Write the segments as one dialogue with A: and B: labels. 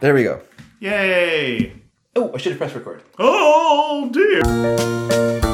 A: There we go.
B: Yay!
A: Oh, I should have pressed record.
B: Oh dear!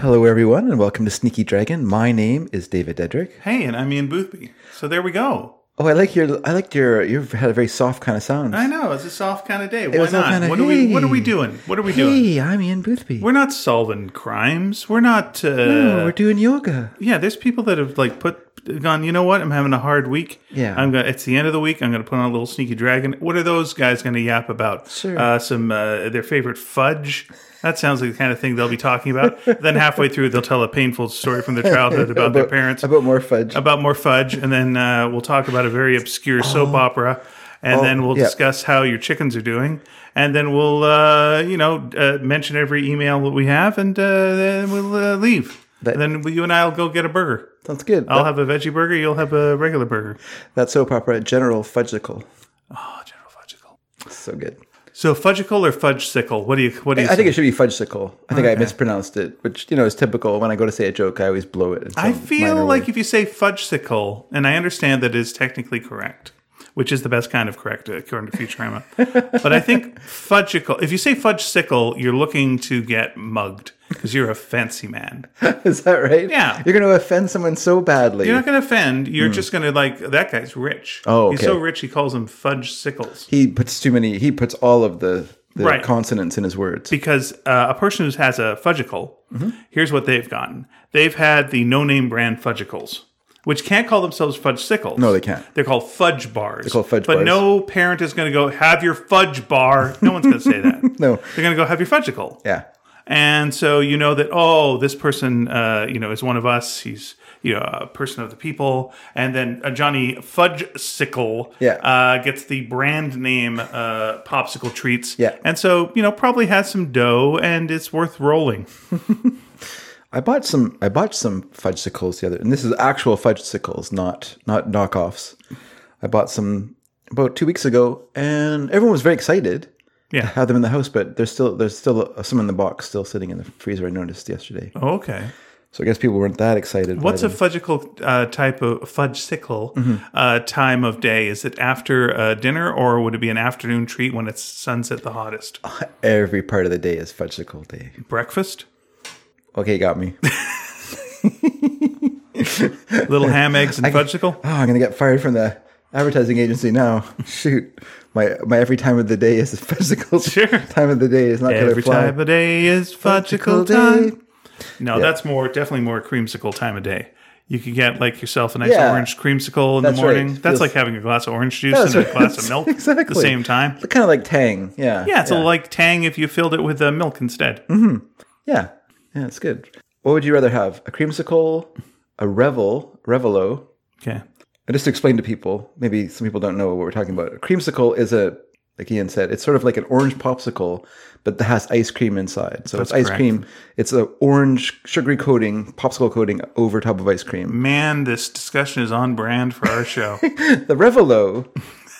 A: Hello, everyone, and welcome to Sneaky Dragon. My name is David Dedrick.
B: Hey, and I'm Ian Boothby. So there we go.
A: Oh, I like your, I liked your, you've had a very soft kind of sound.
B: I know it's a soft kind of day. Why
A: was a
B: not?
A: kinda,
B: what are we? What are we
A: hey.
B: doing? What are we doing?
A: Hey, I'm Ian Boothby.
B: We're not solving crimes. We're not. Uh,
A: Oh, we're doing yoga.
B: yeah, there's people that have like put gone. You know what? I'm having a hard week.
A: Yeah.
B: I'm gonna. It's the end of the week. I'm gonna put on a little sneaky dragon. What are those guys gonna yap about?
A: Sure.
B: Uh, some uh, their favorite fudge. That sounds like the kind of thing they'll be talking about. then halfway through, they'll tell a painful story from their childhood about, their parents,
A: About more fudge.
B: about more fudge, and then uh, we'll talk about a very obscure soap opera, and then we'll
A: Uh-huh. yeah.
B: discuss how your chickens are doing, and then we'll uh, you know uh, mention every email that we have, and uh, then we'll uh, leave.
A: That-
B: and then you and I will go get a burger.
A: Sounds good.
B: I'll have a veggie burger. You'll have a regular burger.
A: that, that soap opera, General Fudgical.
B: Oh, General Fudgicle.
A: So good.
B: So fudgicle or fudge sickle? What do you? What do you?
A: I think it should be fudgesicle. I think I mispronounced it, which you know is typical. When I go to say a joke, I always blow it. in
B: I
A: some
B: feel
A: minor
B: like
A: way.
B: if you say fudgesicle, and I understand that it is technically correct, which is the best kind of correct uh, according to Futurama. but I think fudgesicle. If you say fudgesicle, you're looking to get mugged because you're a fancy man.
A: is that right?
B: Yeah.
A: you're going to offend someone so badly.
B: You're not going to offend. You're just going to like that guy's rich.
A: Hmm. Oh,
B: he's
A: okay.
B: so rich he calls them fudge sickles.
A: he puts too many. He puts all of the, the
B: Right.
A: consonants in his words.
B: because uh, a person who has a fudgicle, here's what they've gotten. They've had the no-name brand fudgicles, which can't call themselves fudgesicles.
A: No, they can't.
B: They're called fudge bars. They're
A: called fudge
B: but
A: bars.
B: no parent is going to go have your fudge bar. No one's going to say that.
A: No.
B: they're going to go have your fudgicle.
A: yeah,
B: And so you know that oh, this person uh, you know is one of us. He's you know a person of the people. And then uh, Johnny Fudgesicle
A: Yeah.
B: uh, gets the brand name uh, popsicle treats.
A: Yeah.
B: And so you know probably has some dough, and it's worth rolling.
A: I bought some. I bought some fudgesicles the other, and this is actual fudgesicles, not not knockoffs. I bought some about two weeks ago, and everyone was very excited.
B: Yeah.
A: I had them in the house, but there's still there's still some in the box, still sitting in the freezer. I noticed yesterday,
B: Okay.
A: so I guess people weren't that excited. by
B: What's a
A: them.
B: fudgicle uh, type of fudgesicle
A: Mm-hmm.
B: uh, time of day? Is it after uh, dinner, or would it be an afternoon treat when it's sun's at the hottest?
A: Uh. every part of the day is fudgesicle day?
B: Breakfast,
A: Okay, got me. oh,
B: little ham eggs and fudgesicle.
A: Ah, I'm gonna get fired from the advertising agency now. Shoot, my my every time of the day is fudgesicle.
B: Sure.
A: time of the day is not gonna
B: Every
A: fly.
B: time of day is fudgicle
A: Fudgicle
B: time. No, that's more definitely more creamsicle time of day. You could get like yourself a nice
A: Yeah.
B: orange creamsicle in
A: That's
B: the
A: right.
B: morning. That's
A: Feels-
B: like having a glass of orange juice
A: That's
B: and a
A: right.
B: glass of milk at
A: Exactly.
B: the same time.
A: kind of like Tang. Yeah. Mm-hmm.
B: Yeah, it's a like tang if you filled it with uh, milk instead.
A: Yeah. Yeah, it's good. What would you rather have? A creamsicle, a revel, revelo?
B: Okay.
A: And just to explain to people, maybe some people don't know what we're talking about. A creamsicle is a, like Ian said, it's sort of like an orange popsicle, but that has ice cream inside. So it's ice
B: correct.
A: cream. It's an orange sugary coating, popsicle coating over top of ice cream.
B: Man, this discussion is on brand for our show.
A: The revelo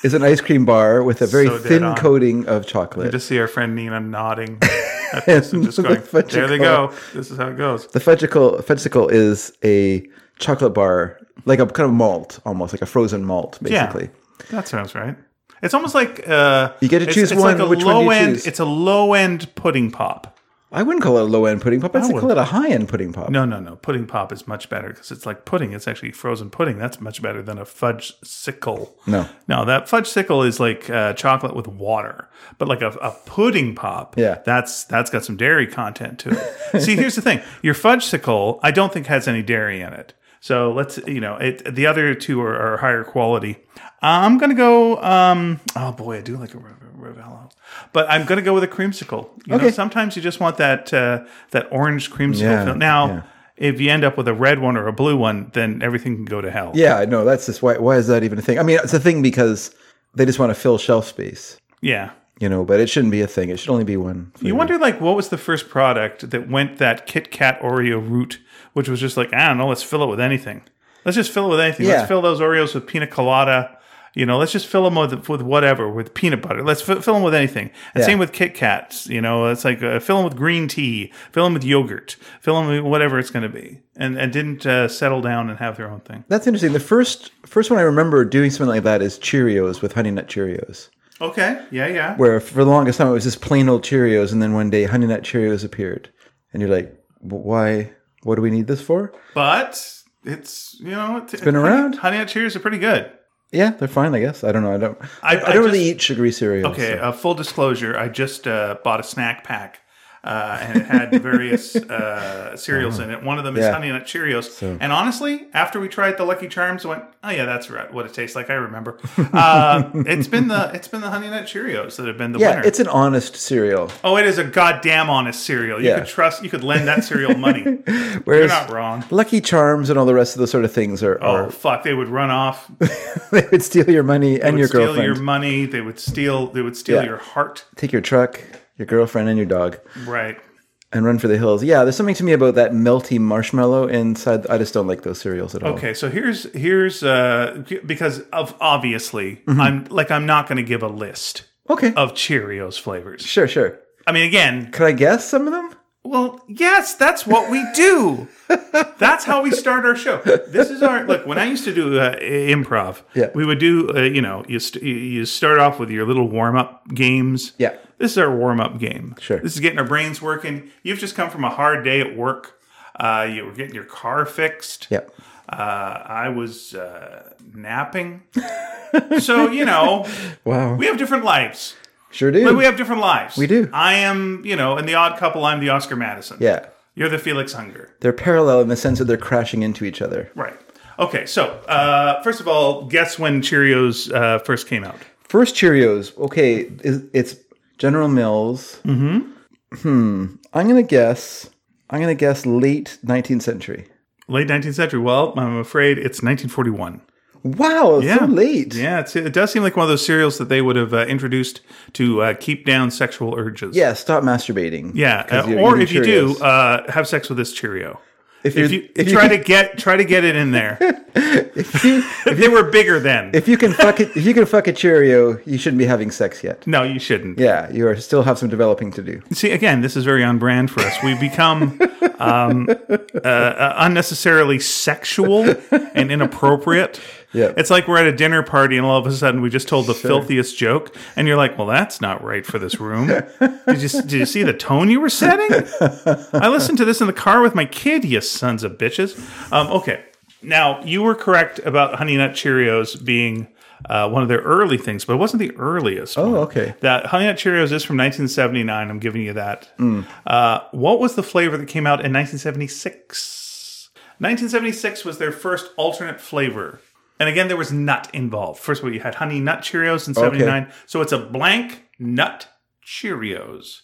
A: is an ice cream bar with a very
B: So dead
A: thin
B: on.
A: coating of chocolate.
B: just see our friend Nina nodding. At this and just
A: The
B: going, there they
A: fudgicle.
B: go. This is how it goes.
A: The fudgicle fudgicle is a chocolate bar, like a kind of malt, almost like a frozen malt, basically.
B: That sounds right. It's almost like uh, you
A: get to choose one. Which one do
B: low
A: you
B: end,
A: choose?
B: It's a low end pudding pop.
A: I wouldn't call it a low end pudding pop. I'd say
B: would.
A: call it a high end pudding pop.
B: No, no, no. Pudding pop is much better because it's like pudding. It's actually frozen pudding. That's much better than a fudge sickle.
A: No.
B: no. That fudge sickle is like uh, chocolate with water, but like a, a pudding pop.
A: Yeah.
B: that's that's got some dairy content to it. See, here's the thing: your fudge sickle, I don't think has any dairy in it. So let's, you know, it, the other two are, are higher quality. I'm gonna go. um Oh boy, I do like a Re- Ravello, but I'm gonna go with a creamsicle. You know,
A: Okay.
B: sometimes you just want that uh, that orange creamsicle.
A: Yeah,
B: feel. Now,
A: yeah.
B: if you end up with a red one or a blue one, then everything can go to hell.
A: Yeah, no, that's just why. Why is that even a thing? I mean, it's a thing because they just want to fill shelf space,
B: Yeah.
A: you know. But it shouldn't be a thing. It should only be one.
B: You wonder, like, what was the first product that went that Kit Kat Oreo route, which was just like, I don't know, let's fill it with anything. Let's just fill it with anything.
A: Yeah.
B: Let's fill those Oreos with pina colada You know, let's just fill them with with whatever, with peanut butter. Let's f- fill them with anything. And
A: Yeah.
B: same with Kit Kats. You know, it's like uh, fill them with green tea, fill them with yogurt, fill them with whatever it's going to be, and and didn't uh, settle down and have their own thing.
A: That's interesting. The first first one I remember doing something like that is Cheerios with Honey Nut Cheerios,
B: Okay, yeah, yeah.
A: where for the longest time it was just plain old Cheerios, and then one day Honey Nut Cheerios appeared, and you're like, "Wh- why? What do we need this for?
B: But it's you know it's,
A: been around.
B: Honey Nut Cheerios are pretty good.
A: Yeah, they're fine, I guess. I don't know. I don't.
B: I-
A: I, I,
B: I
A: don't
B: just-
A: really eat sugary cereals.
B: Okay,
A: so-
B: uh, full disclosure, I just uh, bought a snack pack. Uh, and it had various uh, cereals in it. One of them is
A: Yeah.
B: Honey Nut Cheerios. And honestly, after we tried the Lucky Charms, I went, "Oh yeah, that's right. What it tastes like, I remember." Uh, it's been the it's been the Honey Nut Cheerios that have been the
A: yeah,
B: winner.
A: it's an honest cereal.
B: oh, it is a goddamn honest cereal. You
A: Yeah.
B: could trust. You could lend that cereal money. You're
A: Whereas
B: not wrong.
A: Lucky Charms and all the rest of those sort of things are,
B: Oh
A: are
B: fuck! They would run off.
A: they would steal your money and
B: They
A: your
B: would steal
A: girlfriend,
B: your money. They would steal. They would steal
A: Yeah.
B: your heart.
A: take your truck, your girlfriend, and your dog,
B: Right.
A: and run for the hills. Yeah, there's something to me about that melty marshmallow inside. I just don't like those cereals at all.
B: Okay, so here's here's uh because of obviously
A: Mm-hmm.
B: I'm like I'm not going to give a list
A: Okay.
B: of Cheerios flavors.
A: Sure, sure.
B: I mean again,
A: Could I guess some of them?
B: well, yes, that's what we do. that's how we start our show. This is our look, when I used to do uh, improv,
A: Yeah.
B: we would do uh, you know, you st- you- you start off with your little warm-up games.
A: Yeah.
B: This is our warm up game.
A: Sure.
B: This is getting our brains working. You've just come from a hard day at work. Uh, you were getting your car fixed.
A: Yeah.
B: Uh, I was uh, napping. so, you know,
A: Wow.
B: we have different lives.
A: sure do.
B: We have different lives. We
A: do.
B: I am, you know, in the odd couple, I'm the Oscar Madison.
A: yeah.
B: You're the Felix Hunger.
A: They're parallel in the sense that they're crashing into each other.
B: Right. Okay. So, uh, first of all, guess when Cheerios uh, first came out?
A: First Cheerios. Okay, is- it's General Mills. Mm-hmm. Hmm. I'm gonna guess. I'm gonna guess late 19th century.
B: Late 19th century. Well, I'm afraid it's 1941.
A: Wow, so late.
B: Yeah, it's, it does seem like one of those cereals that they would have uh, introduced to uh, keep down sexual urges.
A: Yeah, stop masturbating.
B: Yeah,
A: 'Cause
B: uh,
A: you're
B: or
A: eating
B: if you do,
A: Cheerios.
B: uh, have sex with this Cheerio.
A: if,
B: If
A: you're-
B: you, try to get try to get it in there, they were bigger then.
A: if you can fuck it, if you can fuck a Cheerio, you shouldn't be having sex yet.
B: no, you shouldn't.
A: Yeah, you are still have some developing to do.
B: See, again, this is very on brand for us. We become um, uh, uh, unnecessarily sexual and inappropriate.
A: Yeah.
B: It's like we're at a dinner party and all of a sudden we just told the filthiest joke, and you're like, well, that's not right for this room. did, you, did you see the tone you were setting? I listened to this in the car with my kid, you sons of bitches. Um, okay. Now, you were correct about Honey Nut Cheerios being. Uh, one of their early things, but it wasn't the earliest. Oh,
A: okay.
B: that Honey Nut Cheerios is from 1979. I'm giving you that. Uh, what was the flavor that came out in 1976? 1976 was their first alternate flavor. And again, there was nut involved. First of all, you had Honey Nut Cheerios in 79. So it's a blank nut Cheerios.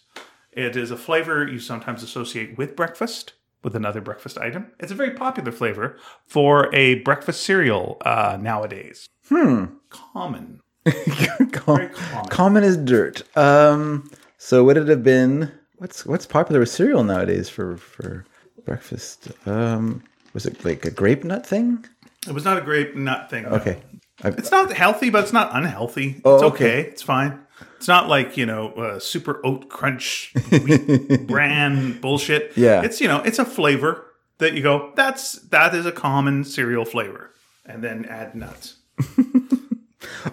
B: It is a flavor you sometimes associate with breakfast, with another breakfast item. It's a very popular flavor for a breakfast cereal uh, nowadays. Hmm. Common.
A: Com-
B: common.
A: common as dirt. Um, so would it have been what's what's popular with cereal nowadays for for breakfast? Um, was it like a grape nut thing?
B: It was not a grape nut thing. though.
A: Okay, I,
B: It's not healthy, but it's not unhealthy.
A: Oh,
B: it's okay.
A: okay.
B: It's fine. It's not like you know uh, super oat crunch wheat bran bullshit.
A: Yeah.
B: it's you know it's a flavor that you go that's that is a common cereal flavor, and then add nuts.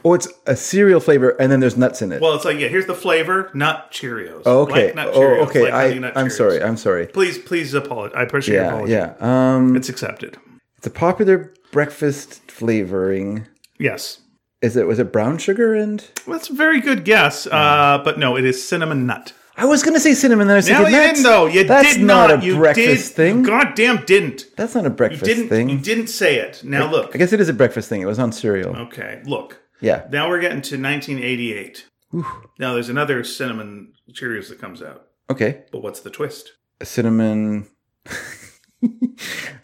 A: oh, it's a cereal flavor, and then there's nuts in it.
B: Well, it's like yeah, here's the flavor nut Cheerios.
A: Oh, okay,
B: Black nut
A: oh,
B: Cheerios,
A: okay.
B: like honey
A: I,
B: nut
A: I'm
B: Cheerios.
A: sorry. I'm sorry.
B: Please, please apologize. I appreciate your
A: Yeah,
B: apology.
A: yeah. Um,
B: It's accepted.
A: it's a popular breakfast flavoring.
B: Yes,
A: Is it was it brown sugar and?
B: well, that's a very good guess,
A: Mm.
B: uh, but no, it is cinnamon nut.
A: I was gonna say cinnamon, then I was
B: No,
A: thinking
B: you
A: nuts.
B: didn't though. You
A: That's
B: did
A: not
B: not.
A: a
B: you
A: breakfast
B: did,
A: thing.
B: You goddamn didn't.
A: That's not a breakfast
B: Didn't
A: thing.
B: you didn't say it. Now look. Oh.
A: I guess it is a breakfast thing. It was on cereal.
B: Okay, look.
A: Yeah.
B: Now we're getting to 1988. Now there's another cinnamon Cheerios that comes out.
A: Okay.
B: But what's the twist?
A: Cinnamon.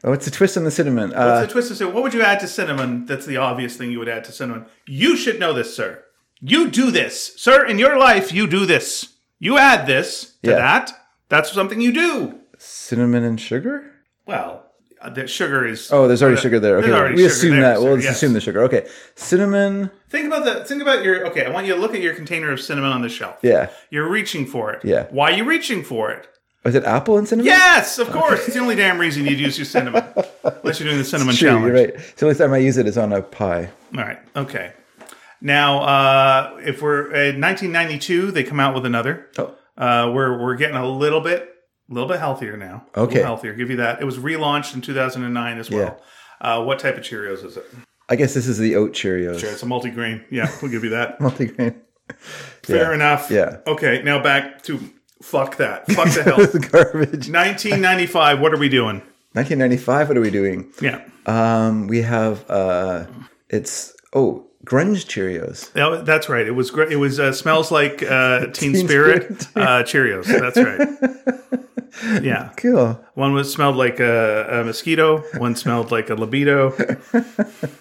A: oh, it's a twist on the cinnamon.
B: What's
A: Uh,
B: the twist? So what would you add to cinnamon? That's the obvious thing you would add to cinnamon. You should know this, sir. You do this, sir. In your life, you do this. You add this to
A: Yeah.
B: that. That's something you do.
A: cinnamon and sugar?
B: Well, uh, that sugar is.
A: Oh, there's already
B: uh,
A: sugar there. Okay,
B: there's already
A: we
B: sugar
A: assume
B: there,
A: that.
B: so
A: Well, let's
B: yes.
A: assume the sugar. Okay, cinnamon.
B: Think about the think about your okay. I want you to look at your container of cinnamon on the shelf.
A: Yeah,
B: You're reaching for it.
A: Yeah.
B: Why are you reaching for it?
A: is it apple and cinnamon?
B: Yes, of course. It's the only damn reason you'd use your cinnamon, unless you're doing the cinnamon
A: True,
B: challenge.
A: you're right. It's the only time I use it is on a pie.
B: All right. Okay. Now, uh, if we're in 1992, they come out with another.
A: Oh.
B: Uh, we're we're getting a little bit a little bit healthier now. A little
A: Okay.
B: healthier. Give you that. It was relaunched in 2009 as well. Uh, what type of Cheerios is it?
A: I guess this is the oat Cheerios.
B: Sure, it's a multigrain. Yeah, we'll give you that.
A: Multigrain.
B: Fair enough.
A: Yeah.
B: Okay. Now back to fuck that. Fuck the health.
A: Garbage.
B: 1995. What are we doing?
A: 1995. What are we doing?
B: Yeah.
A: Um, we have uh, it's oh grunge Cheerios.
B: Oh, that's right. It was great. It was uh, smells like uh, Teen, Spirit, uh, Cheerios. That's right. yeah,
A: Cool.
B: one was smelled like a, a mosquito. One smelled like a libido.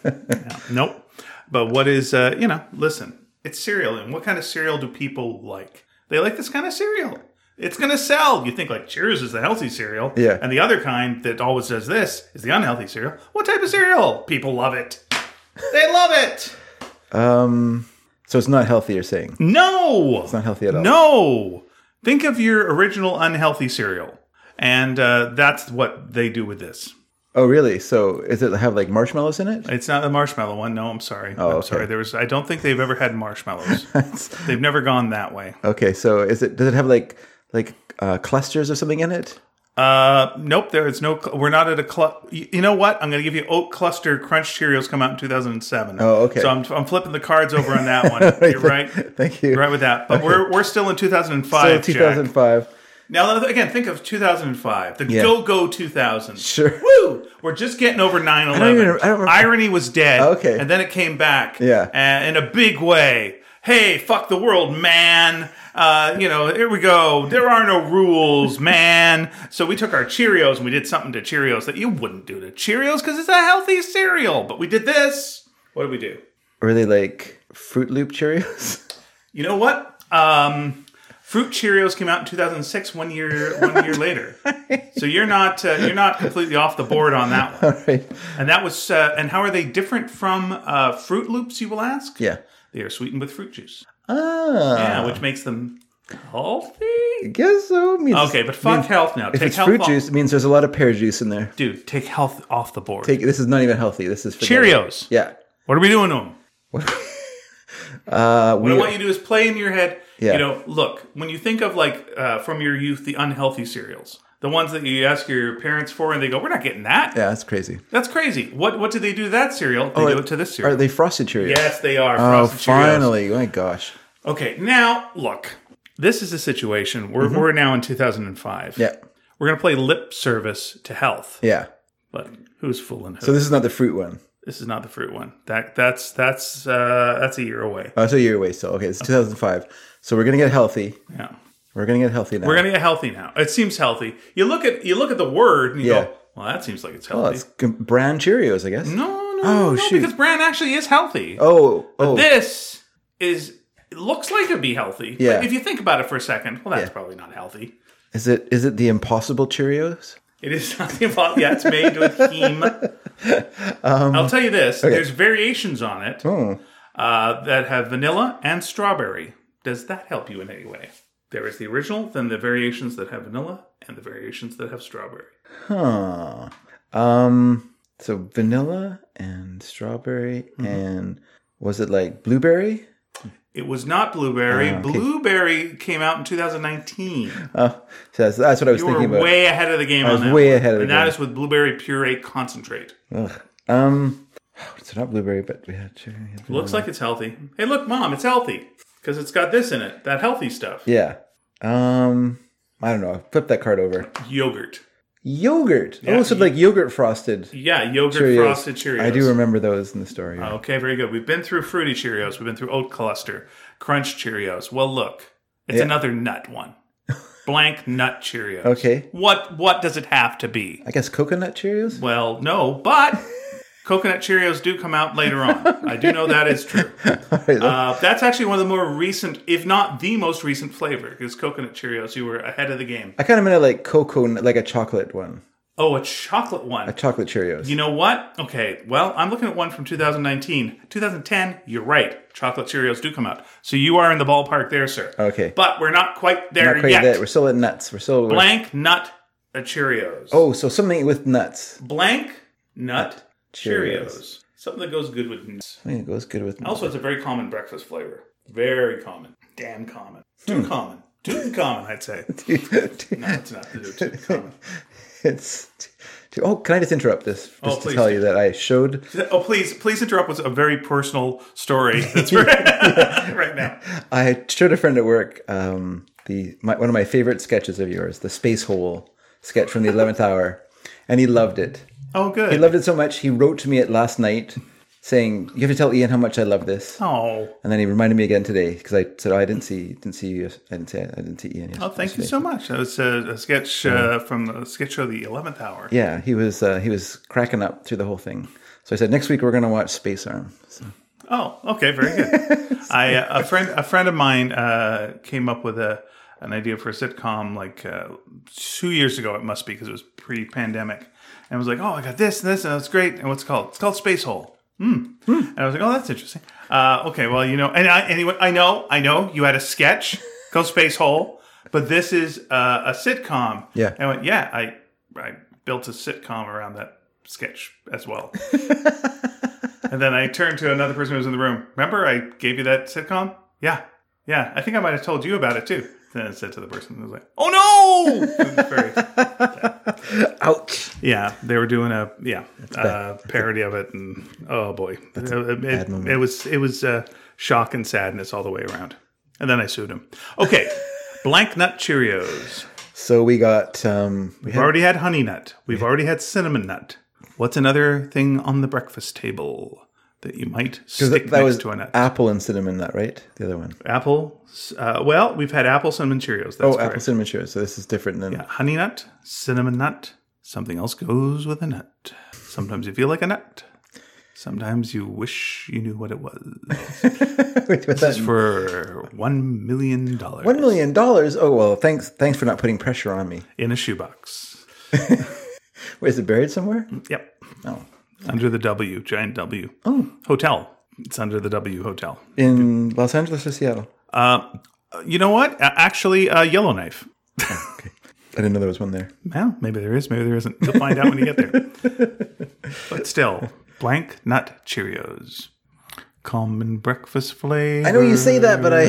B: Yeah. Nope. But what is uh, you know? Listen, it's cereal, and what kind of cereal do people like? They like this kind of cereal. It's gonna sell. You think like Cheerios is the healthy cereal,
A: Yeah.
B: and the other kind that always does this is the unhealthy cereal. What type of cereal? People love it. They love it.
A: Um, so it's not healthy. You're saying it's
B: No,
A: not healthy at all.
B: No. Think of your original unhealthy cereal. And uh, that's what they do with this.
A: Oh really? So is it have like marshmallows in it?
B: It's not the marshmallow one. No, I'm sorry. I'm
A: Oh, okay.
B: sorry. There was I don't think they've ever had marshmallows.
A: That's-
B: they've never gone that way.
A: okay. So is it? Does it have like like uh, clusters of something in it?
B: Uh, nope, there is no cl- we're not at a club. You you know what? I'm going to give you oat cluster crunch Cheerios come out in 2007.
A: Oh, okay.
B: So I'm, I'm flipping the cards over on that one. You're right.
A: Thank you.
B: You're right with that. But we're we're still in 2005.
A: So
B: Jack.
A: 2005.
B: Now again, think of 2005. The
A: Yeah.
B: go go 2000.
A: Sure.
B: Woo! We're just getting over 9
A: even-
B: 11.
A: I don't remember-
B: Irony was dead.
A: Okay.
B: And then it came back.
A: Yeah.
B: uh, in a big way. Hey, fuck the world, man. Uh, you know, here we go. There are no rules, man. So we took our Cheerios and we did something to Cheerios that you wouldn't do to Cheerios because it's a healthy cereal. But we did this. What did we do?
A: Were they like Fruit Loop Cheerios?
B: You know what? Um, Fruit Cheerios came out in 2006, one year one year later. So you're not uh, you're not completely off the board on that one.
A: All right.
B: And that was uh, and how are they different from uh, Fruit Loops? You will ask.
A: Yeah.
B: They are sweetened with fruit juice.
A: Ah.
B: Yeah, which makes them healthy.
A: I guess so. It means-
B: Okay, but fuck health now.
A: If
B: Take
A: it's
B: health
A: fruit
B: off.
A: juice, it means there's a lot of pear juice in there.
B: dude. Take health off the board.
A: Take, this is not even healthy. This is forget it.
B: Cheerios.
A: Yeah.
B: What are we doing to them?
A: Uh,
B: What
A: we,
B: I want you to do is play in your head.
A: Yeah.
B: You know, look when you think of like uh, from your youth the unhealthy cereals, the ones that you ask your parents for, and they go, "We're not getting that.
A: yeah, that's crazy.
B: That's crazy. What what do they do to that cereal? They do it to this cereal.
A: Are they frosted Cheerios?
B: yes, they are.
A: Oh,
B: Frosted Cheerios.
A: finally. My gosh.
B: Okay, now look. This is a situation. We're we're now in 2005.
A: Mm-hmm. Yeah.
B: We're gonna play lip service to health,
A: Yeah.
B: but who's fooling who?
A: So this is not the fruit one.
B: this is not the fruit one. That that's that's uh, that's a year away.
A: Oh, it's a year away still. Okay, it's 2005. So we're going to get healthy.
B: Yeah.
A: We're going to get healthy now.
B: We're gonna get healthy now. It seems healthy. You look at you look at the word and you
A: Yeah.
B: go, well, that seems like it's
A: oh,
B: healthy.
A: it's g- brand Cheerios, I guess.
B: no, no,
A: Oh,
B: no,
A: shoot.
B: because bran actually is healthy.
A: Oh, oh.
B: This is it looks like it'd be healthy.
A: Yeah.
B: But if you think about it for a second, well, that's
A: Yeah.
B: probably not healthy.
A: Is it is it the Impossible Cheerios?
B: It is not the involved. Yeah, it's made with heme.
A: Um,
B: I'll tell you this: there's variations on it
A: Oh.
B: uh, that have vanilla and strawberry. Does that help you in any way? There is the original, then the variations that have vanilla, and the variations that have strawberry.
A: Huh. Um. So vanilla and strawberry
B: Mm-hmm.
A: and was it like blueberry?
B: It was not blueberry.
A: Ah,
B: Blueberry came out in 2019.
A: Oh, so that's, that's what I was
B: You were
A: thinking about.
B: way ahead of the game. I
A: was way ahead of the
B: and that
A: game.
B: is with blueberry puree concentrate.
A: Ugh. Um. So not blueberry, but we had cherry. we had vanilla.
B: Looks like it's healthy. Hey, look, mom, it's healthy because it's got this in it—that healthy stuff.
A: Yeah. Um. I don't know. Flip that card over.
B: Yogurt.
A: Yogurt. I almost said like yogurt frosted.
B: Yeah, yogurt
A: Cheerios.
B: frosted Cheerios.
A: I do remember those in the story. yeah.
B: Okay, very good. We've been through fruity Cheerios. We've been through oat cluster, crunch Cheerios. Well, look, it's another nut one. Blank nut Cheerios.
A: Okay.
B: What what does it have to be?
A: I guess coconut Cheerios.
B: Well, no, but coconut Cheerios do come out later on. I do know that is true. Uh, that's actually one of the more recent, if not the most recent flavor, is coconut Cheerios. You were ahead of the game.
A: I kind of meant it like cocoa, like a chocolate one.
B: Oh, a chocolate one.
A: A chocolate Cheerios.
B: You know what? Okay, well, I'm looking at one from 2019. 2010, you're right. Chocolate Cheerios do come out. So you are in the ballpark there, sir.
A: Okay.
B: But we're not quite there
A: Not quite
B: yet.
A: that. We're still at nuts. We're still we're-
B: Blank nut uh, Cheerios.
A: oh, so something with nuts.
B: Blank nut Cheerios.
A: Cheerios.
B: Something that goes good with nuts.
A: I think it goes good with nuts.
B: Also, it's a very common breakfast flavor. Very common. Damn common.
A: Hmm.
B: Too common. Too common, I'd say. No, it's not. Too common.
A: it's too, oh, can I just interrupt this just
B: Oh,
A: to
B: please
A: tell
B: do.
A: you that I showed
B: Oh, please, please interrupt with a very personal story that's right, right now.
A: I showed a friend at work um, the my, one of my favorite sketches of yours, the space hole sketch from the eleventh hour, and he loved it.
B: Oh, good.
A: He loved it so much he wrote to me at last night saying, "You have to tell Ian how much I love this."
B: oh,
A: And then he reminded me again today because I said, oh, "I didn't see, didn't see you, I didn't see, I didn't see Ian."
B: oh, thank you so much. That was a, a sketch uh, from the sketch show, The Eleventh Hour.
A: Yeah, he was uh, he was cracking up through the whole thing. So I said, "Next week we're going to watch Space Arm." So,
B: Oh, okay, very good. I uh, a friend a friend of mine uh, came up with a an idea for a sitcom like uh, two years ago. It must be because it was pre pandemic, and was like, "Oh, I got this, and this, and it's great." And what's it called? It's called Space Hole. Hmm. And I was like, "Oh, that's interesting." Uh, okay, well, you know, and I, anyway, I know, I know, you had a sketch called Space Hole, but this is uh, a sitcom.
A: Yeah.
B: and I went, "Yeah, I I built a sitcom around that sketch as well." And then I turned to another person who was in the room. Remember, I gave you that sitcom? Yeah. Yeah. I think I might have told you about it too. Then I said to the person who was like, oh no! It was very-
A: ouch!
B: yeah. They were doing a, yeah, uh, parody of it. And oh boy. It, it-
A: moment.
B: it was, it was uh, shock and sadness all the way around. And then I sued him. Okay. Blank nut Cheerios.
A: So we got um, we
B: We've
A: had,
B: already had honey nut. We've already had cinnamon nut. What's another thing on the breakfast table that you might stick
A: that, that
B: next
A: was
B: to a nut?
A: apple and cinnamon nut, right? The other one.
B: Apple. Uh, well, we've had apple cinnamon Cheerios. That's
A: Oh, apple
B: correct.
A: cinnamon Cheerios. So this is different than
B: Honey nut, cinnamon nut. Something else goes with a nut. Sometimes you feel like a nut. Sometimes you wish you knew what it was.
A: Wait, what's that?
B: For one million dollars
A: One million dollars. Oh well, thanks. Thanks for not putting pressure on me.
B: in a shoebox.
A: Wait, is it buried somewhere? Oh.
B: Yep.
A: No,
B: Under the W, giant W. Oh. Hotel. It's under the W hotel.
A: in Los Angeles or Seattle.
B: Uh, you know what? A- Actually, uh, Yellowknife.
A: I didn't know there was one there.
B: Well, maybe there is, maybe there isn't. You'll find out when you get there. But still, blank nut Cheerios. Common breakfast flavor.
A: I know you say that, but I,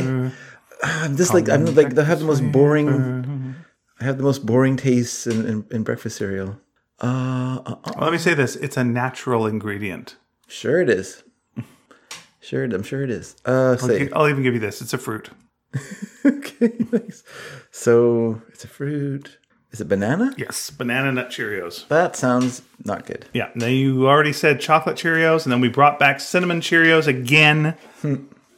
A: I'm just like I'm like I have the most boring. I have the most boring tastes in, in, in breakfast cereal. Uh, uh, uh,
B: Well, let me say this it's a natural ingredient.
A: sure it is. Sure, it- I'm sure it is. Uh, say,
B: I'll even give you this it's a fruit.
A: okay, thanks. So it's a fruit. Is it banana?
B: Yes, banana nut Cheerios.
A: That sounds not good.
B: Yeah, now you already said chocolate Cheerios, and then we brought back cinnamon Cheerios again.
A: Hmm.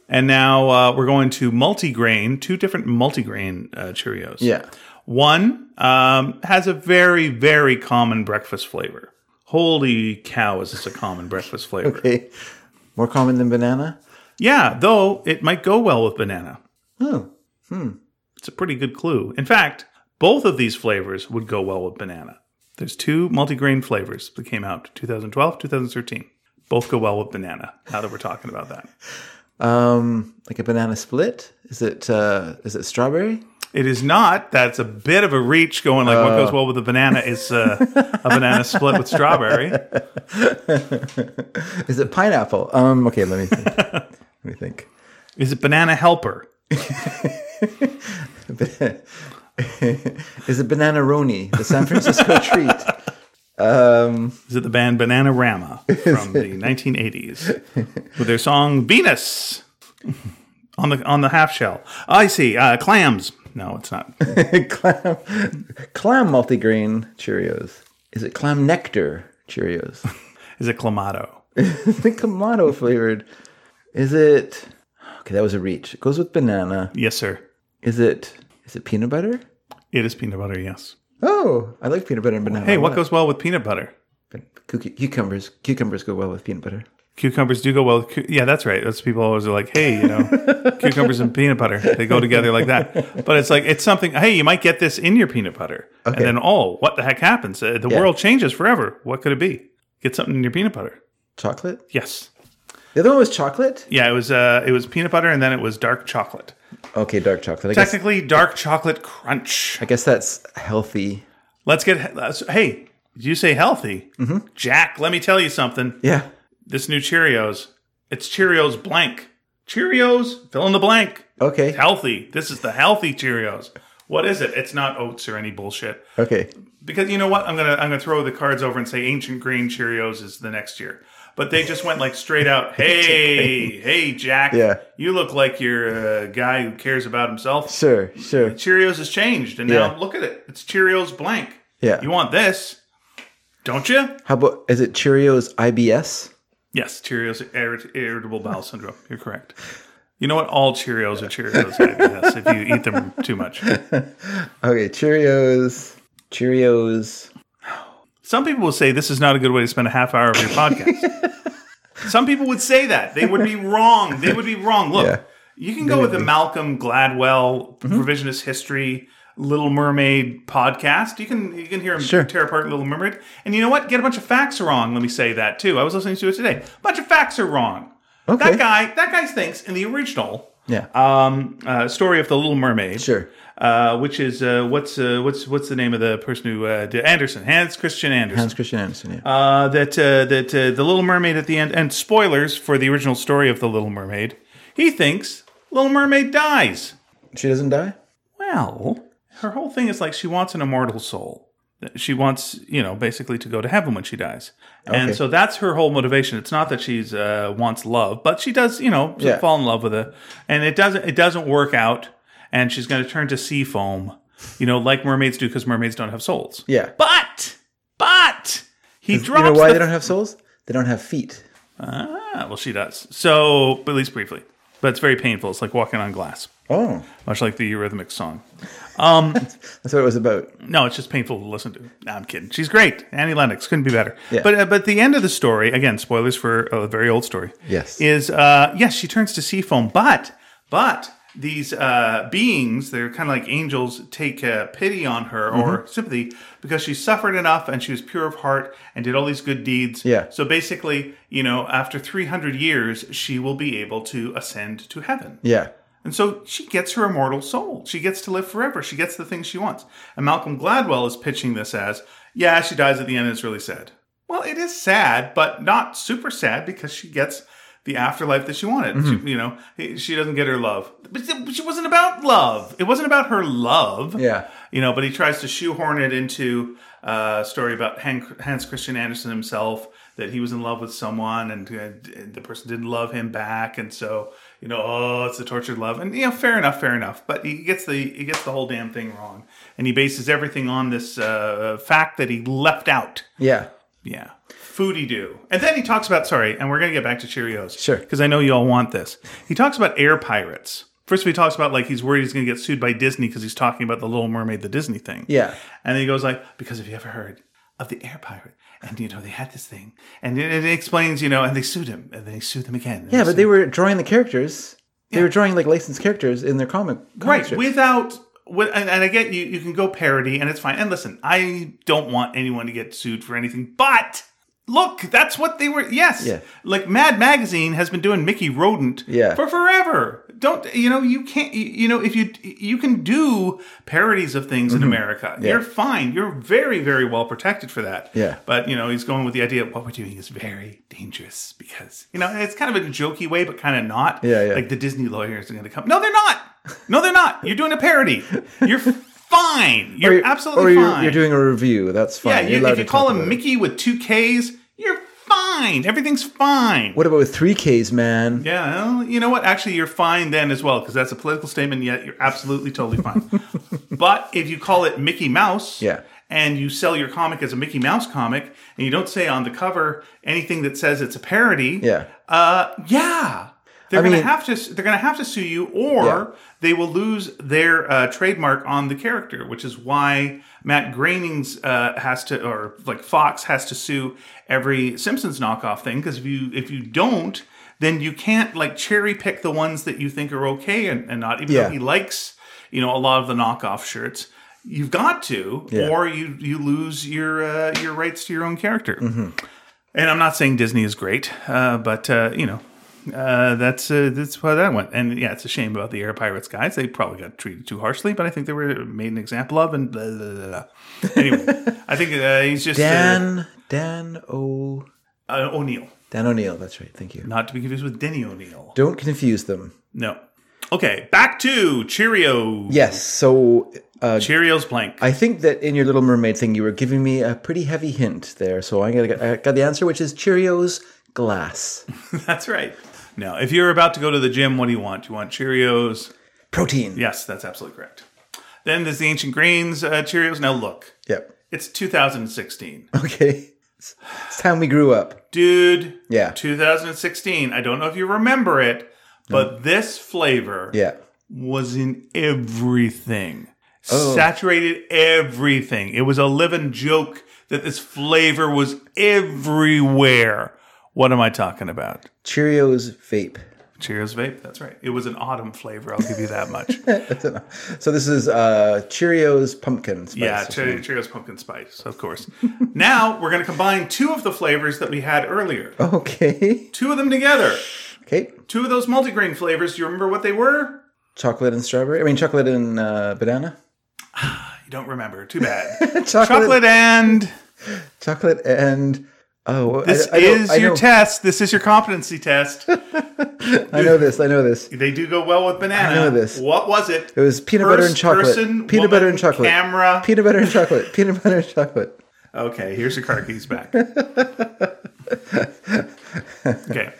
B: and now uh, we're going to multigrain, two different multigrain uh, Cheerios.
A: Yeah.
B: One um, has a very, very common breakfast flavor. Holy cow, is this a common breakfast flavor?
A: Okay. More common than banana.
B: Yeah, though it might go well with banana.
A: Oh,
B: It's a pretty good clue. In fact, both of these flavors would go well with banana. There's two multigrain flavors that came out 2012, 2013. Both go well with banana, now that we're talking about that.
A: um, like a banana split. Is it? Uh, is it strawberry?
B: It is not. That's a bit of a reach going like what goes well with a banana is uh, a banana split with strawberry.
A: Is it pineapple? Um, okay, let me think. let me think.
B: Is it banana helper?
A: Is it banana roni, the San Francisco treat?
B: Is it the band Banana Rama from the 1980s with their song Venus on the on the half shell? I see uh, clams. No, it's not.
A: clam, clam multigrain Cheerios. Is it clam nectar Cheerios?
B: Is it clamato?
A: Is it clamato flavored? Is it? Okay, that was a reach. It goes with banana.
B: Yes, sir.
A: Is it? Is it peanut butter?
B: It is peanut butter. Yes.
A: Oh, I like peanut butter and banana.
B: Hey, what goes well with peanut butter?
A: Cucu- Cucumbers. Cucumbers go well with peanut butter.
B: Cucumbers do go well. with cu- yeah, that's right. That's people always are like, hey, you know, cucumbers and peanut butter, they go together like that. But it's like it's something. Hey, you might get this in your peanut butter,
A: Okay.
B: and then oh, what the heck happens? Uh, the
A: Yeah.
B: world changes forever. What could it be? Get something in your peanut butter.
A: Chocolate.
B: Yes.
A: The other one was chocolate.
B: Yeah, it was uh, it was peanut butter, and then it was dark chocolate.
A: Okay, dark chocolate. I guess,
B: Technically, dark chocolate crunch.
A: I guess that's healthy.
B: Let's get. uh, so- Hey, did you say healthy? Mm-hmm. Jack, let me tell you something.
A: Yeah.
B: This new Cheerios, it's Cheerios blank. Cheerios, fill in the blank.
A: Okay.
B: Healthy. This is the healthy Cheerios. What is it? It's not oats or any bullshit.
A: Okay.
B: Because you know what? I'm gonna I'm gonna throw the cards over and say ancient grain Cheerios is the next year. But they just went like straight out. Hey, hey, Jack.
A: Yeah.
B: You look like you're a guy who cares about himself.
A: Sure. Sure.
B: Cheerios has changed, and
A: Yeah.
B: now look at it. It's Cheerios blank.
A: Yeah.
B: You want this, don't you?
A: How about is it Cheerios IBS?
B: Yes, Cheerios irrit- irritable bowel syndrome. You're correct. You know what? All Cheerios are Cheerios. I guess, if you eat them too much,
A: Okay, Cheerios. Cheerios.
B: some people will say this is not a good way to spend a half hour of your podcast. some people would say that they would be wrong. They would be wrong. Look,
A: Yeah.
B: you can go with the Malcolm Gladwell
A: Mm-hmm.
B: revisionist history. Little Mermaid podcast. You can you can hear him tear apart Little Mermaid. And you know what? Get a bunch of facts wrong. Let me say that too. I was listening to it today. A bunch of facts are wrong.
A: Okay.
B: That guy that guy thinks in the original
A: Yeah.
B: um, uh, story of the Little Mermaid.
A: Sure.
B: Uh, which is uh, what's uh, what's what's the name of the person who uh, did Anderson Hans Christian Andersen
A: Hans Christian Andersen. Yeah.
B: uh, that uh, that uh, the Little Mermaid at the end, and spoilers for the original story of the Little Mermaid. He thinks Little Mermaid dies.
A: she doesn't die.
B: Well, her whole thing is like she wants an immortal soul. She wants, you know, basically to go to heaven when she dies,
A: Okay.
B: and so that's her whole motivation. It's not that she's uh, wants love, but she does, you know,
A: Yeah.
B: fall in love with it, and it doesn't it doesn't work out, and she's going to turn to sea foam, you know, like mermaids do, because mermaids don't have souls.
A: Yeah.
B: But but he
A: you
B: drops.
A: know why
B: the
A: they don't have souls? They don't have feet.
B: Ah, well, she does. So, at least briefly. But it's very painful. It's like walking on glass,
A: Oh,
B: much like the Eurythmics song.
A: that's what it was about.
B: No, it's just painful to listen to. No, I'm kidding. She's great. Annie Lennox couldn't be better.
A: Yeah.
B: But uh, but the end of the story, again, spoilers for a very old story.
A: Yes.
B: Is uh yes, she turns to sea foam, but but these uh beings, they're kind of like angels take uh, pity on her
A: Mm-hmm.
B: or sympathy because she suffered enough and she was pure of heart and did all these good deeds.
A: Yeah.
B: So basically, you know, after 300 years, she will be able to ascend to heaven.
A: Yeah.
B: And so she gets her immortal soul. She gets to live forever. She gets the things she wants. And Malcolm Gladwell is pitching this as, yeah, she dies at the end and it's really sad. Well, it is sad, but not super sad because she gets the afterlife that she wanted. She, you know, she doesn't get her love. But she wasn't about love. It wasn't about her love
A: Yeah.
B: you know but he tries to shoehorn it into uh, a story about Han- hans christian andersen himself that he was in love with someone and uh, d- the person didn't love him back and so you know oh it's a tortured love and you know fair enough fair enough but he gets the he gets the whole damn thing wrong and he bases everything on this uh, fact that he left out
A: Yeah.
B: yeah. Foodie do. And then he talks about, sorry, and we're going to get back to Cheerios.
A: Sure.
B: Because I know you all want this. He talks about air pirates. First, of all, he talks about like he's worried he's going to get sued by Disney because he's talking about the Little Mermaid, the Disney thing.
A: Yeah.
B: And then he goes like, because have you ever heard of the air pirate? And you know they had this thing, and it, it explains, you know, and they sued him, and they sued them again. and
A: Yeah,
B: they
A: but they were drawing the characters. They were drawing like licensed characters in their comic. comic
B: right
A: strips.
B: without with, and, and again you, you can go parody and it's fine and listen i don't want anyone to get sued for anything but look that's what they were yes
A: Yeah.
B: like mad magazine has been doing mickey rodent
A: Yeah.
B: for forever don't you know you can't you, you know if you you can do parodies of things
A: Mm-hmm.
B: in america you're fine you're very very well protected for that
A: Yeah.
B: but you know he's going with the idea of what we're doing is very dangerous because you know it's kind of in a jokey way but kind of not
A: Yeah, yeah.
B: like the Disney lawyers are going to come. No, they're not. No, they're not. You're doing a parody. You're fine. You're, absolutely
A: or you're,
B: fine.
A: You're doing a review. That's fine.
B: yeah,
A: You're
B: you,
A: allowed
B: if you
A: to
B: call
A: talk
B: him
A: about it.
B: Mickey with two K's, you're fine. Everything's fine.
A: What about with three Ks, man?
B: Yeah, well, you know what? Actually, you're fine then as well because that's a political statement. Yet you're absolutely totally fine. but if you call it Mickey Mouse,
A: Yeah.
B: and you sell your comic as a Mickey Mouse comic, and you don't say on the cover anything that says it's a parody,
A: Yeah.
B: uh, yeah, They're
A: I
B: going to
A: mean-
B: have to. s- They're going to have to sue you, or they will lose their uh, trademark on the character, which is why Matt Groening's uh, has to, or like Fox has to sue every Simpsons knockoff thing because if you if you don't, then you can't like cherry pick the ones that you think are okay and, and not. Even
A: Yeah.
B: though he likes, you know, a lot of the knockoff shirts. You've got to, or you you lose your uh, your rights to your own character.
A: Mm-hmm.
B: And I'm not saying Disney is great, uh, but uh, you know, uh, that's uh, that's how that went. And yeah, it's a shame about the Air Pirates guys. They probably got treated too harshly, but I think they were uh, made an example of. And blah, blah, blah, blah. anyway, I think uh, he's just uh,
A: Dan Dan O
B: uh, O'Neill,
A: Dan O'Neill. That's right. Thank you.
B: not to be confused with Denny O'Neill.
A: Don't confuse them.
B: No. Okay, back to Cheerios.
A: Yes. So uh,
B: Cheerios blank.
A: I think that in your Little Mermaid thing, you were giving me a pretty heavy hint there. So I got I got the answer, which is Cheerios glass
B: that's right. Now, if you're about to go to the gym, what do you want? You want Cheerios?
A: protein.
B: Yes, that's absolutely correct. Then there's the ancient grains uh, Cheerios. Now look.
A: Yep.
B: It's 2016.
A: Okay. It's, it's time we grew up.
B: Dude,
A: Yeah.
B: 2016. I don't know if you remember it, but this flavor
A: Yeah.
B: was in everything.
A: Oh.
B: Saturated everything. It was a living joke that this flavor was everywhere. What am I talking about?
A: Cheerios vape.
B: Cheerios vape. That's right. It was an autumn flavor. I'll give you that much.
A: So this is uh, Cheerios pumpkin spice.
B: Yeah, Cheer- Cheerios pumpkin spice, of course. now we're going to combine two of the flavors that we had earlier.
A: Okay.
B: Two of them together.
A: Okay.
B: Two of those multigrain flavors. Do you remember what they were?
A: Chocolate and strawberry. I mean, chocolate and uh, banana.
B: You don't remember. Too bad.
A: Chocolate.
B: Chocolate and
A: Chocolate and oh, I-
B: this
A: I, know-
B: is
A: I
B: your
A: know-
B: test. This is your competency test.
A: I know this. I know this.
B: they do go well with banana.
A: know this.
B: What was it?
A: It was peanut butter and chocolate.
B: Person,
A: peanut
B: woman,
A: butter and chocolate.
B: Camera.
A: Peanut butter and chocolate. Peanut butter and chocolate.
B: okay, here's your car keys back. okay,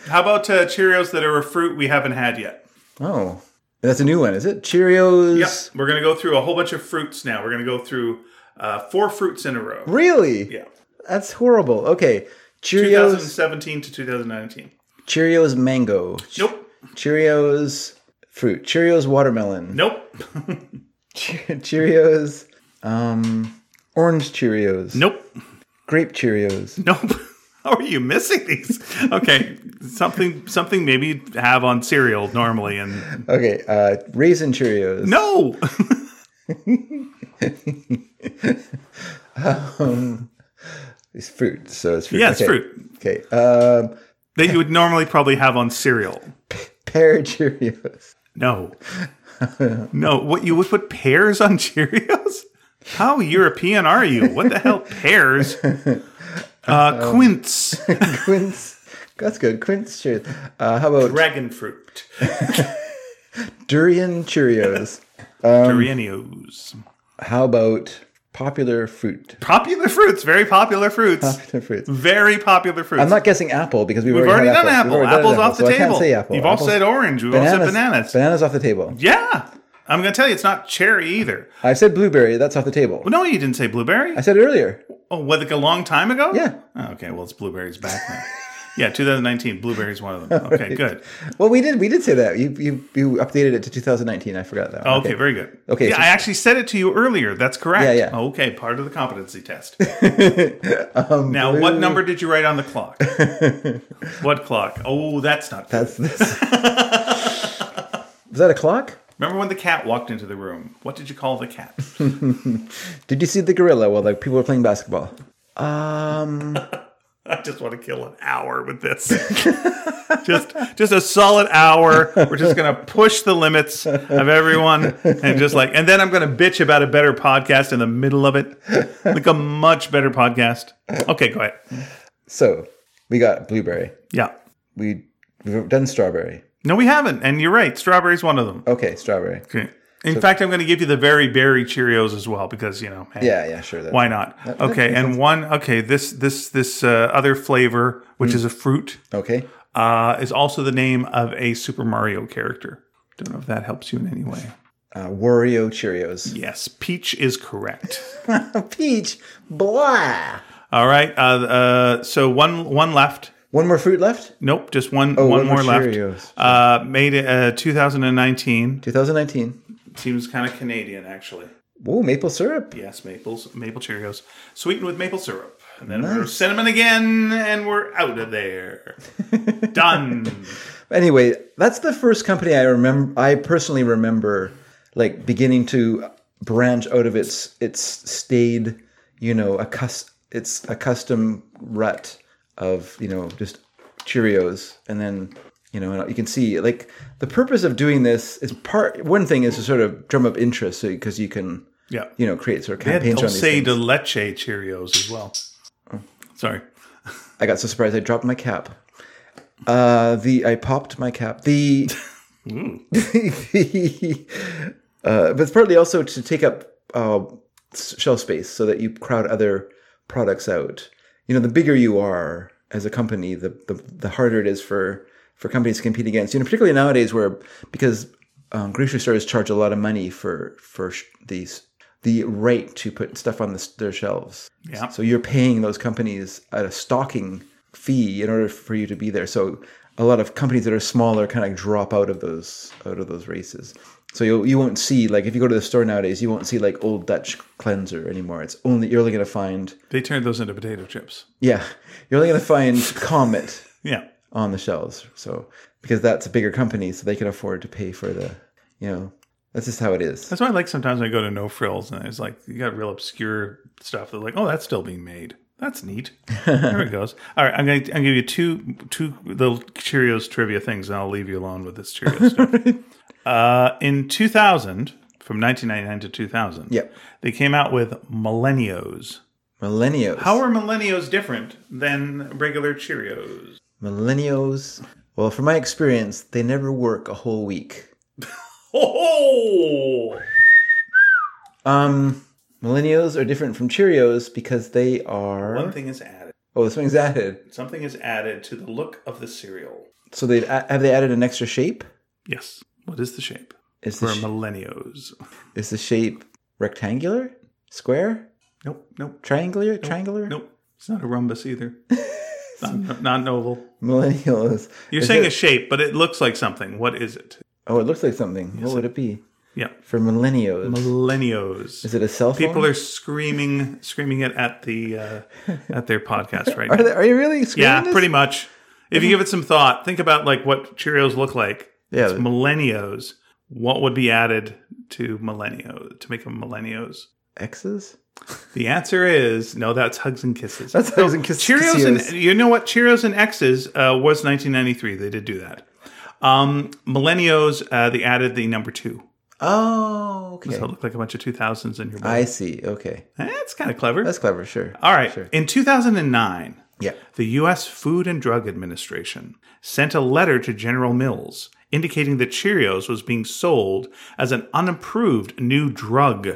B: how about uh, Cheerios that are a fruit we haven't had yet?
A: Oh, that's a new one, is it? Cheerios.
B: Yep. We're going to go through a whole bunch of fruits now. We're going to go through uh, four fruits in a row.
A: Really?
B: Yeah.
A: That's horrible. Okay. Cheerios.
B: 2017 to 2019.
A: Cheerios mango.
B: Nope.
A: Cheerios fruit. Cheerios watermelon.
B: Nope.
A: Cheerios um orange Cheerios.
B: Nope.
A: Grape Cheerios.
B: Nope. How are you missing these? Okay. something something maybe you'd have on cereal normally and
A: Okay. Uh raisin Cheerios.
B: no.
A: It's fruit. So it's fruit.
B: yes,
A: Okay.
B: fruit.
A: Okay. Um
B: That you would normally probably have on cereal.
A: pear Cheerios.
B: No. No, what you would put pears on Cheerios? How European are you? What the hell pears?
A: Um,
B: Uh, quince.
A: Quince. That's good. Quince Cheerios. Uh how about
B: dragon fruit,
A: durian Cheerios? Um,
B: Durianios.
A: How about popular fruit?
B: Popular fruits, very popular fruits,
A: Popular fruits.
B: very popular fruits.
A: I'm not guessing apple because we've,
B: We've
A: already,
B: already
A: had
B: done
A: apples.
B: apple.
A: We've already
B: Apple's
A: done
B: off the
A: apple, so I
B: table.
A: can't say apple.
B: You've all
A: Apples-
B: said orange. We've all said bananas.
A: Bananas off the table.
B: yeah. I'm going to tell you, it's not cherry either.
A: I said blueberry. That's off the table.
B: Well, no, you didn't say blueberry.
A: I said it earlier.
B: Oh, what, like a long time ago?
A: Yeah.
B: Oh, okay, well, it's blueberries back now. yeah, 2019, blueberries one of them. Okay, good.
A: Well, we did. We did say that. You you, you updated it to 2019. I forgot that. one.
B: Okay, very good.
A: Okay,
B: Yeah,
A: so-
B: I actually said it to you earlier. That's correct.
A: Yeah, yeah.
B: Okay, part of the competency test.
A: Um,
B: now, what number did you write on the clock? what clock? Oh, that's not. Good.
A: That's this. Was that a clock?
B: Remember when the cat walked into the room? What did you call the cat?
A: Did you see the gorilla while the people were playing basketball? Um,
B: I just want to kill an hour with this. just just a solid hour. We're just going to push the limits of everyone and just like and then I'm going to bitch about a better podcast in the middle of it. Like a much better podcast. Okay, go ahead.
A: so we got blueberry.
B: Yeah.
A: We we've done strawberry.
B: No, we haven't. And you're right. Strawberry's one of them.
A: Okay, strawberry.
B: Okay. In fact, I'm going to give you the very berry Cheerios as well because, you know, hey,
A: Yeah, yeah, sure. That's,
B: why not? Okay. And one, okay, this, this, this uh, other flavor, which is a fruit,
A: Okay,
B: uh, is also the name of a Super Mario character. Don't know if that helps you in any way.
A: uh, Wario Cheerios.
B: Yes, peach is correct.
A: Peach, blah.
B: All right. Uh, uh, so one, one left.
A: One more fruit left.
B: Nope, just one
A: Oh, one
B: one
A: more
B: more left.
A: Cheerios.
B: Uh, made it uh, 2019.
A: 2019.
B: Seems kind of Canadian, actually.
A: Whoa, maple syrup.
B: Yes, maples, maple Cheerios, sweetened with maple syrup, and then we're
A: Nice.
B: cinnamon again, and we're out of there. Done.
A: Anyway, that's the first company I remember. I personally remember like beginning to branch out of its its staid, you know, a cus- its accustomed rut of you know just Cheerios, and then you know you can see like the purpose of doing this is part. One thing is to sort of drum up interest because you can
B: Yeah,
A: you know create sort of
B: They had
A: campaigns on these.
B: Dulce
A: things.
B: de leche Cheerios as well. Sorry.
A: I got so surprised I dropped my cap. Uh, the I popped my cap. The uh, but it's partly also to take up uh, s- shelf space so that you crowd other products out. You know, the bigger you are as a company, the the, the harder it is for for companies to compete against. You know, particularly nowadays where because um, grocery stores charge a lot of money for for sh- these the right to put stuff on the, s- their shelves.
B: Yeah.
A: So you're paying those companies at a stocking fee in order for you to be there. So a lot of companies that are smaller kind of drop out of those out of those races. So you you won't see like if you go to the store nowadays, you won't see like old Dutch cleanser anymore. It's only you're only going to find
B: They turned those into potato chips.
A: yeah, you're only going to find Comet
B: Yeah.
A: on the shelves. So because that's a bigger company, so they can afford to pay for the you know that's just how it is.
B: That's why I like sometimes when I go to No Frills and it's like, you got real obscure stuff. They're like, oh, that's still being made. That's neat. there it goes. All right, I'm going to I'm gonna give you two two little Cheerios trivia things, and I'll leave you alone with this Cheerios stuff. Uh, in 2000, from 1999 to 2000,
A: Yep.
B: they came out with Millennials.
A: Millennials.
B: How are Millennials different than regular Cheerios?
A: Millennials. Well, from my experience, they never work a whole week.
B: Oh,
A: Um, millennials are different from Cheerios because they are.
B: one thing is added.
A: Oh, something's added.
B: Something is added to the look of the cereal.
A: So they have they added an extra shape?
B: Yes. What is the shape?
A: Is
B: For
A: the sh-
B: millennials.
A: is the shape rectangular, square,
B: Nope, nope,
A: triangular, triangular?
B: nope. It's not a rhombus either. It's not, not an oval.
A: Millennials.
B: You're
A: Is
B: saying
A: it-
B: a shape, but it looks like something. What is it?
A: oh, it looks like something. What would it be
B: Yeah.
A: for millennials?
B: Millennials.
A: is it a cell phone?
B: People are screaming, screaming it at the uh, at their podcast right
A: Are,
B: now.
A: they, are you really? screwing
B: Yeah,
A: this?
B: pretty much. If you give it some thought, think about like what Cheerios look like.
A: Yeah.
B: It's millennials. What would be added to millennials to make them millennials?
A: X's.
B: The answer is no. That's hugs and kisses.
A: That's hugs and kiss-
B: Cheerios
A: kisses.
B: and you know what? Cheerios and X's uh, was 1993. They did do that. Um, millennials, uh, they added the number two,
A: Oh, okay.
B: so it looked like a bunch of 2000s in your bowl.
A: I see. Okay,
B: That's kind of clever.
A: that's clever. Sure.
B: All right. In 2009,
A: Yeah.
B: the U.S. Food and Drug Administration sent a letter to General Mills indicating that Cheerios was being sold as an unapproved new drug.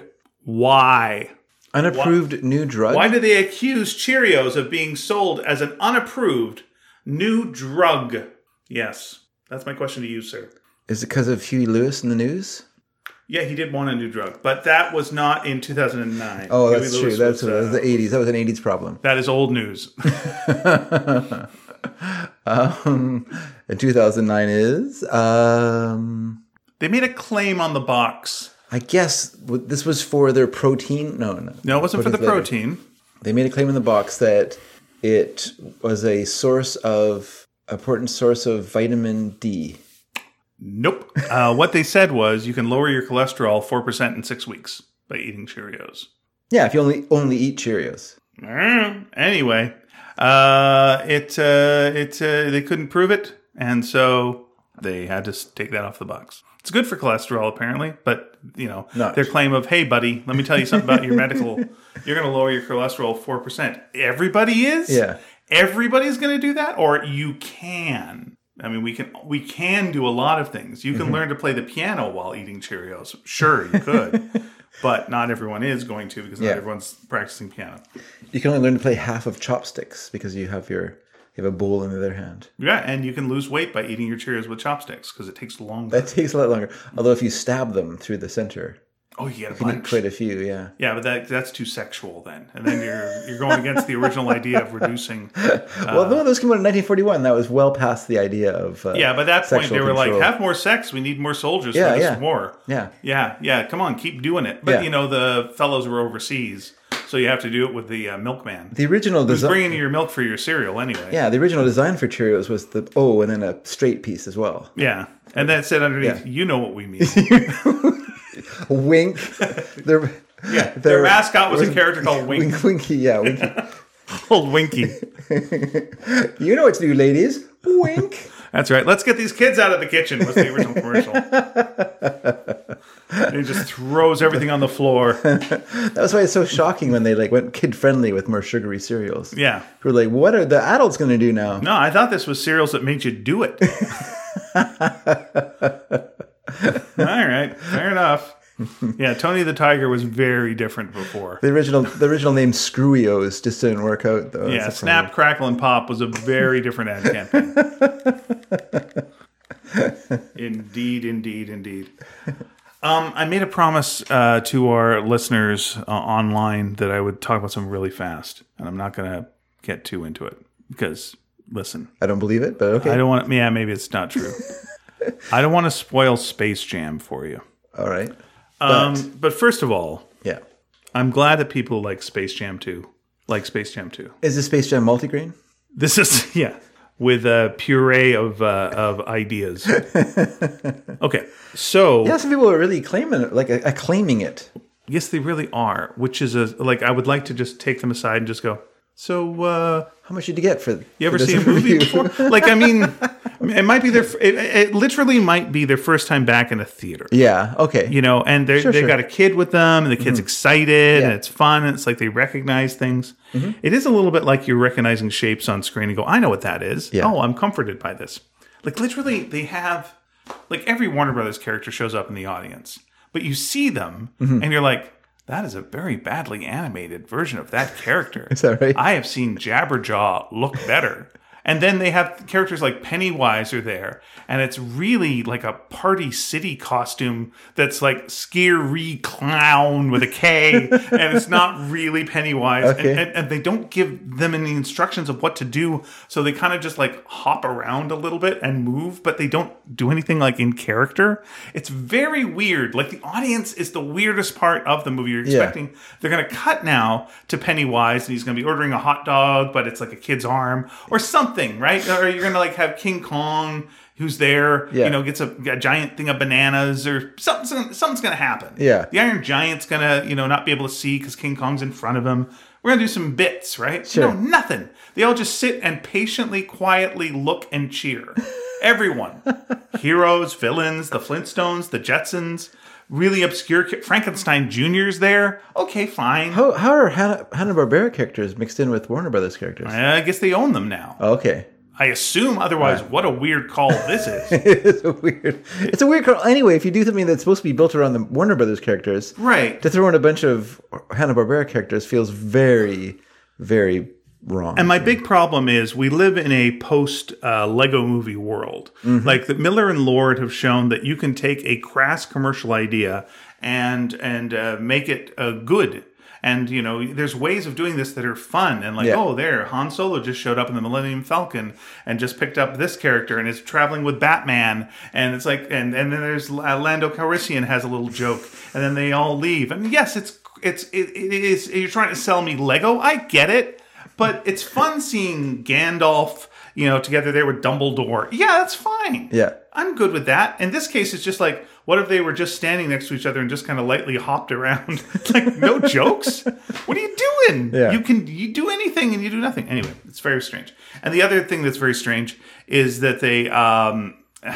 B: Why?
A: Unapproved new drug.
B: Why do they accuse Cheerios of being sold as an unapproved new drug? Yes, that's my question to you, sir.
A: Is it because of Huey Lewis in the news?
B: Yeah, he did want a new drug, but that was not in 2009.
A: Oh,
B: Huey
A: that's
B: Lewis
A: true. That's
B: was,
A: what,
B: uh,
A: that was the '80s. That was an '80s problem.
B: that is old news.
A: Um, and 2009 is. Um,
B: they made a claim on the box.
A: I guess w- this was for their protein. No, no,
B: No, it wasn't for the
A: Protein flavor.
B: protein.
A: They made a claim in the box that it was a source of important source of vitamin D.
B: Nope. Uh, what they said was you can lower your cholesterol four percent in six weeks by eating Cheerios.
A: Yeah, if you only only eat Cheerios.
B: Mm, Anyway, uh, it uh, it uh, they couldn't prove it, and so they had to s- take that off the box. It's good for cholesterol, apparently, but you know
A: Not.
B: their claim of "Hey, buddy, let me tell you something about your medical. You're going to lower your cholesterol four percent. Everybody is.
A: Yeah.
B: Everybody's going to do that, or you can. I mean, we can we can do a lot of things. You can
A: Mm-hmm.
B: learn to play the piano while eating Cheerios. Sure, you could, but not everyone is going to because
A: Yeah.
B: not everyone's practicing piano.
A: You can only learn to play half of chopsticks because you have your you have a bowl in the other hand.
B: Yeah, and you can lose weight by eating your Cheerios with chopsticks because it takes longer.
A: That takes a lot longer. Although if you stab them through the center,
B: Oh, you get a
A: He did
B: bunch.
A: quite a few, yeah.
B: Yeah, but that that's too sexual then, and then you're you're going against the original idea of reducing.
A: well, no, those came out in 1941. That was well past the idea of. Uh,
B: Yeah, by that point
A: sexual
B: they were
A: control.
B: like, have more sex. We need more soldiers
A: Yeah,
B: for this
A: yeah.
B: war.
A: Yeah.
B: Yeah, yeah. Come on, keep doing it. But
A: Yeah.
B: you know the fellows were overseas, so you have to do it with the uh, milkman.
A: The original
B: Who's
A: design.
B: bringing you your milk for your cereal anyway?
A: Yeah, the original design for Cheerios was the O and then a straight piece as well.
B: Yeah. And that said underneath,
A: Yeah.
B: you know what we mean.
A: Wink. Their,
B: Yeah, their mascot was a character called Wink,
A: Wink, winky, yeah, winky.
B: old Winky.
A: You know what to do, ladies. Wink.
B: That's right. Let's get these kids out of the kitchen was the original commercial. and he just throws everything on the floor.
A: That was why it's so shocking when they like went kid friendly with more sugary cereals.
B: Yeah.
A: We're like, what are the adults going to do now?
B: No, I thought this was cereals that made you do it. All right, fair enough. Yeah, Tony the Tiger was very different before.
A: The original, the original name Screwios just didn't work out though.
B: Yeah,
A: That's a
B: Snap, Crackle, and Pop was a very different ad campaign. indeed, indeed, indeed. Um, I made a promise uh, to our listeners uh, online that I would talk about something really fast, and I'm not going to get too into it because, listen,
A: I don't believe it, but okay.
B: I don't want. Yeah, maybe it's not true. I don't want to spoil Space Jam for you.
A: All right.
B: Um, but first of all,
A: Yeah.
B: I'm glad that people like Space Jam 2, like Space Jam 2.
A: Is this Space Jam multigrain?
B: This is yeah, with a puree of uh, of ideas. Okay, so
A: Yeah, some people are really claiming it, like acclaiming it.
B: yes, they really are. Which is a like I would like to just take them aside and just go. So uh,
A: How much did you get for?
B: you ever see a movie before? Like I mean, it might be their it, it literally might be their first time back in a theater.
A: Yeah. Okay.
B: You know, and they they
A: sure. Mm-hmm.
B: got a kid with them, and the kid's excited, and
A: Yeah. Mm-hmm.
B: it's fun, and it's like they recognize things. It is a little bit like you're recognizing shapes on screen and go, "I know what that is."
A: Yeah.
B: Oh, I'm comforted by this. Like literally, they have like every Warner Brothers character shows up in the audience, but you see them,
A: Mm-hmm.
B: and you're like, "That is a very badly animated version of that character." is
A: that right?
B: I have seen Jabberjaw look better. And then they have characters like Pennywise are there, and it's really like a party city costume that's like scary clown with a K, and it's not really Pennywise. And-
A: Okay.
B: And, and, they don't give them any instructions of what to do, so they kind of just like hop around a little bit and move, but they don't do anything like in character. It's very weird. Like the audience is the weirdest part of the movie. You're expecting they're going to cut now to Pennywise and he's going to be ordering a hot dog, but it's like a kid's arm or something, right? Or you're going to like have King Kong who's there,
A: Yeah.
B: you know, gets a, a giant thing of bananas or something, something- something's going to happen.
A: Yeah.
B: The Iron Giant's going to, you know, not be able to see because King Kong's in front of him. We're going to do some bits, right?
A: Sure.
B: No, nothing. They all just sit and patiently, quietly look and cheer. Everyone. Heroes, villains, the Flintstones, the Jetsons, really obscure. Ki- Frankenstein Jr.'s there. Okay, fine.
A: How, how are Hanna Barbera characters mixed in with Warner Brothers characters?
B: I guess they own them now.
A: Okay,
B: I assume. Otherwise, what a weird call this is.
A: it's a weird. It's a weird call. Anyway, if you do something that's supposed to be built around the Warner Brothers characters,
B: right.
A: to throw in a bunch of Hanna Barbera characters feels very, very wrong.
B: And my big problem is we live in a post uh, Lego movie world. Like the Miller and Lord have shown that you can take a crass commercial idea and and uh, make it uh, good. And you know, there's ways of doing this that are fun and like,
A: Yeah.
B: oh, there, Han Solo just showed up in the Millennium Falcon and just picked up this character and is traveling with Batman, and it's like, and and then there's uh, Lando Calrissian has a little joke, and then they all leave. I mean, yes, it's it's it, it is. You're trying to sell me Lego. I get it but it's fun seeing Gandalf, you know, together there with Dumbledore. Yeah, that's fine.
A: Yeah.
B: I'm good with that. In this case, it's just like, what if they were just standing next to each other and just kind of lightly hopped around? It's like, no jokes? What are you doing?
A: Yeah.
B: You can you do anything and you do nothing. Anyway, it's very strange. And the other thing that's very strange is that they um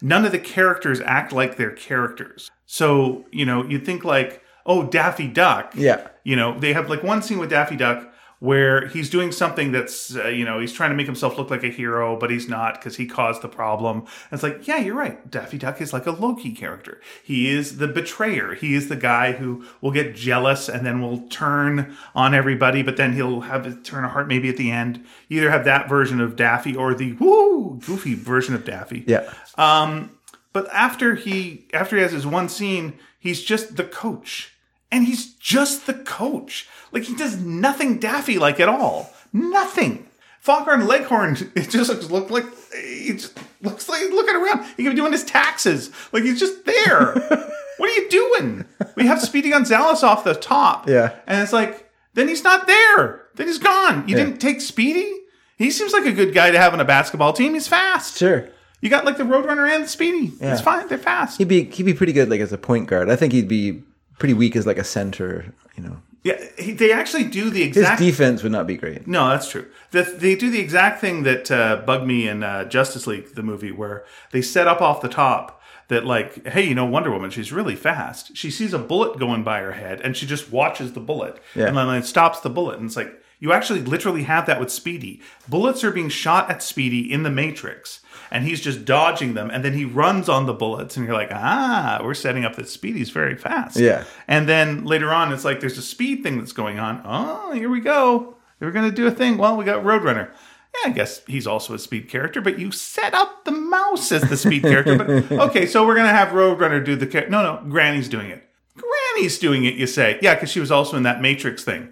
B: none of the characters act like they're characters. So, you know, you think like, oh, Daffy Duck.
A: Yeah.
B: You know, they have like one scene with Daffy Duck where he's doing something that's, uh, you know, he's trying to make himself look like a hero, but he's not because he caused the problem. And it's like, yeah, you're right. Daffy Duck is like a Loki character. He is the betrayer. He is the guy who will get jealous and then will turn on everybody, but then he'll have a turn of heart maybe at the end. You either have that version of Daffy or the woo goofy version of Daffy.
A: yeah,
B: But after he after he has his one scene, he's just the coach. And he's just the coach. Like he does nothing daffy like at all. Nothing. Foghorn Leghorn, it just looks look like he just looks like he's looking around. He could be doing his taxes. Like he's just there. what are you doing? We have Speedy Gonzales off the top.
A: Yeah.
B: And it's like, then he's not there. Then he's gone. You didn't take Speedy? He seems like a good guy to have on a basketball team. He's fast.
A: Sure.
B: You got like the Roadrunner and the Speedy. It's fine. They're fast.
A: He'd be he'd be pretty good like as a point guard. I think he'd be pretty weak as like a center. You know,
B: Yeah, he, they actually do the
A: his
B: exact.
A: defense would not be great.
B: no, that's true. The, they do the exact thing that uh, bugged me in uh, Justice League, the movie, where they set up off the top that like, hey, you know, Wonder Woman, she's really fast. She sees a bullet going by her head, and she just watches the bullet,
A: Yeah.
B: and then it stops the bullet, and it's like. You actually literally have that with Speedy. Bullets are being shot at Speedy in the Matrix, and he's just dodging them, and then he runs on the bullets, and you're like, ah, we're setting up that Speedy's very fast.
A: Yeah.
B: And then later on, it's like there's a speed thing that's going on. Oh, here we go. They were going to do a thing. Well, we got Roadrunner. Yeah, I guess he's also a speed character, but you set up the mouse as the speed character. But okay, so we're going to have Roadrunner do the character. No, no, Granny's doing it. Granny's doing it, you say. Yeah, because she was also in that Matrix thing.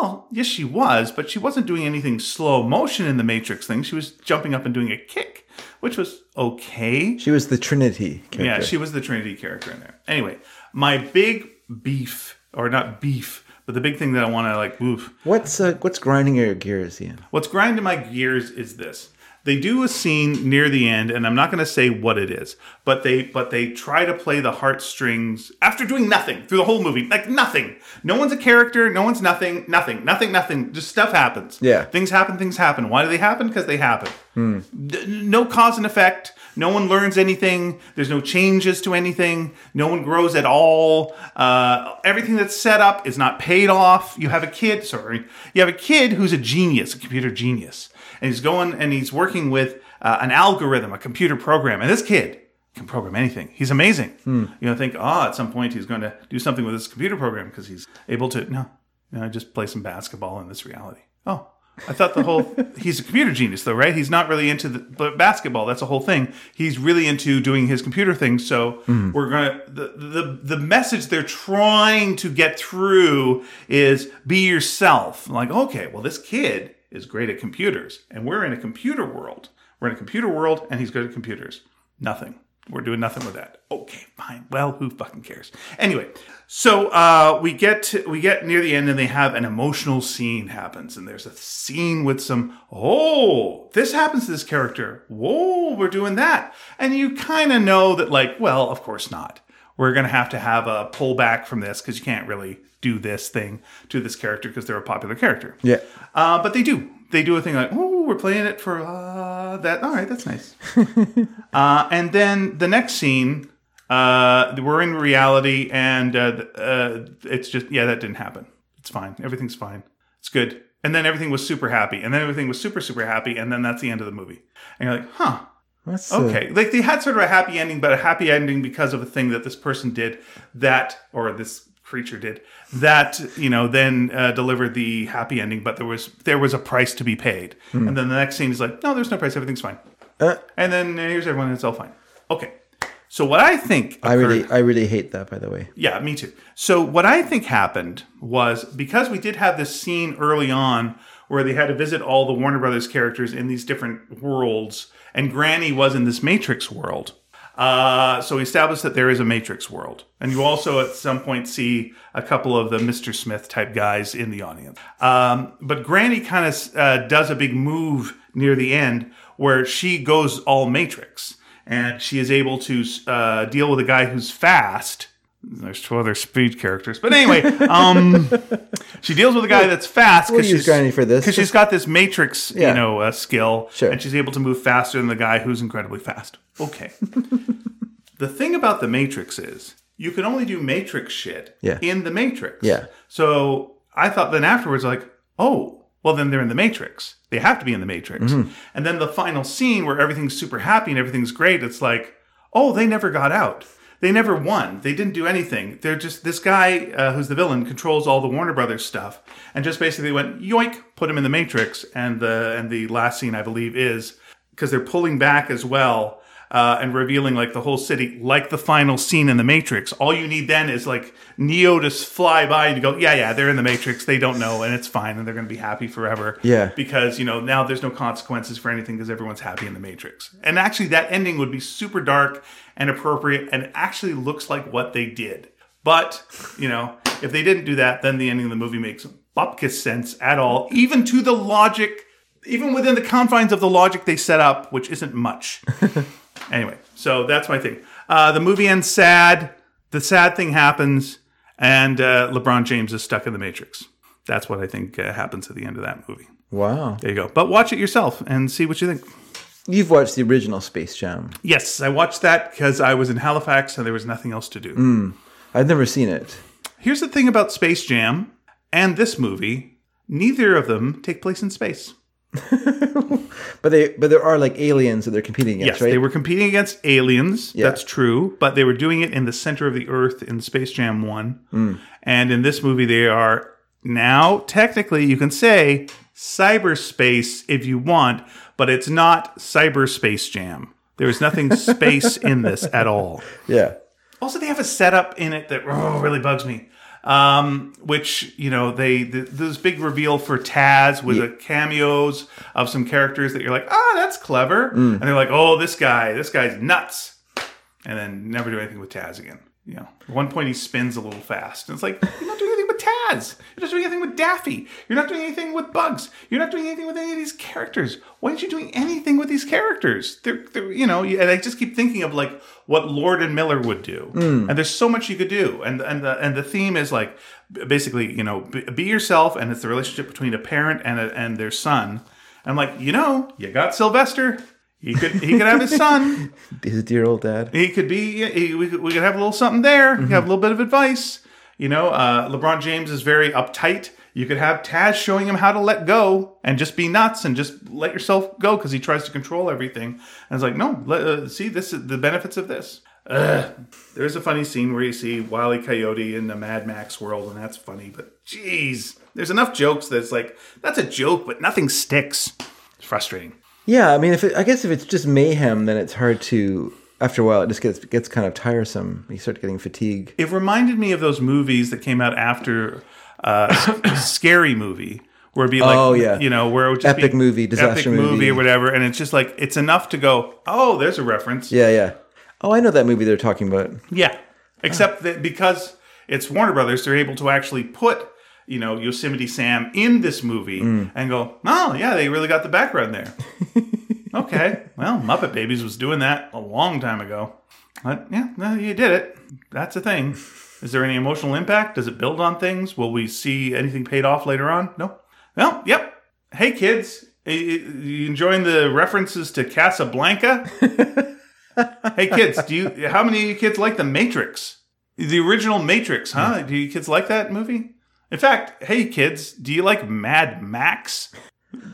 B: Well, yes, she was, but she wasn't doing anything slow motion in the Matrix thing. She was jumping up and doing a kick, which was okay.
A: She was the Trinity. Character.
B: Yeah, she was the Trinity character in there. Anyway, my big beef, or not beef, but the big thing that I want to like, oof.
A: What's uh, what's grinding your gears, Ian?
B: What's grinding my gears is this. They do a scene near the end, and I'm not going to say what it is, but they but they try to play the heartstrings after doing nothing through the whole movie, like nothing. No one's a character, no one's nothing, nothing, nothing, nothing. Just stuff happens.
A: Yeah.
B: things happen, things happen. Why do they happen? Because they happen. D- no cause and effect. No one learns anything. There's no changes to anything. No one grows at all. Uh, everything that's set up is not paid off. You have a kid, sorry, you have a kid who's a genius, a computer genius, and he's going and he's working with uh, an algorithm, a computer program, and this kid can program anything. He's amazing. You know, think, ah, at some point he's going to do something with this computer program because he's able to. No, no, just play some basketball in this reality. Oh, I thought the whole he's a computer genius though, right? He's not really into the, the basketball. That's a whole thing. He's really into doing his computer thing. So we're gonna the, the the message they're trying to get through is be yourself. Like okay, well this kid is great at computers, and we're in a computer world. We're in a computer world, and he's good at computers. Nothing. We're doing nothing with that. Okay, fine. Well, who fucking cares? Anyway, so uh, we get to, we get near the end, and they have an emotional scene happens, and there's a scene with some oh, this happens to this character. Whoa, we're doing that, and you kind of know that like, well, of course not. We're gonna have to have a pullback from this because you can't really do this thing to this character because they're a popular character.
A: Yeah,
B: Uh, but they do. They do a thing like, oh, we're playing it for uh, that. All right, that's nice. uh, and then the next scene, uh, we're in reality, and uh, th- uh, it's just, yeah, that didn't happen. It's fine. Everything's fine. It's good. And then everything was super happy. And then everything was super, super happy. And then that's the end of the movie. And you're like, huh.
A: that's uh,
B: Okay, like they had sort of a happy ending, but a happy ending because of a thing that this person did, that or this creature did, that you know then uh, delivered the happy ending. But there was there was a price to be paid,
A: Hmm.
B: and then the next scene is like, no, there's no price, everything's fine,
A: Uh.
B: and then uh, here's everyone, it's all fine. Okay, so what I think
A: I really I really hate that. By the way,
B: yeah, me too. So what I think happened was because we did have this scene early on where they had to visit all the Warner Brothers characters in these different worlds, and Granny was in this Matrix world. Uh, so we established that there is a Matrix world, and you also at some point see a couple of the Mr. Smith type guys in the audience. Um, but Granny kind of uh, does a big move near the end where she goes all Matrix, and she is able to uh, deal with a guy who's fast there's two other speed characters, but anyway, um, she deals with a guy that's fast
A: we'll
B: because
A: use
B: she's
A: Granny for this.
B: because she's got this matrix,
A: Yeah.
B: you know, uh, skill,
A: Sure.
B: and she's able to move faster than the guy who's incredibly fast. Okay. the thing about the matrix is you can only do matrix shit
A: Yeah.
B: in the matrix.
A: Yeah.
B: So I thought then afterwards, like, oh, well, then they're in the Matrix. They have to be in the Matrix.
A: Mm-hmm.
B: And then the final scene where everything's super happy and everything's great, it's like, oh, they never got out. They never won. They didn't do anything. They're just this guy uh, who's the villain controls all the Warner Brothers stuff, and just basically went yoink, put him in the Matrix. And the and the last scene I believe is because they're pulling back as well. uh, and revealing like the whole city, like the final scene in The Matrix. All you need then is like Neo to fly by and go, yeah, yeah, they're in The Matrix. They don't know, and it's fine, and they're going to be happy forever.
A: Yeah.
B: because you know now there's no consequences for anything because everyone's happy in The Matrix. And actually, that ending would be super dark and appropriate, and actually looks like what they did. But you know, if they didn't do that, then the ending of the movie makes bupkis sense at all, even to the logic, even within the confines of the logic they set up, which isn't much. anyway, so that's my thing. Uh, the movie ends sad. The sad thing happens, and uh, LeBron James is stuck in the Matrix. That's what I think uh, happens at the end of that movie.
A: Wow.
B: There you go. But watch it yourself and see what you think.
A: You've watched the original Space Jam.
B: Yes, I watched that because I was in Halifax and there was nothing else to do.
A: I've never seen it.
B: Here's the thing about Space Jam and this movie neither of them take place in space.
A: But they but there are like aliens that they're competing against,
B: Yes,
A: right?
B: they were competing against aliens. That's true, but they were doing it in the center of the Earth in Space Jam One,
A: Hmm.
B: and in this movie they are now technically you can say cyberspace if you want, but it's not cyberspace jam. There is nothing space in this at all.
A: yeah.
B: Also, they have a setup in it that oh, really bugs me. Um, which you know they th this big reveal for Taz with the cameos of some characters that you're like, ah, that's clever, and they're like, oh, this guy, this guy's nuts, and then never do anything with Taz again. You know, at one point he spins a little fast, and it's like you're not doing anything with Taz, you're not doing anything with Daffy, you're not doing anything with Bugs, you're not doing anything with any of these characters. Why aren't you doing anything with these characters? They're, they're you know, you- and I just keep thinking of like what Lord and Miller would do, and there's so much you could do, and and the and the theme is like b- basically you know be, be yourself, and it's the relationship between a parent and a, and their son. I'm like, you know, you got Sylvester. He could he could have his son.
A: His dear old dad.
B: He could be. He, we, could, we could have a little something there. You Have a little bit of advice. You know, uh, LeBron James is very uptight. You could have Taz showing him how to let go and just be nuts and just let yourself go because he tries to control everything. And it's like, no, let, uh, see, this is the benefits of this. Ugh. There's a funny scene where you see Wile E. Coyote in the Mad Max world, and that's funny. But geez, there's enough jokes that it's like that's a joke, but nothing sticks. It's frustrating.
A: Yeah, I mean, if it, I guess if it's just mayhem, then it's hard to. After a while, it just gets gets kind of tiresome. You start getting fatigue.
B: It reminded me of those movies that came out after uh, Scary Movie, where it'd be like,
A: Oh, yeah.
B: you know, where it would just
A: Epic
B: be
A: movie, disaster
B: epic movie,
A: movie.
B: or whatever, and it's just like it's enough to go, oh, there's a reference,
A: Yeah, yeah. Oh, I know that movie they're talking about.
B: yeah. Except that because it's Warner Brothers, they're able to actually put you know Yosemite Sam in this movie and go, oh yeah, they really got the background there. okay, well, Muppet Babies was doing that a long time ago, but yeah, no, you did it. That's a thing. Is there any emotional impact? Does it build on things? Will we see anything paid off later on? No. Well, yep. Hey kids, eh, eh, you enjoying the references to Casablanca? hey kids, do you how many of you kids like the Matrix? The original Matrix, huh? Do you kids like that movie? In fact, hey kids, do you like Mad Max?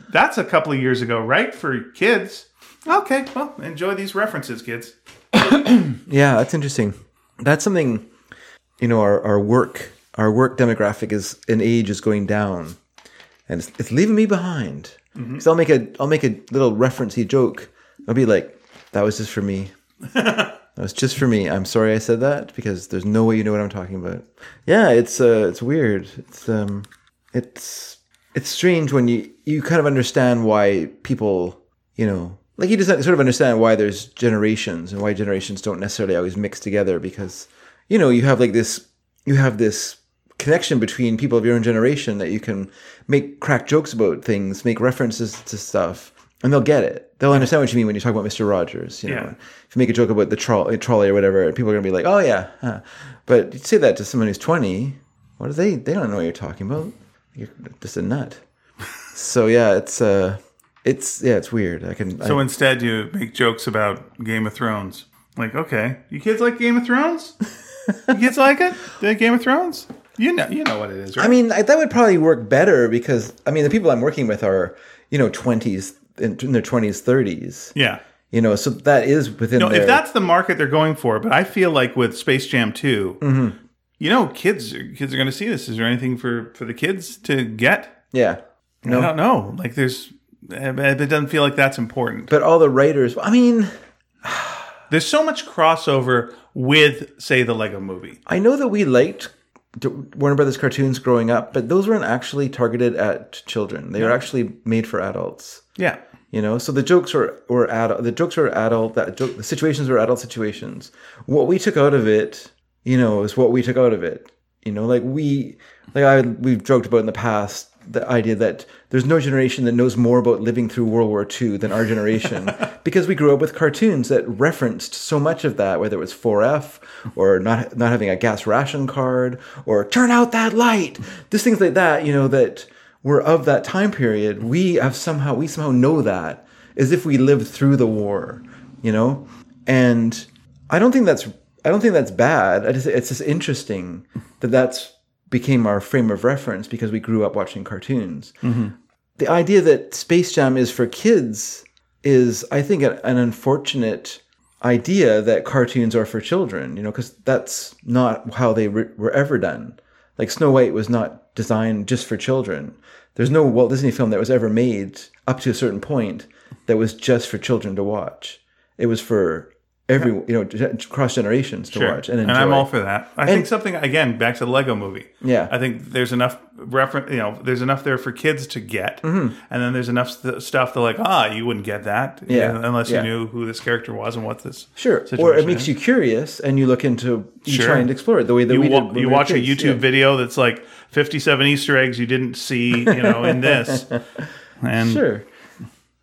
B: That's a couple of years ago, right? For kids. Okay, well, enjoy these references, kids.
A: Yeah, that's interesting. That's something, you know, our, our work our work demographic is in age is going down, and it's, it's leaving me behind. So I'll make a I'll make a little referencey joke. I'll be like, "That was just for me. that was just for me. I'm sorry I said that because there's no way you know what I'm talking about." Yeah, it's uh, it's weird. It's um, it's it's strange when you you kind of understand why people you know like you just sort of understand why there's generations and why generations don't necessarily always mix together because you know you have like this you have this connection between people of your own generation that you can make crack jokes about things make references to stuff and they'll get it they'll understand what you mean when you talk about mr rogers you know
B: Yeah.
A: if you make a joke about the troll- trolley or whatever people are going to be like oh yeah huh. but you say that to someone who's 20 what do they they don't know what you're talking about you're just a nut so yeah it's uh it's yeah it's weird i can I-
B: So instead, you make jokes about Game of Thrones. Like, okay, you kids like Game of Thrones? you kids like it? The Game of Thrones? You know, you know what it is, right?
A: I mean, I, that would probably work better because I mean, the people I'm working with are, you know, twenties in, in their twenties, thirties.
B: yeah.
A: You know, so that is within.
B: No,
A: their,
B: if that's the market they're going for, but I feel like with Space Jam 2 you know, kids kids are going to see this. Is there anything for for the kids to get?
A: yeah,
B: I don't know. Like, there's it doesn't feel like that's important.
A: but all the writers. I mean,
B: There's so much crossover with, say, the Lego movie.
A: I know that we liked D- Warner Brothers cartoons growing up, but those weren't actually targeted at children. They were actually made for adults.
B: Yeah.
A: You know, so the jokes were were adult. The jokes were adult. That joke, the situations were adult situations. What we took out of it, you know, is what we took out of it. You know, like we, like I, we've joked about in the past the idea that there's no generation that knows more about living through World War II than our generation because we grew up with cartoons that referenced so much of that, whether it was 4F or not not having a gas ration card or turn out that light, just things like that. You know that were of that time period, we have somehow we somehow know that as if we lived through the war, you know. And I don't think that's I don't think that's bad. I just, it's just interesting that that's became our frame of reference because we grew up watching cartoons. The idea that Space Jam is for kids is, I think, an, an unfortunate idea that cartoons are for children. You know, because that's not how they re- were ever done like Snow White was not designed just for children. There's no Walt Disney film that was ever made up to a certain point that was just for children to watch. It was for every you know ge- cross generations to watch and enjoy.
B: I'm all for that. I think something again back to the Lego Movie.
A: Yeah.
B: I think there's enough reference. You know, there's enough there for kids to get,
A: Mm-hmm.
B: and then there's enough st- stuff that like ah, you wouldn't get that
A: Yeah.
B: unless
A: Yeah.
B: you knew who this character was and what this
A: sure, or
B: situation
A: it makes
B: is.
A: you curious and you look into you
B: Sure.
A: try and explore it the way that we
B: you,
A: did.
B: wa-
A: when we
B: you
A: were
B: watch a
A: kids.
B: YouTube
A: Yeah.
B: video that's like 57 Easter eggs you didn't see, you know, in this. And
A: Sure.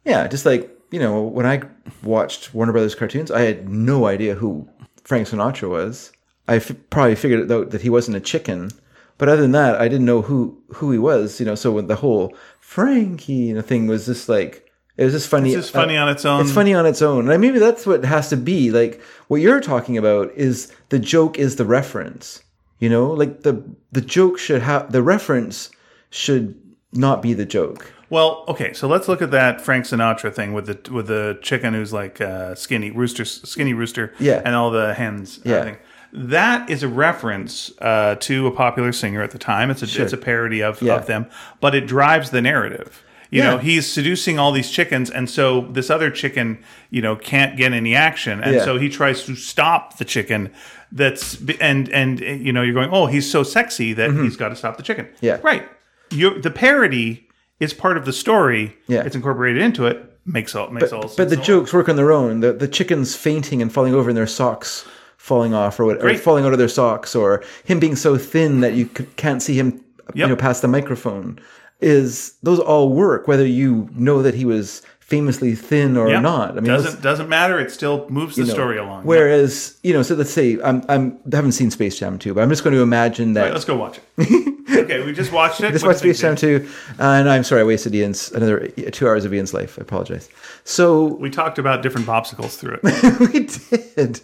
A: Yeah, just like, you know, when I watched Warner Brothers cartoons, I had no idea who Frank Sinatra was. I f- probably figured out that he wasn't a chicken, but other than that, I didn't know who who he was, you know, so when the whole Frankie you know, thing was just like it was just funny. uh,
B: it's just funny on its own.
A: It's funny on its own. And maybe that's what it has to be. Like what you're talking about is the joke is the reference. You know, like the the joke should have the reference should not be the joke.
B: Well, okay, so let's look at that Frank Sinatra thing with the with the chicken who's like uh, skinny rooster, skinny rooster,
A: Yeah.
B: and all the hens. uh,
A: Yeah.
B: thing. That is a reference uh, to a popular singer at the time. It's a it's a parody of, of them, but it drives the narrative. You know, he's seducing all these chickens, and so this other chicken, you know, can't get any action, and
A: Yeah.
B: so he tries to stop the chicken. That's and and you know, you're going, oh, he's so sexy that he's got to stop the chicken.
A: Mm-hmm. Yeah.
B: right. You the parody is part of the story.
A: Yeah.
B: it's incorporated into it. Makes all makes all sense.
A: But the jokes work on their own. The the chickens fainting and falling over and their socks falling off or, what, or
B: Great.
A: falling out of their socks or him being so thin that you c- can't see him you
B: Yep.
A: know past the microphone is those all work whether you know that he was famously thin or
B: Yeah.
A: not. I mean those-
B: doesn't doesn't matter. It still moves the
A: you know,
B: story along.
A: Whereas, you know, so let's say I'm I'm I haven't seen Space Jam 2, but I'm just going to imagine that
B: All right, let's go watch it. okay, we just watched it.
A: This
B: What
A: was
B: do you
A: Space
B: think,
A: Jam
B: Dave?
A: 2, and I'm sorry I wasted Ian's another uh, 2 hours of Ian's life. I apologize. So
B: We talked about different popsicles through it.
A: we did.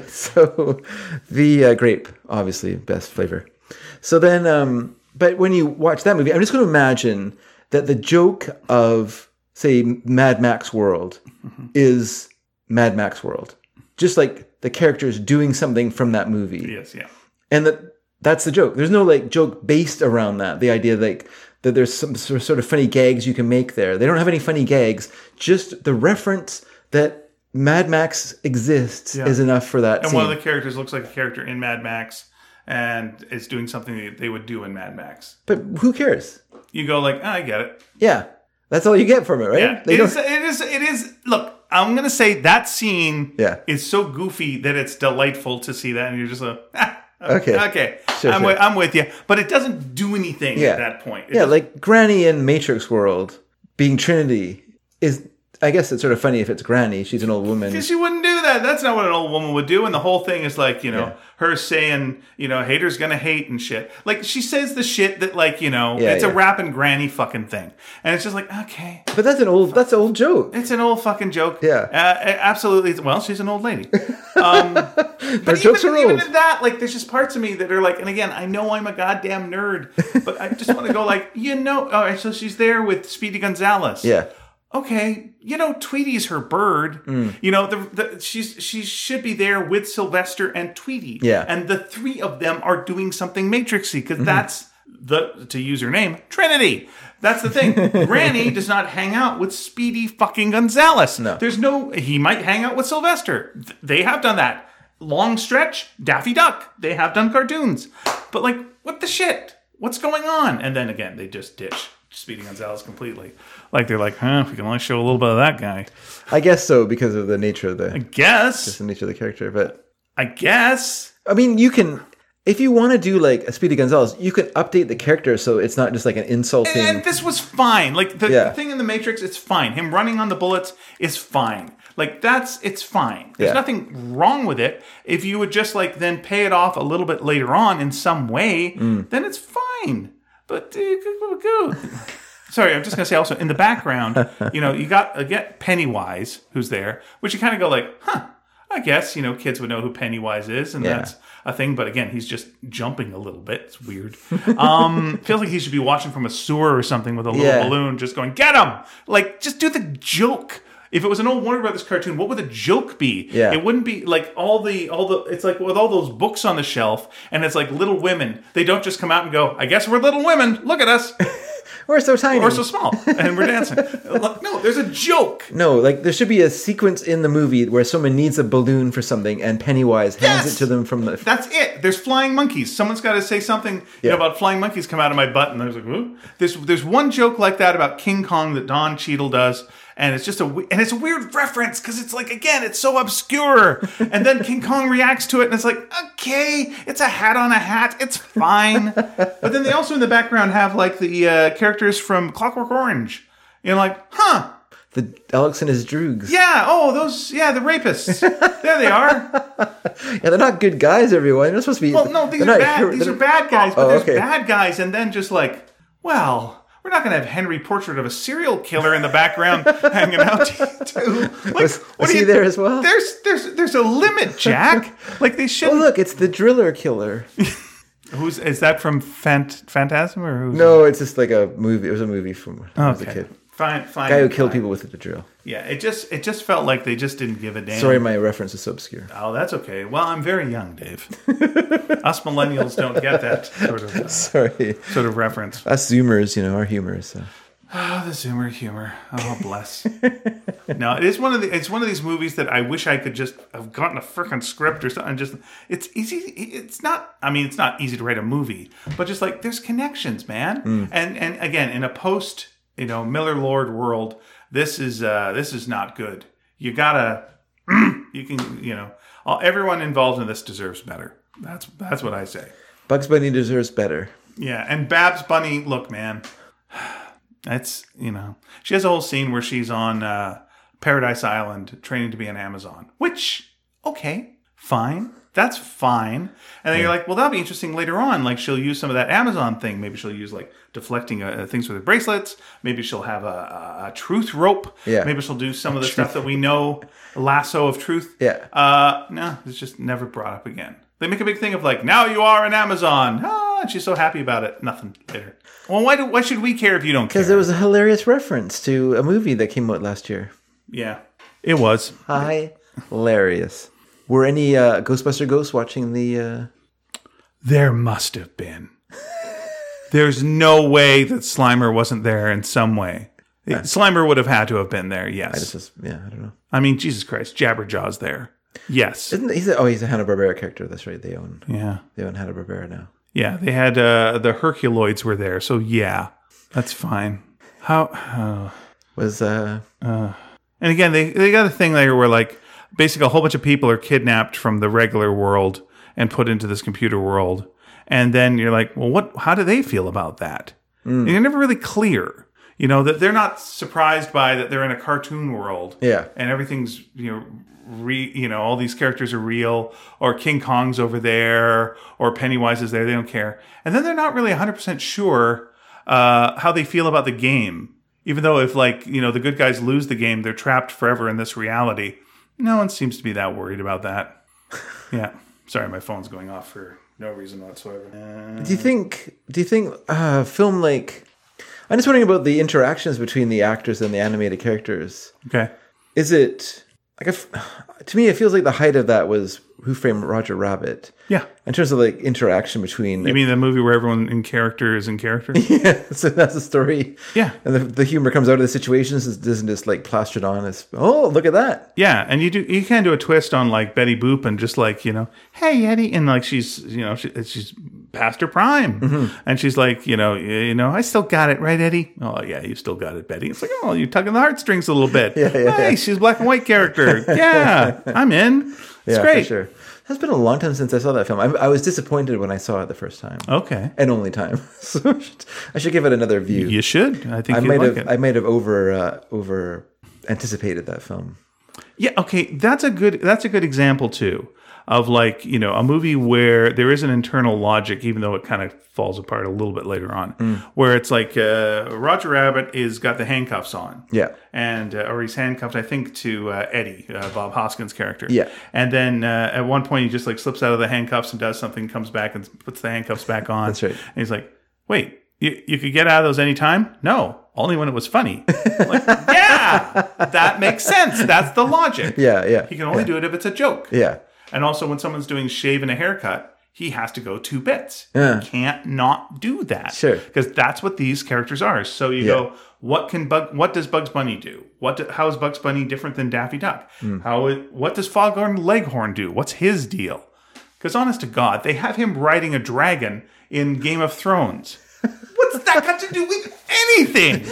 A: So the uh, grape, obviously, best flavor. So then, um, but when you watch that movie, I'm just going to imagine that the joke of, say, Mad Max World is Mad Max World. Just like the characters doing something from that movie
B: yes, yeah.
A: and that that's the joke. There's no like joke based around that. The idea like that there's some sor- sort of funny gags you can make there. They don't have any funny gags. Just the reference that Mad Max exists is enough for that.
B: And
A: scene.
B: one of the characters looks like a character in Mad Max, and is doing something that they would do in Mad Max.
A: but who cares?
B: You go like, "Ah, I get it.
A: Yeah, that's all you get from it, right?
B: Yeah, uh,
A: They
B: it
A: don't-
B: is, it is. It is. Look, I'm gonna say that scene
A: Yeah.
B: is so goofy that it's delightful to see that, and you're just like, ah,
A: Okay.
B: okay,
A: Sure,
B: I'm,
A: sure.
B: With, I'm with you, but it doesn't do anything
A: Yeah.
B: at that point. It
A: yeah,
B: doesn't-
A: like Granny in Matrix World being Trinity is. I guess it's sort of funny if it's Granny. She's an old woman.
B: she wouldn't do that. That's not what an old woman would do. And the whole thing is like, you know, her saying, you know, haters gonna hate and shit. Like she says the shit that, like, you know,
A: Yeah,
B: it's a
A: yeah.
B: rapping granny fucking thing, and it's just like, okay,
A: But that's an old. That's an old joke.
B: it's an old fucking joke.
A: Yeah.
B: uh, a- absolutely. Well, she's an old lady.
A: Their jokes
B: even,
A: are
B: even
A: old.
B: at that, like, there's just parts of me that are like, and again, I know I'm a goddamn nerd, but I just want to go like, you know, all right, so she's there with Speedy Gonzalez.
A: Yeah.
B: Okay, you know, Tweety's her bird. You know, the, the she's she should be there with Sylvester and Tweety.
A: Yeah.
B: and the three of them are doing something Matrixy because that's the to use her name, Trinity. That's the thing. Granny does not hang out with Speedy fucking Gonzalez.
A: No.
B: There's no he might hang out with Sylvester. Th- They have done that. Long stretch, Daffy Duck. They have done cartoons. But like, what the shit? What's going on? And then again, they just ditch Speedy Gonzalez completely. Like they're like, huh, we can only show a little bit of that guy.
A: I guess so because of the nature of the,
B: Guess.
A: the nature of the character. But
B: I guess.
A: I mean, you can if you want to do like a Speedy Gonzalez, you can update the character so it's not just like an insulting.
B: And this was fine. Like the,
A: Yeah.
B: the thing in the Matrix, it's fine. Him running on the bullets is fine. Like that's it's fine. There's
A: Yeah.
B: nothing wrong with it. If you would just like then pay it off a little bit later on in some way,
A: Mm.
B: then it's fine. But uh, go, go- go. Sorry, I'm just gonna say also in the background, you know, you got again Pennywise who's there, which you kind of go like, huh. I guess you know kids would know who Pennywise is, and
A: Yeah.
B: that's a thing. But again, he's just jumping a little bit. It's weird. Um, feels like he should be watching from a sewer or something with a little
A: Yeah.
B: balloon, just going get him. Like just do the joke. If it was an old Warner Brothers cartoon, what would the joke be?
A: Yeah.
B: It wouldn't be like all the all the it's like with all those books on the shelf and it's like little women. They don't just come out and go, I guess we're little women. Look at us.
A: We're so tiny.
B: We're so small and we're dancing. Like, no, there's a joke.
A: no, like there should be a sequence in the movie where someone needs a balloon for something and Pennywise hands
B: Yes!
A: it to them from the.
B: That's it. There's flying monkeys. Someone's got to say something you know,
A: Yeah.
B: about flying monkeys come out of my butt, and I was like, Whoa. there's there's one joke like that about King Kong that Don Cheadle does, and it's just a we- and it's a weird reference because it's like again, it's so obscure, and then King Kong reacts to it, and it's like, okay, it's a hat on a hat, it's fine. but then they also in the background have like the uh, characters from Clockwork Orange. You're like, huh?
A: the Alex and his droogs.
B: Yeah. Oh, those. Yeah, the rapists. there they are.
A: Yeah, they're not good guys, everyone. They're not supposed to be.
B: Well, Oh, no, these
A: they're
B: are
A: not
B: bad.
A: hero-
B: These
A: they're-
B: are bad guys, but
A: Oh,
B: there's
A: okay.
B: bad guys, and then just like, well, we're not going to have Henry Portrait of a Serial Killer in the background hanging out too. Like,
A: Was-
B: what
A: was
B: do
A: he
B: you-
A: there as well?
B: There's there's there's a limit, Jack. like they should.
A: Oh, look, it's the driller killer.
B: Who's is that from? Phant- Phantasm or who's?
A: No, it's just like a movie. It was a movie from when I was a
B: Okay.
A: kid.
B: Fine, fine.
A: Guy who killed people with the drill.
B: Yeah, it just it just felt like they just didn't give a damn.
A: Sorry, my reference is so obscure.
B: Oh, that's okay. Well, I'm very young, Dave. Us millennials don't get that sort of
A: Sorry,
B: sort of reference.
A: us Zoomers, you know, our humor is. Uh,
B: Oh, the Zoomer humor. Oh, bless. no, it is one of the. It's one of these movies that I wish I could just have gotten a freaking script or something. Just it's easy. It's not. I mean, it's not easy to write a movie, but just like there's connections, man. And and again, in a post, you know, Miller Lord world, this is uh this is not good. You gotta. you can. You know, all, everyone involved in this deserves better. That's that's what I say.
A: Bugs Bunny deserves better.
B: Yeah, and Babs Bunny, look, man, that's you know, she has a whole scene where she's on uh, Paradise Island training to be an Amazon, which okay, fine, that's fine. And then you're like, well, that'll be interesting later on. Like she'll use some of that Amazon thing. Maybe she'll use like deflecting uh, things with her bracelets. Maybe she'll have a, a, a truth rope.
A: Yeah.
B: Maybe she'll do some of the stuff that we know, lasso of truth.
A: Yeah.
B: Uh, no, it's just never brought up again. They make a big thing of like, now you are an Amazon. Ah, and she's so happy about it. Nothing later. Well, why do why should we care if you don't care?
A: Because there was a hilarious reference to a movie that came out last year.
B: yeah, it was.
A: Hilarious. Were any uh, Ghostbuster ghosts watching the? Uh...
B: There must have been. There's no way that Slimer wasn't there in some way. Slimer would have had to have been there. Yes. I,
A: This is, yeah, I don't know.
B: mean, Jesus Christ, Jabberjaw's there. Yes.
A: Isn't he's a, oh he's a Hanna Barbera character? That's right. They own
B: Yeah.
A: they own Hanna Barbera now.
B: Yeah, they had uh, the Herculoids were there, so yeah, that's fine. How? Oh.
A: Was uh
B: And again, they, they got a thing there where like basically a whole bunch of people are kidnapped from the regular world and put into this computer world. And then you're like, well, what? How do they feel about that? And you're never really clear. You know that they're not surprised by that they're in a cartoon world.
A: Yeah.
B: and everything's you know. Re, you know all these characters are real or king kong's over there or pennywise is there they don't care and then they're not really 100% sure uh, how they feel about the game even though if like you know the good guys lose the game they're trapped forever in this reality no one seems to be that worried about that yeah sorry my phone's going off for no reason whatsoever Uh,
A: Do you think? Do you think uh, film like? I'm just wondering about the interactions between the actors and the animated characters.
B: okay
A: Is it? like if, to me, it feels like the height of that was Who Framed Roger Rabbit.
B: Yeah.
A: In terms of like interaction between,
B: You mean the movie where everyone in character is in character?
A: yeah, so that's the story.
B: Yeah.
A: and the, the humor comes out of the situations is isn't just like plastered on. It's oh, look at that.
B: Yeah, and you do you can do a twist on like Betty Boop and just like you know, hey Eddie, and like she's you know she, she's past her prime,
A: Mm-hmm.
B: and she's like you know y- you know I still got it right Eddie. Oh yeah, you still got it Betty. It's like oh you're tugging the heartstrings a little bit. yeah,
A: yeah,
B: hey,
A: yeah.
B: she's a black and white character. yeah, I'm in.
A: Yeah,
B: It's
A: for
B: great.
A: sure. It's been a long time since I saw that film. I, I was disappointed when I saw it the first time
B: Okay,
A: and only time. so I should, I should give it another view.
B: you should. I think
A: I
B: you
A: might
B: like
A: have
B: it.
A: I might have over uh, over anticipated that film.
B: Yeah, okay, that's a good that's a good example too of like, you know, a movie where there is an internal logic even though it kind of falls apart a little bit later on.
A: Mm.
B: Where it's like uh, Roger Rabbit is got the handcuffs on.
A: Yeah.
B: And uh, or he's handcuffed I think to uh, Eddie, uh, Bob Hoskins' character.
A: Yeah.
B: And then uh, at one point he just like slips out of the handcuffs and does something comes back and puts the handcuffs back on.
A: That's right.
B: And he's like, "Wait, you, you could get out of those anytime?" No, only when it was funny. like, yeah, that makes sense. That's the logic.
A: Yeah, yeah.
B: He can only do it if it's a joke.
A: Yeah.
B: And also, when someone's doing shave and a haircut, he has to go two bits.
A: Yeah.
B: He can't not do that.
A: Sure.
B: Because that's what these characters are. So you go, what can Bug? What does Bugs Bunny do? What? Do, how is Bugs Bunny different than Daffy Duck?
A: Hmm.
B: How? it- What does Foghorn Leghorn do? What's his deal? Because honest to God, they have him riding a dragon in Game of Thrones. What's that got to do with anything?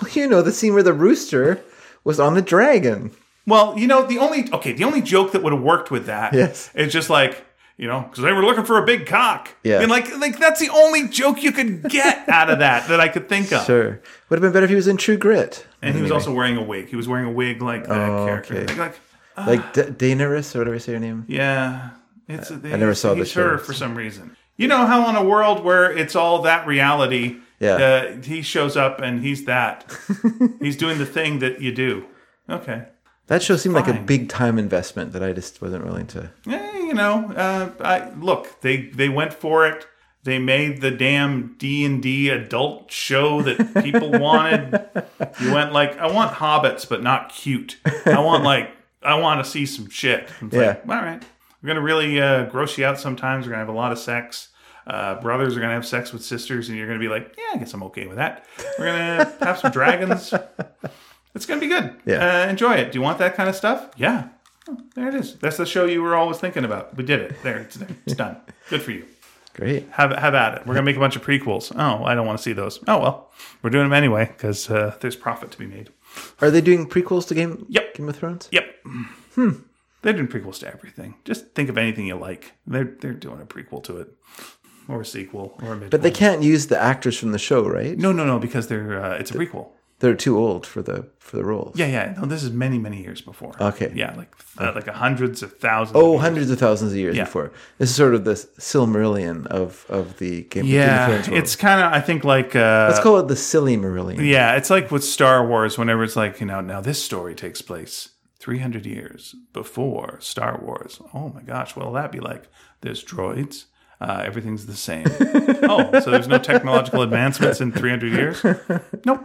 A: Well, you know the scene where the rooster was on the dragon.
B: Well, you know, the only okay, the only joke that would have worked with that is
A: Yes.
B: just like you know, because they were looking for a big cock.
A: Yeah.
B: and like like that's the only joke you could get out of that that I could think of.
A: Sure, would have been better if he was in True Grit,
B: And he was also wearing a wig. He was wearing a wig like that character.
A: Oh, okay.
B: Like, like, ah.
A: like D- Daenerys or whatever you say her name.
B: yeah, it's I
A: never saw the
B: her
A: show.
B: for some reason. You know how in a world where it's all that reality,
A: Yeah.
B: uh, he shows up and he's that. he's doing the thing that you do. Okay.
A: That show seemed like a
B: Fine.
A: big time investment that I just wasn't willing to.
B: Eh, you know, uh, I, look, they they went for it. They made the damn D and D adult show that people wanted. You went like, I want hobbits, but not cute. I want like, I want to see some shit. It's like, all right, we're gonna really uh, gross you out. Sometimes we're gonna have a lot of sex. Uh, brothers are gonna have sex with sisters, and you're gonna be like, yeah, I guess I'm okay with that. We're gonna have some dragons. It's gonna be good.
A: Yeah.
B: uh, enjoy it. Do you want that kind of stuff? Yeah. There it is. That's the show you were always thinking about. We did it. There, it's, there. it's done. Good for you.
A: Great.
B: Have have at it. We're gonna make a bunch of prequels. Oh, I don't want to see those. Oh well, we're doing them anyway because uh, there's profit to be made.
A: Are they doing prequels to Game
B: Yep.
A: Game of Thrones?
B: Yep. Hmm. They're doing prequels to everything. Just think of anything you like. They're they're doing a prequel to it, or a sequel, or a mid.
A: But they can't use the actors from the show, right?
B: no no no because they're uh, it's a prequel.
A: They're too old for the for the roles.
B: Yeah yeah no this is many many years before.
A: Okay.
B: Yeah like uh, like hundreds of thousands.
A: Oh, hundreds of thousands of years
B: Yeah.
A: before. This is sort of the Silmarillion of of the Game, Game
B: yeah.
A: of Thrones. world.
B: It's kind of I think like uh,
A: Let's call it the silly Marillion.
B: Yeah, it's like with Star Wars, whenever it's like, you know, now this story takes place 300 years before Star Wars. Oh my gosh, what will that be like? There's droids. Uh, everything's the same. oh, so there's no technological advancements in 300 years? Nope.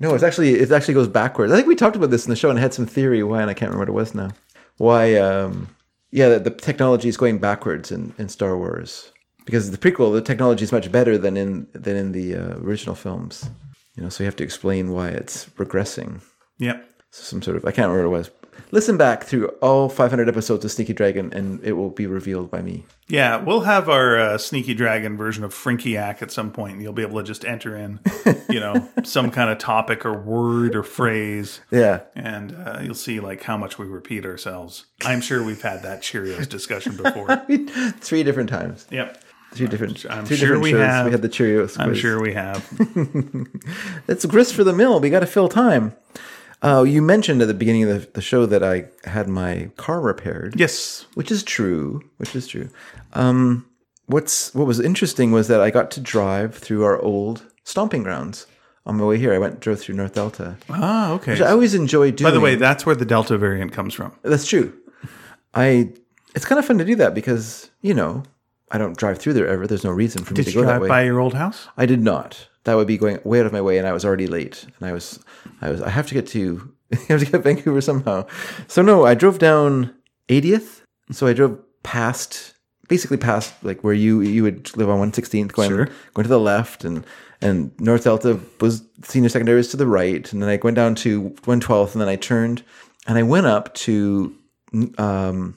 A: No, it's actually it actually goes backwards. I think we talked about this in the show and had some theory why, and I can't remember what it was now. Why? Um, yeah, the, the technology is going backwards in, in Star Wars because the prequel, the technology is much better than in than in the uh, original films. You know, so you have to explain why it's regressing.
B: Yep.
A: So some sort of I can't remember what it was. Listen back through all 500 episodes of Sneaky Dragon, and it will be revealed by me.
B: Yeah, we'll have our uh, sneaky dragon version of Frinkiac at some point, and you'll be able to just enter in, you know, some kind of topic or word or phrase.
A: Yeah,
B: And uh, you'll see like how much we repeat ourselves. I'm sure we've had that Cheerios discussion before.
A: three different times,
B: Yep.
A: three different.
B: I'm
A: three
B: sure
A: different
B: we
A: shows.
B: have.
A: We had the Cheerios.
B: I'm
A: quiz.
B: sure we have.
A: It's grist for the mill. We got to fill time. Uh, you mentioned at the beginning of the, the show that I had my car repaired,
B: yes.
A: which is true. Which is true. Um, what's what was interesting was that I got to drive through our old stomping grounds on my way here. I went drove through North Delta.
B: Ah, okay.
A: I always enjoy doing.
B: By the way, that's where the Delta variant comes from.
A: that's true. I it's kind of fun to do that because you know I don't drive through there ever. There's no reason for me
B: Did
A: to
B: you
A: go that
B: drive
A: way.
B: by your old house?
A: I did not. That would be going way out of my way, and I was already late. And I was, I was, I have to get to you have to get Vancouver somehow. So no, I drove down 80th. So I drove past, basically past like where you you would live on 116th, going
B: Sure.
A: going to the left, and and North Delta was senior secondary was to the right, and then I went down to 112th, and then I turned and I went up to um.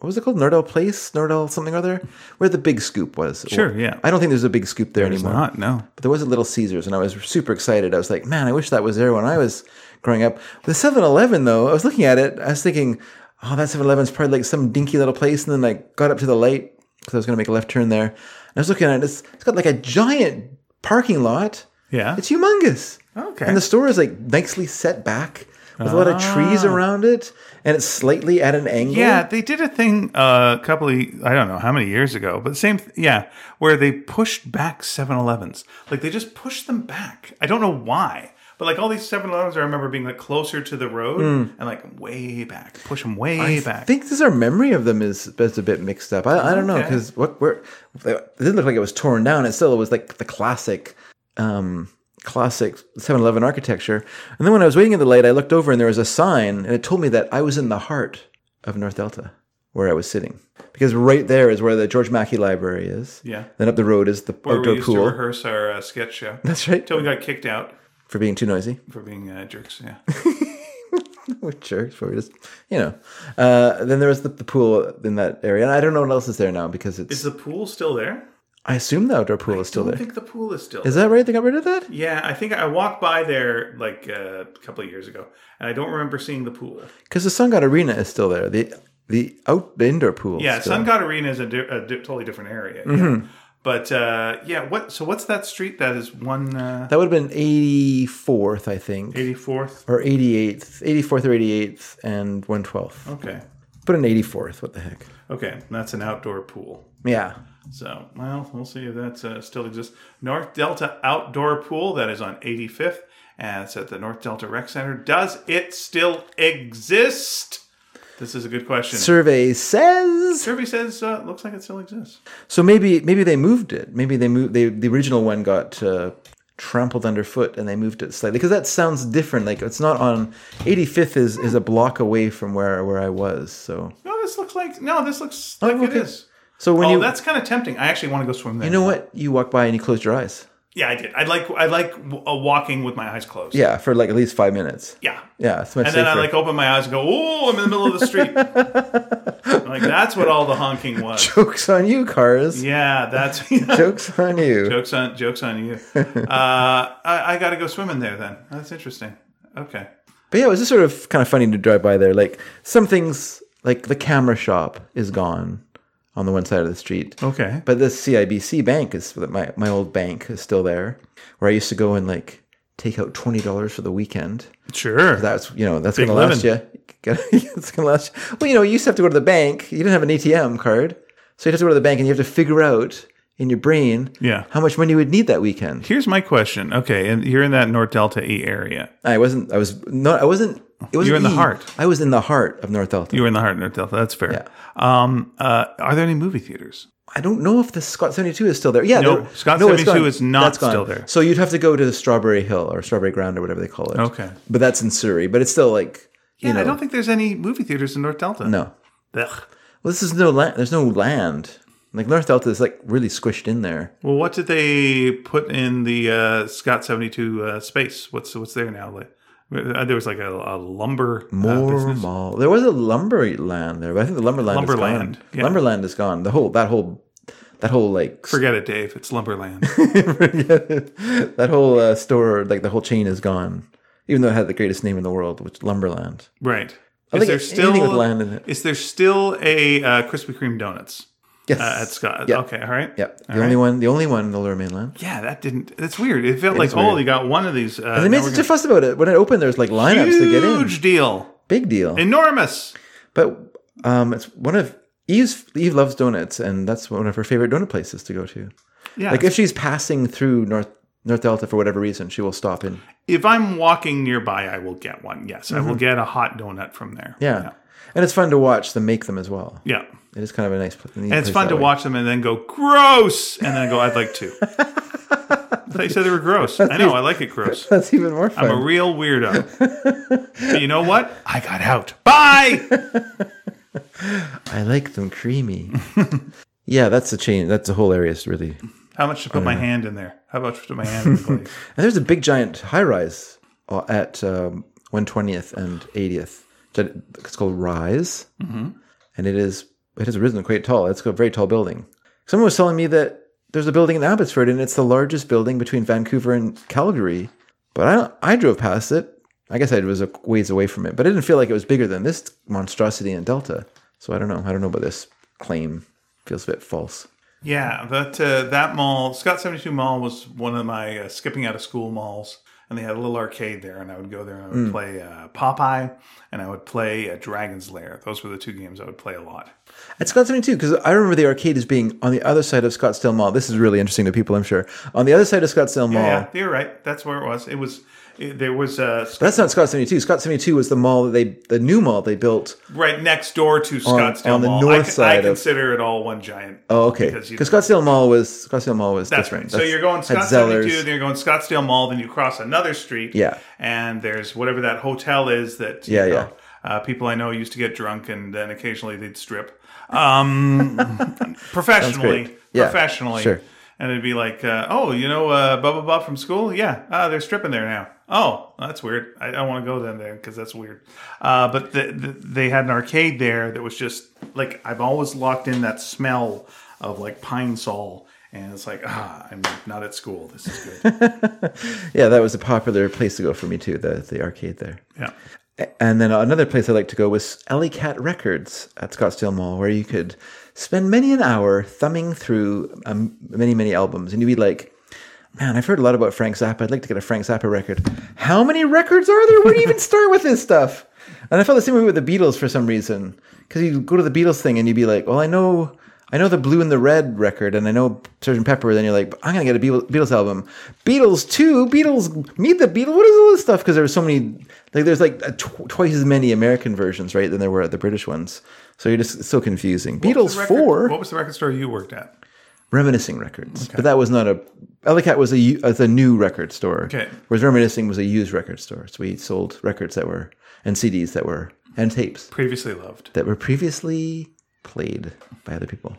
A: What was it called? Nordell Place, Nordell something or other, where the big scoop was.
B: Sure, yeah.
A: I don't think there's a big scoop there
B: It's
A: anymore.
B: not, no.
A: But there was a Little Caesars, and I was super excited. I was like, man, I wish that was there when I was growing up. The 7 Eleven, though, I was looking at it, I was thinking, oh, that 7 Eleven's probably like some dinky little place. And then I got up to the light because I was going to make a left turn there. And I was looking at it, it's, it's got like a giant parking lot.
B: Yeah.
A: It's humongous.
B: Okay.
A: And the store is like nicely set back with a lot of trees around it, and it's slightly at an angle.
B: Ah. Yeah, they did a thing uh, a couple of I don't know how many years ago, but same th- yeah, where they pushed back 7-Elevens. Like they just pushed them back. I don't know why. But like all these 7-Elevens I remember being like closer to the road and like way back. Push them way
A: Hmm. I
B: back.
A: think this our memory of them is, is a bit mixed up. I, I don't know
B: Okay.
A: because what where it didn't look like it was torn down. It still was like the classic, um, classic 7-Eleven architecture. And then when I was waiting in the light, I looked over and there was a sign, and it told me that I was in the heart of North Delta, where I was sitting, because right there is where the George Mackey Library is.
B: Yeah.
A: Then up the road is the
B: where we
A: outdoor
B: used to
A: pool.
B: rehearse our uh, sketch show
A: That's right.
B: until we got kicked out
A: For being too noisy.
B: for being uh, jerks. Yeah.
A: We're jerks, but we're just, you know. Uh, then there was the, the pool in that area. And I don't know what else is there now because it's.
B: Is the pool still there?
A: I assume the outdoor pool is still
B: I don't
A: there.
B: think the pool is still
A: Is that right? They got rid of that?
B: Yeah, I think I walked by there like uh, a couple of years ago, and I don't remember seeing the pool.
A: Because the Sun God Arena is still there. The the out the indoor pool. is
B: Yeah,
A: still-
B: Sun God Arena is a, di- a di- totally different area. yeah.
A: Mm-hmm.
B: But uh, yeah, what? So what's that street? That is one uh,
A: That would have been eighty fourth, I think,
B: eighty fourth.
A: or eighty eighth, eighty fourth or eighty eighth, and one twelfth.
B: Okay,
A: Put an eighty fourth. What the heck?
B: okay, that's an outdoor pool.
A: Yeah.
B: So well, we'll see if that uh, still exists. North Delta Outdoor Pool that is on eighty fifth, and it's at the North Delta Rec Center. Does it still exist? This is a good question.
A: Survey says
B: Survey says uh, looks like it still exists.
A: so. Maybe maybe they moved it. Maybe they moved they, the original one got uh, trampled underfoot, and they moved it slightly because that sounds different. Like it's not on eighty fifth is is a block away from where where I was. So
B: No, this looks like no. This looks like it
A: Oh, okay.
B: is.
A: so when
B: Oh,
A: you
B: that's kind of tempting. I actually want to go swim there.
A: You know what? You walk by and you close your eyes.
B: Yeah, I did. I like I like w- uh, walking with my eyes closed.
A: Yeah, for like at least five minutes.
B: Yeah.
A: Yeah, it's much
B: And
A: safer.
B: then I like open my eyes and go, "Oh, I'm in the middle of the street." like that's what all the honking was.
A: jokes on you, cars.
B: Yeah, that's
A: Jokes on you.
B: jokes on jokes on you. Uh, I, I got to go swimming there then. That's interesting. Okay.
A: But yeah, it was just sort of kind of funny to drive by there. Like some things, like the camera shop is gone on the one side of the street.
B: Okay.
A: But the CIBC bank is my my old bank is still there, where I used to go and like take out twenty dollars for the weekend.
B: Sure.
A: That's you know that's
B: Big
A: gonna last you. it's gonna last. You. Well, you know, you used to have to go to the bank. You didn't have an ATM card, so you have to go to the bank and you have to figure out in your brain
B: Yeah.
A: how much money you would need that weekend.
B: Here's my question. Okay, and you're in that North Delta E area.
A: I wasn't. I was not. I wasn't. It was
B: You're in the heart.
A: I was in the heart of North Delta.
B: You were in the heart of North Delta. That's fair. Um, uh, are there any movie theaters?
A: I don't know if the Scott seventy two is still there. Yeah,
B: No,
A: there-
B: Scott
A: it's
B: 72
A: gone.
B: is not
A: That's gone.
B: still there.
A: So you'd have to go to the Strawberry Hill or Strawberry Ground or whatever they call it.
B: Okay.
A: but that's in Surrey. But it's still like
B: Yeah,
A: you know
B: I don't think there's any movie theaters in North Delta.
A: no.
B: Ugh.
A: Well, this is no land. There's no land. Like North Delta is like really squished in there.
B: Well, what did they put in the uh, Scott seventy two uh, space? What's what's there now? Like, uh, there was like a, a lumber uh,
A: More
B: business.
A: mall. There was a lumber land there, but I think the lumberland
B: Lumberland,
A: is gone.
B: yeah.
A: Lumberland is gone. The whole that whole that whole like
B: Forget it, Dave. It's Lumberland.
A: that whole uh, store like the whole chain is gone. Even though it had the greatest name in the world, which Lumberland.
B: right. Is
A: I think
B: there
A: it's anything with
B: still
A: land in it.
B: is there still a uh, Krispy Kreme donuts
A: Yes.
B: uh, at Scott?
A: Yeah.
B: Okay, all right.
A: Yeah. The only one. The only one in the Lower Mainland.
B: Yeah, that didn't. That's weird. It felt like
A: is
B: oh,
A: weird.
B: they got one of these. Uh,
A: And they made such a fuss about it when it opened. There's like lineups to get in.
B: huge deal,
A: Big deal.
B: enormous.
A: But um, it's one of Eve's. Eve loves donuts, and that's one of her favorite donut places to go to.
B: Yeah,
A: Like if she's passing through North North Delta for whatever reason, she will stop in.
B: if I'm walking nearby, I will get one. Yes, I will get a hot donut from there.
A: Mm-hmm. Yeah. And it's fun to watch them make them as well.
B: yeah.
A: It is kind of a nice place.
B: And it's fun to watch them and then go gross, and then go I'd like two. thought you said they were gross. I know. I like it gross.
A: That's even more fun.
B: I'm a real weirdo. but you know what? I got out. Bye.
A: I like them creamy. yeah, that's a change. That's a whole area's really. And
B: How much to put my hand in there? How much to put my hand in the glaze?
A: there's a big giant high rise uh, at um, 120th and 80th. That- It's called Rise, mm-hmm. and it is it has risen quite tall. It's a very tall building. Someone was telling me that there's a building in Abbotsford, and it's the largest building between Vancouver and Calgary. But I don't, I drove past it. I guess I was a ways away from it, but it didn't feel like it was bigger than this monstrosity in Delta. So I don't know. I don't know about this claim. Feels a bit false.
B: Yeah, that uh, that mall, Scott Seventy Two Mall, was one of my uh, skipping out of school malls, and they had a little arcade there, and I would go there and I
A: Mm.
B: would play uh, Popeye, and I would play uh, Dragon's Lair. Those were the two games I would play a lot.
A: At Scott 72, because I remember the arcade as being on the other side of Scottsdale Mall. This is really interesting to people, I'm sure. On the other side of Scottsdale Mall.
B: Yeah, you're right. That's where it was. It was it, there was uh, Sc-
A: That's not Scott 72. Scott 72 was the mall that they, the new mall they built.
B: right next door to Scottsdale
A: on the
B: Mall. I,
A: north
B: c-
A: side
B: I
A: of-
B: consider it all one giant.
A: Oh, okay.
B: Because
A: Because
B: you-
A: Scottsdale Mall was, Scottsdale Mall was
B: That's
A: different.
B: right. So you're going
A: had
B: Scott 72,
A: Zellers.
B: then you're going Scottsdale Mall, then you cross another street.
A: Yeah.
B: And there's whatever that hotel is that you
A: Yeah,
B: know,
A: yeah.
B: Uh, people I know used to get drunk and then occasionally they'd strip. Um, professionally.
A: great. Yeah,
B: professionally.
A: sure.
B: And it'd be like, uh, oh, you know, uh, blah, blah, blah from school? Yeah, uh, they're stripping there now. Oh, that's weird. I don't want to go then there because that's weird. Uh, but the, the, they had an arcade there that was just like, I've always locked in that smell of like pine sol. And it's like, ah, I'm not at school. This is good.
A: Yeah, that was a popular place to go for me, too, the, the arcade there.
B: yeah.
A: A- And then another place I like to go was Alley Cat Records at Scottsdale Mall, where you could spend many an hour thumbing through um, many, many albums. And you'd be like, man, I've heard a lot about Frank Zappa. I'd like to get a Frank Zappa record. How many records are there? Where do you even start with this stuff? And I felt the same way with the Beatles for some reason. Because you go to the Beatles thing and you'd be like, well, I know. I know the Blue and the Red record, and I know Sgt. Pepper. Then you're like, I'm gonna get a Beatles Beatles album, Beatles two, Beatles meet the Beatles. What is all this stuff? Because there were so many, like there's like a tw- twice as many American versions, right, than there were the British ones. So you're just it's so confusing. Beatles
B: The record-
A: four,
B: What was the record store you worked at?
A: Reminiscing Records, but that was not a. Ellicat was a u- was a new record store.
B: Okay.
A: Whereas Reminiscing was a used record store, so we sold records that were and CDs that were and tapes
B: Previously loved.
A: that were previously played by other people.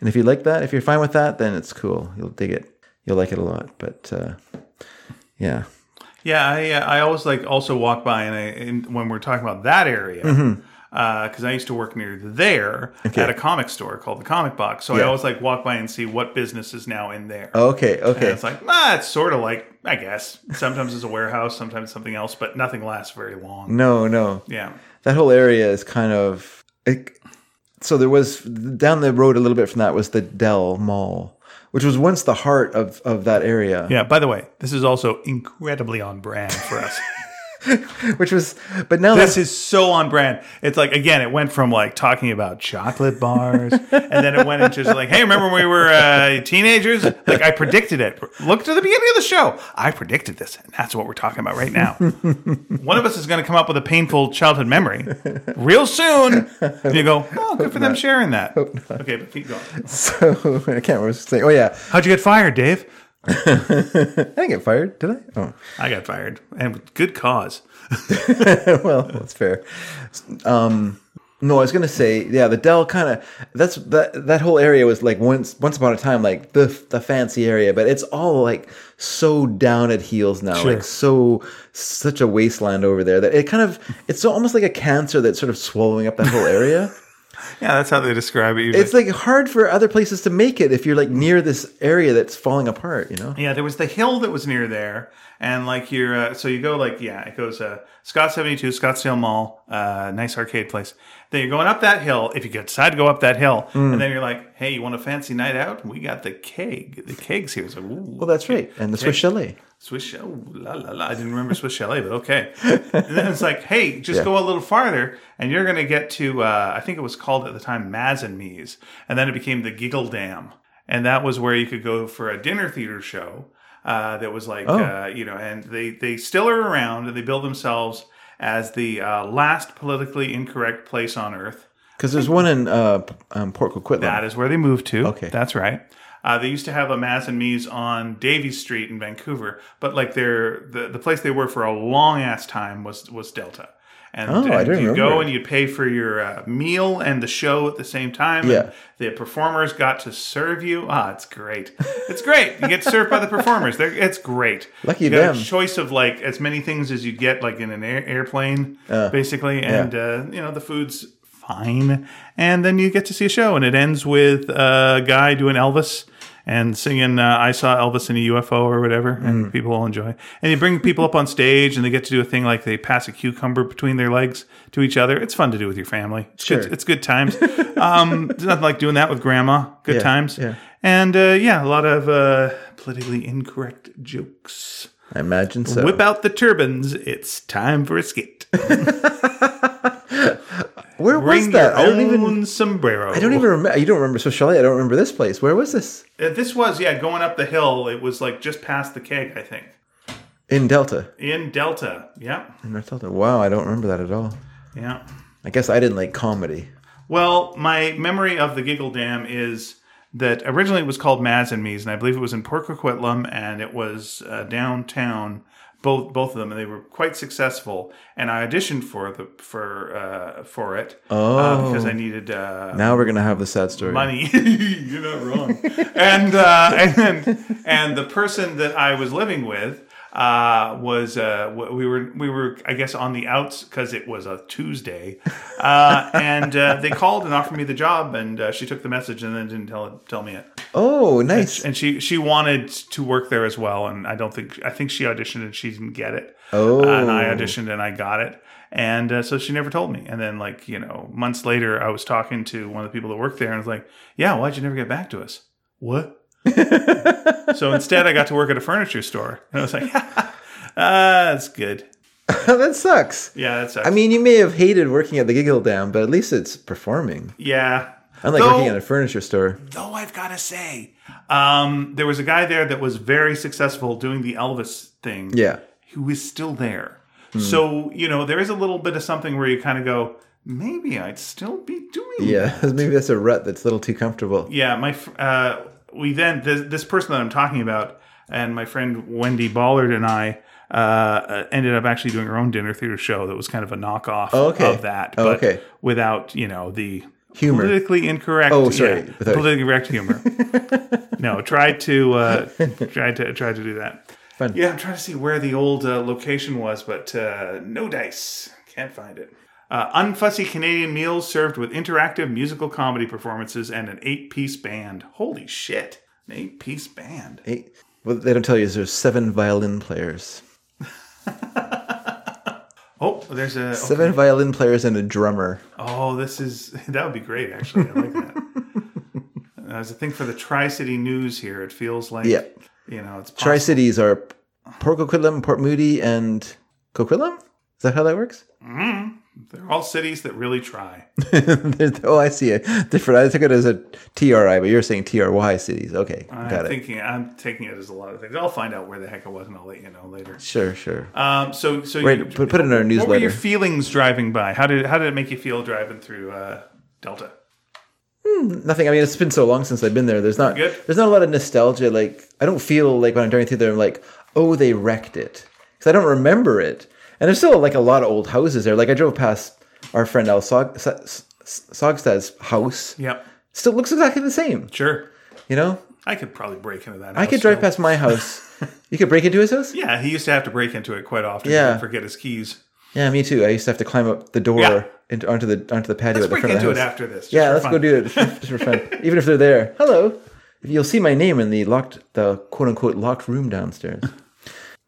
A: And if you like that, if you're fine with that, then it's cool. You'll dig it. You'll like it a lot. But uh, yeah,
B: Yeah, I, uh, I always like also walk by and, I, and when we're talking about that area, because I used to work near there at a comic store called the Comic Box, so I always like walk by and see what business is now in there.
A: okay, okay.
B: And it's like ah, it's sort of like I guess sometimes it's a warehouse, sometimes it's something else, but nothing lasts very long.
A: no, no.
B: Yeah,
A: that whole area is kind of it, so there was down the road a little bit from that was the dell mall which was once the heart of, of that area
B: yeah. By the way, this is also incredibly on brand for us.
A: which was but now that's
B: This is so on brand. It's like again, it went from like talking about chocolate bars, and then it went into just like, hey, remember when we were uh, teenagers? Like I predicted it. Look to the beginning of the show. I predicted this, and that's what we're talking about right now. One of us is going to come up with a painful childhood memory real soon. And you go, oh, good for them sharing that. Okay, but keep going.
A: so i can't remember what I was saying oh yeah
B: How'd you get fired, Dave?
A: i didn't get fired did i oh
B: I got fired, and with good cause.
A: well, that's fair. Um, no, I was gonna say, yeah, the Dell kind of that's that that whole area was like once once upon a time like the the fancy area, but it's all like so down at heels now, like so such a wasteland over there that it kind of it's so almost like a cancer that's sort of swallowing up that whole area.
B: Yeah, that's how they describe it. usually.
A: it's like hard for other places to make it if you're like near this area that's falling apart, you know.
B: Yeah, there was the hill that was near there, and like you're, uh, so you go like, yeah, it goes uh, Scott 72, Scottsdale Mall, uh, nice arcade place. Then you're going up that hill, if you decide to go up that hill,
A: Mm.
B: and then you're like, hey, you want a fancy night out? We got the keg. The keg's here. It's like, ooh,
A: Well, that's right, and the Swiss Chalet.
B: Swiss Chalet. ooh, La, la, la. I didn't remember Swiss Chalet, but okay. And then it's like, hey, just go a little farther, and you're going to get to, uh, I think it was called at the time Maz and Me's. And then it became the Giggle Dam. And that was where you could go for a dinner theater show uh, that was like, uh, you know, and they, they still are around and they build themselves as the uh, last politically incorrect place on earth.
A: Because there's one in uh, um, Port Coquitlam.
B: That is where they moved to.
A: Okay.
B: That's right. Uh, they used to have a Maz and Me's on Davies Street in Vancouver, but like their the, the place they were for a long ass time was was Delta. And,
A: Oh, I
B: and
A: didn't
B: you'd go
A: remember.
B: and you'd pay for your uh, meal and the show at the same time.
A: Yeah.
B: And the performers got to serve you. Ah, it's great. It's great. You get served by the performers. They're, it's great.
A: Lucky
B: you got
A: them.
B: a choice of like as many things as you'd get like in an air- airplane, basically. And, uh, you know, the food's fine. And then you get to see a show and it ends with a guy doing Elvis. And singing, uh, I saw Elvis in a UFO or whatever, and
A: Mm.
B: people all enjoy. And you bring people up on stage, and they get to do a thing like they pass a cucumber between their legs to each other. It's fun to do with your family. It's
A: Sure.
B: good. It's good times. um, it's nothing like doing that with grandma. Good
A: Yeah,
B: times.
A: yeah.
B: And uh, yeah, a lot of uh, politically incorrect jokes.
A: I imagine so.
B: Whip out the turbans. It's time for a skit.
A: Where was
B: Bring
A: that?
B: your
A: I don't
B: own
A: even.
B: sombrero.
A: I don't even remember. You don't remember. So Shelley, I don't remember this place. Where was this?
B: Uh, This was yeah, going up the hill. It was like just past the keg, I think,
A: In Delta.
B: in Delta. Yeah,
A: In North Delta. Wow, I don't remember that at all.
B: yeah.
A: I guess I didn't like comedy.
B: Well, my memory of the Giggle Dam is that originally it was called Maz and Me's, and I believe it was in Port Coquitlam and it was uh, downtown. Both both of them, and they were quite successful. And I auditioned for the for uh, for it uh, because I
A: Oh.
B: needed uh,
A: Now we're gonna have the sad story.
B: money. You're not wrong. and uh, and and the person that I was living with uh, was uh, w- we were we were I guess on the outs because it was a Tuesday, uh, and uh, they called and offered me the job, and uh, she took the message and then didn't tell tell me it.
A: Oh, nice.
B: And she she wanted to work there as well, and I don't think I think she auditioned and she didn't get it.
A: Oh.
B: and Ah, I auditioned and I got it, and uh, so she never told me. And then like you know months later, I was talking to one of the people that worked there, and I was like, "Yeah, why'd you never get back to us? What?" so instead, I got to work at a furniture store, and I was like, "Ah, "That's good.
A: that sucks.
B: Yeah, that's
A: I mean, you may have hated working at the Giggle Dam, but at least it's performing.
B: yeah."
A: Unlike
B: Though-
A: working at a furniture store.
B: though I've got to say, um, there was a guy there that was very successful doing the Elvis thing.
A: Yeah. Hmm.
B: Who is still there. So, you know, there is a little bit of something where you kind of go, maybe I'd still be doing
A: Yeah, maybe that's a rut that's a little too comfortable.
B: yeah, my fr- uh, we then this, this person that I'm talking about and my friend Wendy Ballard and I uh, uh, ended up actually doing our own dinner theater show that was kind of a knockoff
A: okay.
B: of that,
A: Oh,
B: but
A: okay.
B: without you know the
A: Humor.
B: politically incorrect.
A: Oh, sorry.
B: yeah,
A: Sorry.
B: politically correct humor. no, tried to uh, tried to tried to do that.
A: Fun.
B: Yeah, I'm trying to see where the old uh, location was, but uh, no dice. Can't find it. Uh, unfussy Canadian meals served with interactive musical comedy performances and an eight piece band. Holy shit. An eight piece band.
A: Hey, What they don't tell you is there's seven violin players.
B: Oh, there's a.
A: Seven violin players and a drummer.
B: Oh, this is. That would be great, actually. I like that. Uh, There's a thing for the Tri City News here. It feels like.
A: Yeah.
B: You know, it's.
A: Tri cities are Port Coquitlam, Port Moody, and Coquitlam. Is that how that works?
B: They're all cities that really try.
A: There's- oh, I see it. Different. I took it as a TRI, but you're saying TRY cities. Okay, got
B: I'm
A: it.
B: thinking. I'm taking it as a lot of things. I'll find out where the heck it was, and I'll let you know later.
A: Sure, sure.
B: Um. So. So.
A: Right,
B: you-
A: put, put it in our
B: What were your
A: newsletter.
B: feelings driving by? How did how did it make you feel driving through uh, Delta?
A: Nothing. I mean, it's been so long since I've been there. There's not.
B: Good.
A: There's not a lot of nostalgia. Like I don't feel like when I'm driving through there, I'm like, oh, they wrecked it because I don't remember it. And there's still like a lot of old houses there. Like I drove past our friend Al Sog- Sa- S- Sogstad's house.
B: Yep.
A: Still looks exactly the same.
B: Sure.
A: You know,
B: I could probably break into that.
A: I could drive past my house. you could break into his house.
B: Yeah, he used to have to break into it quite often.
A: Yeah.
B: and forget his keys.
A: Yeah, me too. I used to have to climb up the door
B: Yeah.
A: into, onto the onto the patio at
B: Let's
A: the
B: break
A: front of the
B: into
A: house.
B: it after this. just
A: yeah,
B: for
A: let's
B: fun.
A: go do it just for fun. Even if they're there, hello. If You'll see my name in the locked, the quote unquote locked room downstairs.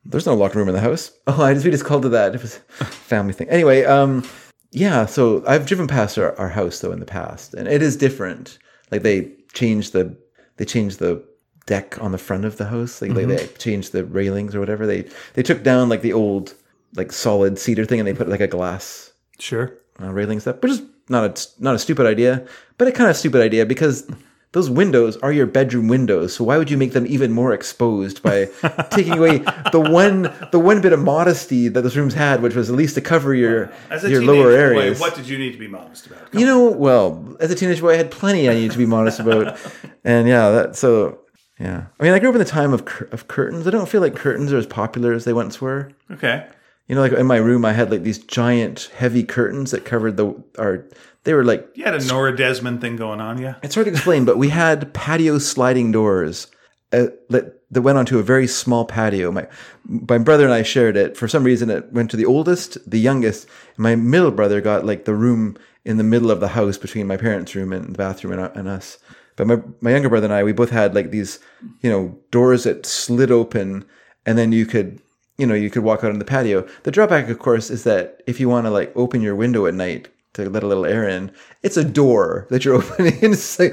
A: There's no locked room in the house. Oh, I just we just called it that. It was a family thing. Anyway, um, yeah. So I've driven past our, our house though in the past, and it is different. Like they changed the they changed the deck on the front of the house. Like
B: Mm-hmm.
A: they, they changed the railings or whatever. They they took down like the old like solid cedar thing, and they put like a glass
B: Sure.
A: uh, railing stuff, which is not a not a stupid idea, but a kind of stupid idea because those windows are your bedroom windows. So why would you make them even more exposed by taking away the one the one bit of modesty that those rooms had, which was at least to cover your
B: As a
A: your
B: teenage
A: lower
B: boy,
A: areas?
B: what did you need to be modest about?
A: you know, well, as a teenage boy, I had plenty I needed to be modest about, and yeah, that so yeah. I mean, I grew up in the time of cur- of curtains. I don't feel like curtains are as popular as they once were.
B: Okay.
A: You know, like in my room, I had like these giant, heavy curtains that covered the our. They were like
B: You had a Nora Desmond thing going on, yeah?
A: it's hard to explain, but we had patio sliding doors uh, that, that went onto a very small patio. My my brother and I shared it. For some reason, it went to the oldest, the youngest. My middle brother got like the room in the middle of the house between my parents' room and the bathroom and, and us. But my my younger brother and I, we both had like these, you know, doors that slid open, and then you could. You know, you could walk out on the patio. The drawback, of course, is that if you want to like open your window at night, to let a little air in. It's a door that you're opening. It's like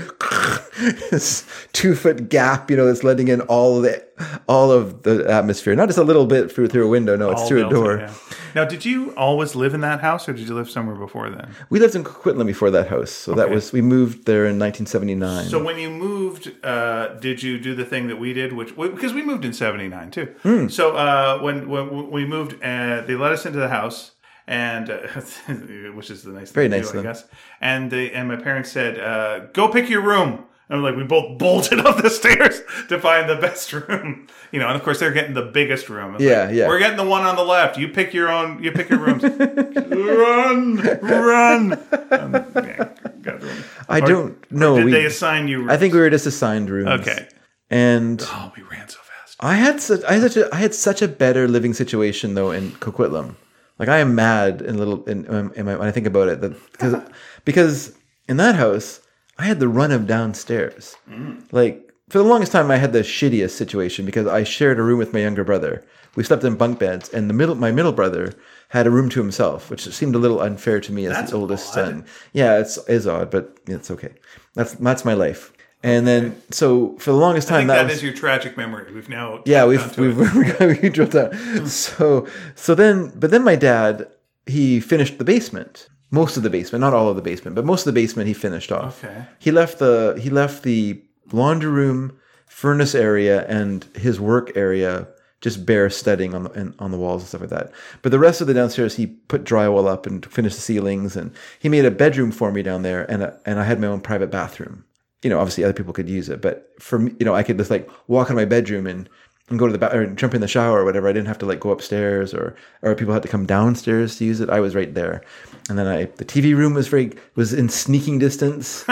A: this two foot gap, you know, that's letting in all of the all of the atmosphere. Not just a little bit through through a window. No, it's
B: All
A: through a
B: built in,
A: door.
B: yeah. Now, did you always live in that house or did you live somewhere before then?
A: We lived in Coquitlam before that house, so that was we moved there in 1979.
B: So when you moved, uh, did you do the thing that we did, which because we moved in '79 too.
A: Hmm.
B: So uh, when, when we moved, uh, they let us into the house, and uh, which is the nice,
A: Very
B: thing to
A: nice
B: do,
A: of them.
B: I guess. And they and my parents said, uh, "Go pick your room." And like we both bolted up the stairs to find the best room, you know. And of course, they're getting the biggest room. It's
A: Yeah,
B: like,
A: yeah.
B: We're getting the one on the left. You pick your own. You pick your rooms. run, run. Um, yeah, got the room.
A: I
B: Or-
A: don't know.
B: Did
A: Oh, we-
B: they assign you? Rooms?
A: I think we were just assigned rooms.
B: Okay.
A: And
B: Oh, we ran so fast.
A: I had such I had such a I had such a better living situation though in Coquitlam. Like I am mad in little in, in my, when I think about it that because because in that house I had the run of downstairs.
B: Mm.
A: Like for the longest time I had the shittiest situation because I shared a room with my younger brother. We slept in bunk beds and the middle my middle brother had a room to himself, which seemed a little unfair to me as
B: That's
A: the oldest
B: odd.
A: son. Yeah, it's is odd, but it's okay. That's that's my life. And then so for the longest
B: I
A: time
B: think that
A: was,
B: is your tragic memory. We've now
A: yeah,
B: we've
A: we've we've we drilled down. So so then, but then my dad he finished the basement, most of the basement, not all of the basement, but most of the basement he finished off.
B: Okay.
A: He left the he left the laundry room, furnace area, and his work area just bare studding on the and, on the walls and stuff like that. But the rest of the downstairs he put drywall up and finished the ceilings, and he made a bedroom for me down there, and a, and I had my own private bathroom you know, obviously other people could use it, but for me, you know, I could just like walk in my bedroom and, and go to the ba- or jump in the shower or whatever. I didn't have to like go upstairs or or people had to come downstairs to use it. I was right there, and then I the TV room was very was in sneaking distance,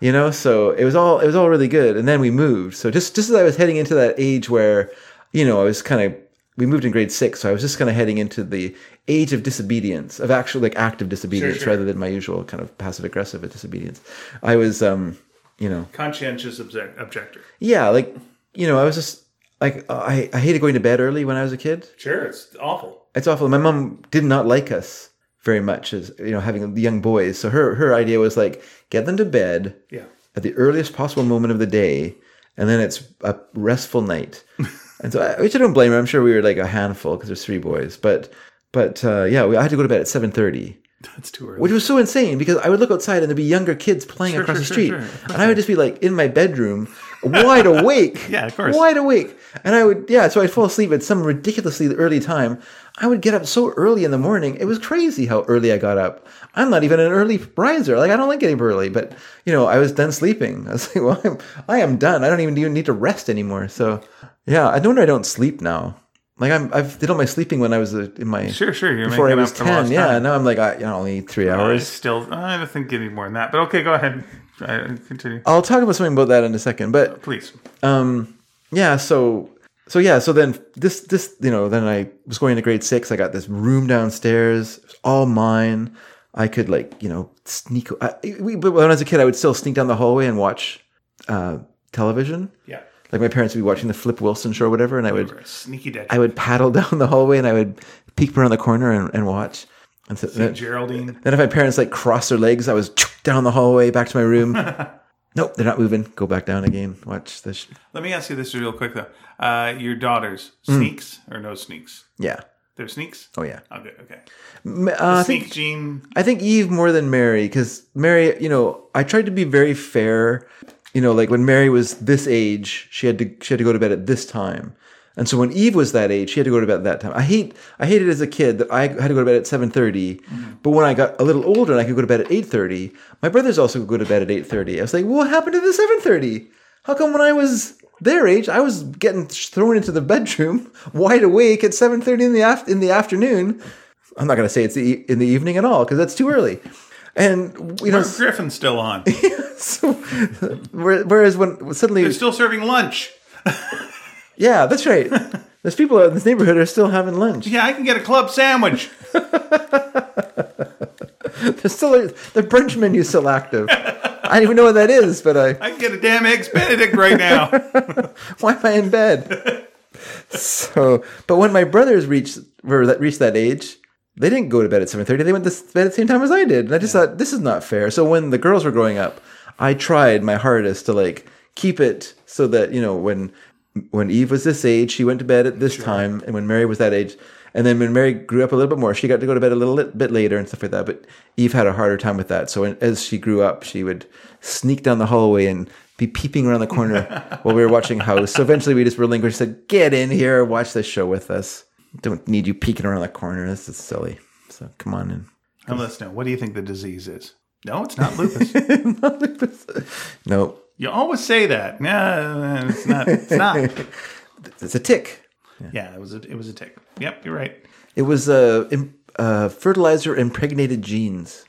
A: you know. So it was all it was all really good. And then we moved. So just just as I was heading into that age where, you know, I was kind of we moved in grade six, so I was just kind of heading into the age of disobedience, of actual like active disobedience,
B: sure.
A: rather than my usual kind of passive aggressive disobedience. I was, um, you know,
B: conscientious obje- objector.
A: yeah, like you know, I was just like I, I hated going to bed early when I was a kid.
B: Sure, it's awful.
A: It's awful. My mom did not like us very much as you know having young boys. So her her idea was like get them to bed
B: Yeah.
A: at the earliest possible moment of the day, and then it's a restful night. and so, I, which I don't blame her. I'm sure we were like a handful because there's three boys, but but uh, yeah, we, I had to go to bed at seven thirty
B: That's too early.
A: which was so insane because I would look outside and there'd be younger kids playing across the
B: sure, sure,
A: street,
B: sure. Of
A: and I would just be like in my bedroom, wide awake,
B: Yeah, of course.
A: wide awake, and I would yeah, so I'd fall asleep at some ridiculously early time. I would get up so early in the morning; it was crazy how early I got up. I'm not even an early riser; like I don't like getting up early, but you know, I was done sleeping. I was like, well, I'm, I am done. I don't even, even need to rest anymore. So yeah, no wonder I don't sleep now. Like I'm, I've did all my sleeping when I was uh, in my
B: sure, sure. You're
A: before I
B: making
A: was
B: up for lost
A: ten. Yeah,
B: time.
A: now I'm like I you know, I only need three
B: I
A: hours.
B: still. I don't think any more than that. But okay, go ahead. I, continue,
A: I'll talk about something about that in a second. But
B: please.
A: um, yeah, so so yeah, so then this this you know then I was going to grade six. I got this room downstairs, it was all mine. I could like you know sneak. I, we, but when I was a kid, I would still sneak down the hallway and watch uh, television.
B: Yeah.
A: Like my parents would be watching the Flip Wilson show or whatever, and I would
B: You're a sneaky dad.
A: I would paddle down the hallway and I would peek around the corner and, and watch. And so,
B: Geraldine.
A: then if my parents like crossed their legs, I was down the hallway back to my room. nope, they're not moving. Go back down again. Watch this. sh-
B: Let me ask you this real quick though. Uh, your daughters sneaks or no sneaks?
A: Yeah.
B: They're sneaks.
A: Hmm. Oh yeah.
B: Okay. Okay.
A: M- uh, I think
B: Sneak gene.
A: I think Eve more than Mary because Mary, you know, I tried to be very fair you know, like when Mary was this age, she had to she had to go to bed at this time. And so when Eve was that age, she had to go to bed at that time. I hate I hated as a kid that I had to go to bed at 7:30, but when I got a little older and I could go to bed at 8:30, my brothers also could go to bed at 8:30. I was like, well, "What happened to the 7:30? How come when I was their age, I was getting thrown into the bedroom wide awake at 7:30 in the af- in the afternoon? I'm not going to say it's the e- in the evening at all because that's too early." And you know,
B: Mark Griffin's still on.
A: so, where- whereas when suddenly
B: They're still serving lunch.
A: Yeah, that's right. There's people out in this neighborhood are still having lunch.
B: Yeah, I can get a club sandwich.
A: They're still the brunch menu's still active. I don't even know what that is, but I
B: I can get a damn eggs Benedict right now.
A: why am I in bed? So, but when my brothers reached were that reached that age, they didn't go to bed at seven thirty. They went to s- bed at the same time as I did, and I just thought this is not fair. So when the girls were growing up, I tried my hardest to like keep it so that you know when when Eve was this age, she went to bed at this time, and when Mary was that age, and then when Mary grew up a little bit more, she got to go to bed a little bit later and stuff like that. But Eve had a harder time with that. So when, as she grew up, she would sneak down the hallway and be peeping around the corner while we were watching House. So eventually, we just relinquished. Said, "Get in here, watch this show with us. Don't need you peeking around the corner. This is silly. So come on in."
B: I'm listening. What do you think the disease is? No, it's not lupus.
A: no,
B: You always say that. No, it's not. It's not.
A: it's a tick.
B: Yeah, it was a it was a tick. Yep, you're right.
A: It was uh, im- uh, fertilizer impregnated genes.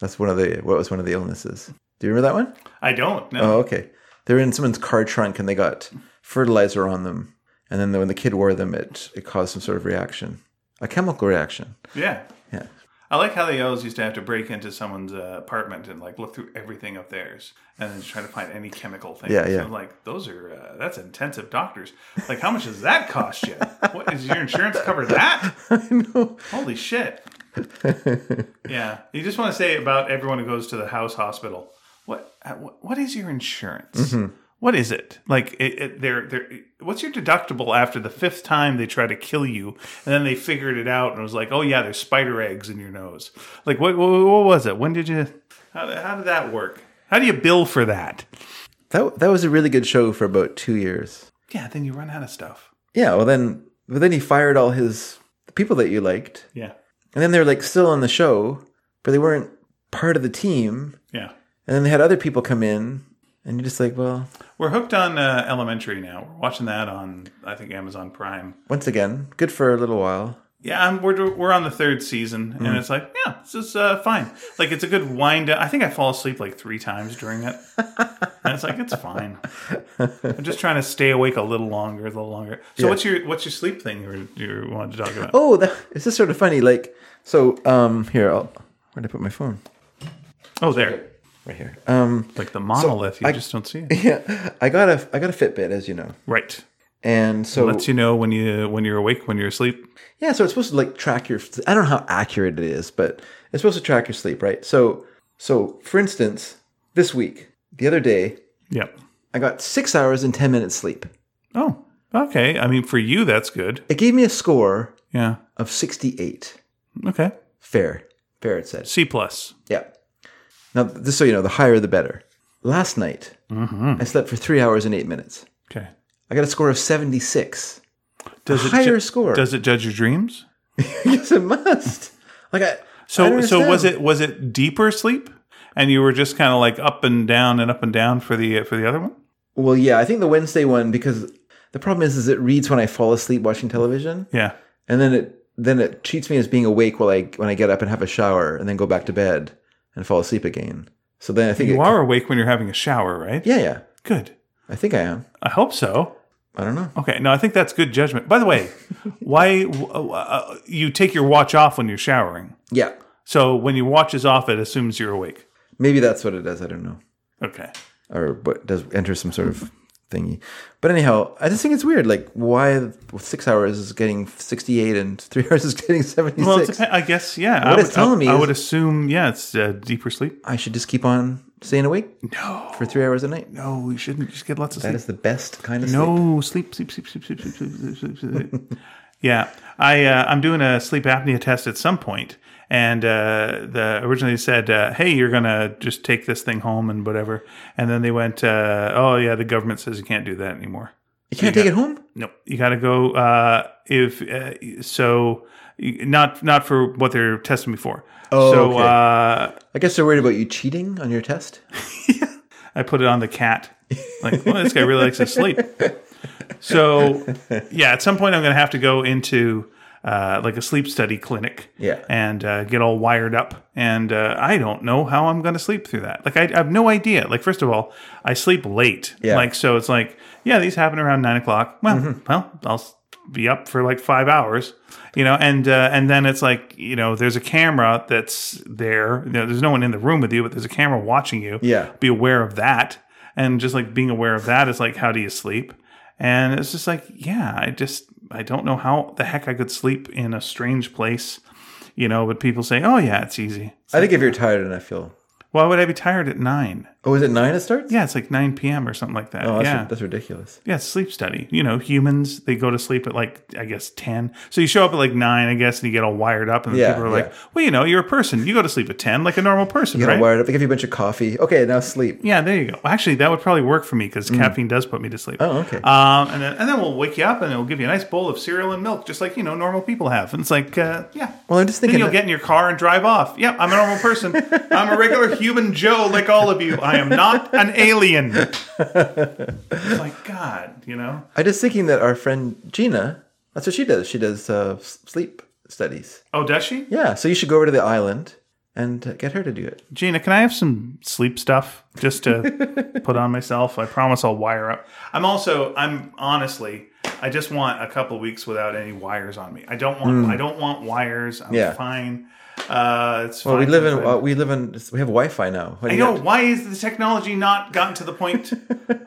A: That's one of the what was one of the illnesses. Do you remember that one?
B: I don't know.
A: Oh, okay. They were in someone's car trunk and they got fertilizer on them, and then when the kid wore them, it it caused some sort of reaction, a chemical reaction.
B: Yeah.
A: Yeah.
B: I like how they always used to have to break into someone's uh, apartment and like look through everything of theirs and then try to find any chemical things.
A: Yeah, yeah.
B: I'm like those are uh, that's intensive doctors. Like how much does that cost you? what is your insurance cover that?
A: I know.
B: Holy shit. yeah. You just want to say about everyone who goes to the house hospital. What uh, what- what is your insurance? What is it? Like it, it, they're they're what's your deductible after the fifth time they try to kill you and then they figured it out and it was like, "Oh yeah, there's spider eggs in your nose." Like what what, what was it? When did you how, how did that work? How do you bill for that?
A: That that was a really good show for about two years.
B: Yeah, then you run out of stuff.
A: Yeah, well then, but then he fired all his the people that you liked,
B: Yeah.
A: and then they were like still on the show, but they weren't part of the team.
B: Yeah.
A: And then they had other people come in, and you're just like, well,
B: We're hooked on uh, Elementary now. We're watching that on I think Amazon Prime.
A: once again, good for a little while.
B: Yeah, I'm, we're we're on the third season, and
A: Mm.
B: it's like, yeah, this is uh, fine. Like, it's a good wind. down. I think I fall asleep like three times during it, and it's like it's fine. I'm just trying to stay awake a little longer, a little longer. So, what's your what's your sleep thing you were, you wanted to talk about?
A: Oh, that, this is sort of funny. Like, so um, here, I'll, where did I put my phone?
B: Oh, there,
A: Right here. Um,
B: like the monolith. you just don't see it,
A: yeah, I got a I got a Fitbit, as you know,
B: right?
A: and so
B: Lets you know when you when you're awake, when you're asleep.
A: Yeah, so it's supposed to like track your. I don't know how accurate it is, but it's supposed to track your sleep, right? So, so for instance, this week, the other day,
B: Yep.
A: I got six hours and ten minutes sleep.
B: Oh, okay. I mean, for you, that's good.
A: It gave me a score
B: Yeah.
A: of sixty-eight.
B: Okay.
A: Fair, fair. It said,
B: C plus.
A: yeah. Now, just so you know, the higher the better. Last night,
B: Mm-hmm.
A: I slept for three hours and eight minutes.
B: Okay.
A: I got a score of seventy-six.
B: Does it
A: Higher
B: ju-
A: score.
B: Does it judge your dreams?
A: yes, it must. Like I. I
B: So
A: don't
B: so was
A: understand.
B: it was it deeper sleep, and you were just kind of like up and down and up and down for the for the other one?
A: Well, yeah, I think the Wednesday one because the problem is, is it reads when I fall asleep watching television,
B: Yeah,
A: and then it then it treats me as being awake while I when I get up and have a shower, and then go back to bed and fall asleep again. So then I think
B: you
A: it,
B: are awake when you're having a shower, right?
A: Yeah, yeah,
B: Good.
A: I think I am.
B: I hope so.
A: I don't know.
B: Okay. No, I think that's good judgment. By the way, why uh, you take your watch off when you're showering?
A: Yeah,
B: So when your watch is off, it assumes you're awake.
A: maybe that's what it does. I don't know,
B: Okay.
A: or but does enter some sort of thingy. But anyhow, I just think it's weird. Like, why six hours is getting sixty-eight and three hours is getting seventy-six?
B: Well, it depen- I guess yeah. I
A: What
B: would,
A: it's telling
B: I,
A: me
B: I
A: is-
B: would assume yeah, it's uh, deeper sleep.
A: I should just keep on staying awake
B: No,
A: for three hours a night.
B: no, you shouldn't. Just get lots of sleep.
A: That is the best kind of sleep.
B: No, sleep, sleep, sleep, sleep, sleep, sleep, sleep, sleep, sleep, sleep. sleep. yeah, I uh, I'm doing a sleep apnea test at some point, and uh, the originally said, uh, "Hey, you're gonna just take this thing home and whatever," and then they went, uh, "Oh yeah, the government says you can't do that anymore."
A: You can't take it home.
B: Nope. You got to go uh, if uh, so. you- Not not for what they're testing me for.
A: Oh,
B: so
A: okay.
B: uh,
A: I guess they're worried about you cheating on your test.
B: I put it on the cat. Like, well, this guy really likes to sleep. So yeah, at some point I'm going to have to go into uh, like a sleep study clinic.
A: Yeah.
B: and uh, get all wired up. And uh, I don't know how I'm going to sleep through that. Like I, I have no idea. Like first of all, I sleep late.
A: Yeah. Mm-hmm.
B: Like so, it's like yeah, these happen around nine o'clock. Well, well, I'll s- be up for like five hours, you know. And uh, and then it's like you know, there's a camera that's there. You know, there's no one in the room with you, but there's a camera watching you.
A: Yeah.
B: Be aware of that, and just like being aware of that is like how do you sleep? And it's just like yeah, I just I don't know how the heck I could sleep in a strange place you know, but people say, oh, yeah, it's easy.
A: I think if you're tired enough, you'll.
B: Why would I be tired at nine?
A: Oh, is it nine it starts?
B: Yeah, it's like 9 p.m. or something like that.
A: Oh, that's,
B: yeah.
A: that's ridiculous.
B: yeah, it's sleep study. You know, humans, they go to sleep at like, I guess, 10. So you show up at like 9, I guess, and you get all wired up. And
A: Yeah,
B: people are like,
A: yeah.
B: well, you know, you're a person. You go to sleep at 10 like a normal person,
A: You got
B: right?
A: wired up. They give you a bunch of coffee. Okay, now sleep.
B: yeah, there you go. Actually, that would probably work for me because caffeine does put me to sleep.
A: Mm. Oh, okay.
B: Um, and, then, and then we'll wake you up and it'll give you a nice bowl of cereal and milk, just like, you know, normal people have. And it's like, uh, yeah.
A: well, I'm just
B: Then
A: thinking.
B: you'll get in your car and drive off. Yep, I'm a normal person. I'm a regular human Joe like all of you. I am not an alien. It's like, God, you know?
A: I'm just thinking that our friend Gina, that's what she does. She does uh, s- sleep studies.
B: Oh, does she?
A: Yeah, so you should go over to the island and uh, get her to do it.
B: Gina, can I have some sleep stuff just to put on myself? I promise I'll wire up. I'm also, I'm honestly, I just want a couple weeks without any wires on me. I don't want, I don't want wires. I'm
A: Hmm. Yeah.
B: fine. Uh, it's
A: Well, we
B: fine.
A: live in
B: But-
A: uh, we live in we have Wi-Fi now. What do you
B: I know.
A: got?
B: Why is the technology not gotten to the point?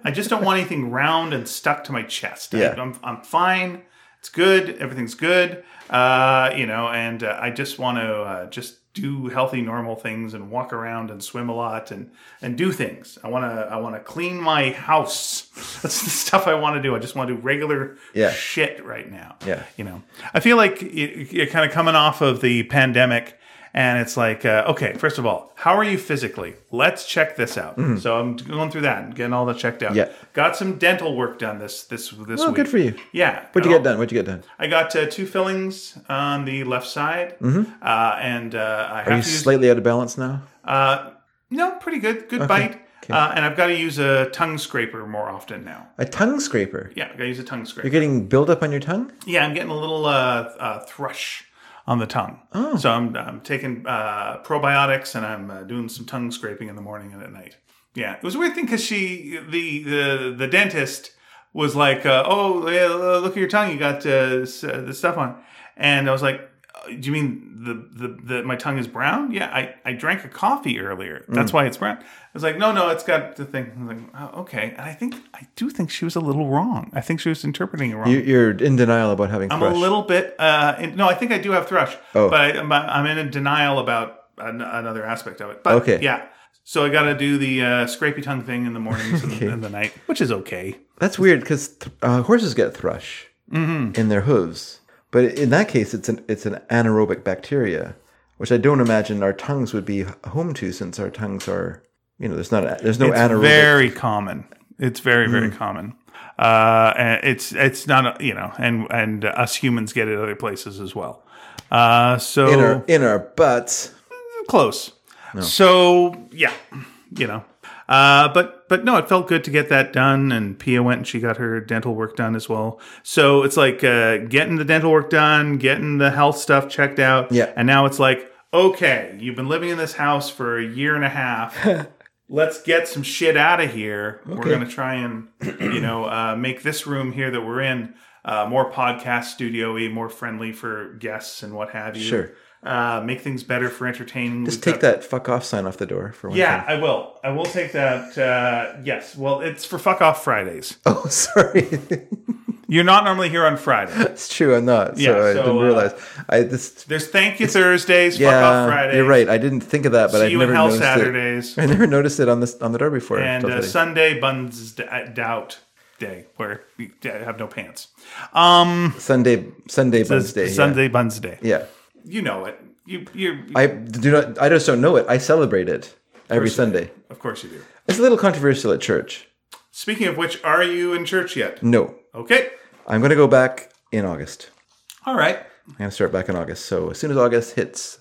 B: I just don't want anything round and stuck to my chest. I-
A: Yeah.
B: I'm, I'm fine. It's good. Everything's good. Uh, you know, and uh, I just want to uh, just do healthy, normal things and walk around and swim a lot and and do things. I want to. I want to clean my house. That's the stuff I want to do. I just want to do regular
A: Yeah.
B: shit right now.
A: Yeah.
B: You know, I feel like you- you're kind of coming off of the pandemic, and it's like, uh, okay, first of all, how are you physically? Let's check this out. So I'm going through that and getting all that checked out.
A: Mm-hmm. Yeah.
B: Got some dental work done this this this
A: Oh,
B: week.
A: good for you.
B: Yeah.
A: What'd
B: Got
A: you
B: all-
A: get done? What'd you get done?
B: I got uh, two fillings on the left side, uh, and
A: Mm-hmm.
B: uh, I
A: Are you
B: have to use
A: slightly out of balance now?
B: uh, no, pretty good, good bite. Uh, and I've got to use a tongue scraper more often now.
A: A tongue scraper.
B: Yeah, I got to use a tongue scraper.
A: You're getting buildup on your tongue.
B: Yeah, I'm getting a little uh, uh, thrush on the tongue. Oh. So I'm, I'm taking uh, probiotics and I'm uh, doing some tongue scraping in the morning and at night. Yeah, it was a weird thing because she, the, the the dentist, was like, uh, "Oh, yeah, look at your tongue. You got uh, this, uh, this stuff on," and I was like. "Uh, Do you mean the, the, the my tongue is brown? Yeah, I, I drank a coffee earlier. That's why it's brown. I was like, no, no, it's got the thing. I was like, oh, okay. And I think I do think she was a little wrong. I think she was interpreting it wrong.
A: You- You're in denial about having
B: I'm
A: thrush.
B: a little bit. Uh, in, no, I think I do have thrush,
A: Oh.
B: but I, I'm, I'm in a denial about an, another aspect of it. But
A: Okay.
B: yeah. So I got to do the uh, scrapey tongue thing in the mornings and, and the night, which is okay.
A: That's weird because th- uh, horses get thrush
B: Mm-hmm.
A: in their hooves, but in that case, it's an it's an anaerobic bacteria, which I don't imagine our tongues would be home to, since our tongues are you know there's not a, Hmm. there's no
B: It's
A: anaerobic.
B: very common. It's very very common. Uh, and it's it's not you know, and and us humans get it other places as well. Uh, so
A: in our in our butts.
B: close. So yeah, you know. Uh, but but no, it felt good to get that done. And Pia went and she got her dental work done as well. So it's like uh, getting the dental work done, getting the health stuff checked out.
A: Yeah.
B: And now it's like, okay, you've been living in this house for a year and a half. Let's get some shit out of here. We're gonna try and you know uh, make this room here that we're in uh, more podcast studio-y, more friendly for guests and what have you
A: Sure.
B: uh, make things better for entertaining.
A: Just take that fuck off sign off the door for one
B: Uh, Yeah,
A: thing.
B: I will. I will take that. Uh, yes. Well, it's for fuck off Fridays.
A: Oh, sorry.
B: You're not normally here on Friday.
A: it's true. I'm not. So
B: Yeah,
A: I
B: so,
A: didn't
B: uh,
A: realize. I this.
B: There's thank you Thursdays, fuck off
A: Yeah,
B: Fridays.
A: you're right. I didn't think of that, but
B: See
A: I
B: you
A: never
B: in hell
A: noticed it.
B: Saturdays
A: I never noticed it on this on the door before.
B: and
A: till
B: uh,
A: today.
B: Sunday buns d- uh, doubt day where you d- have no pants. Um,
A: Sunday, Sunday, Wednesday.
B: Sunday buns day.
A: Yeah. yeah.
B: You know it. You, you,
A: I do not. I just don't know it. I celebrate it every Sunday.
B: of course you do.
A: It's a little controversial at church.
B: Speaking of which, are you in church yet?
A: No,
B: Okay.
A: I'm going to go back in August.
B: All right.
A: I'm going to start back in August. So as soon as August hits,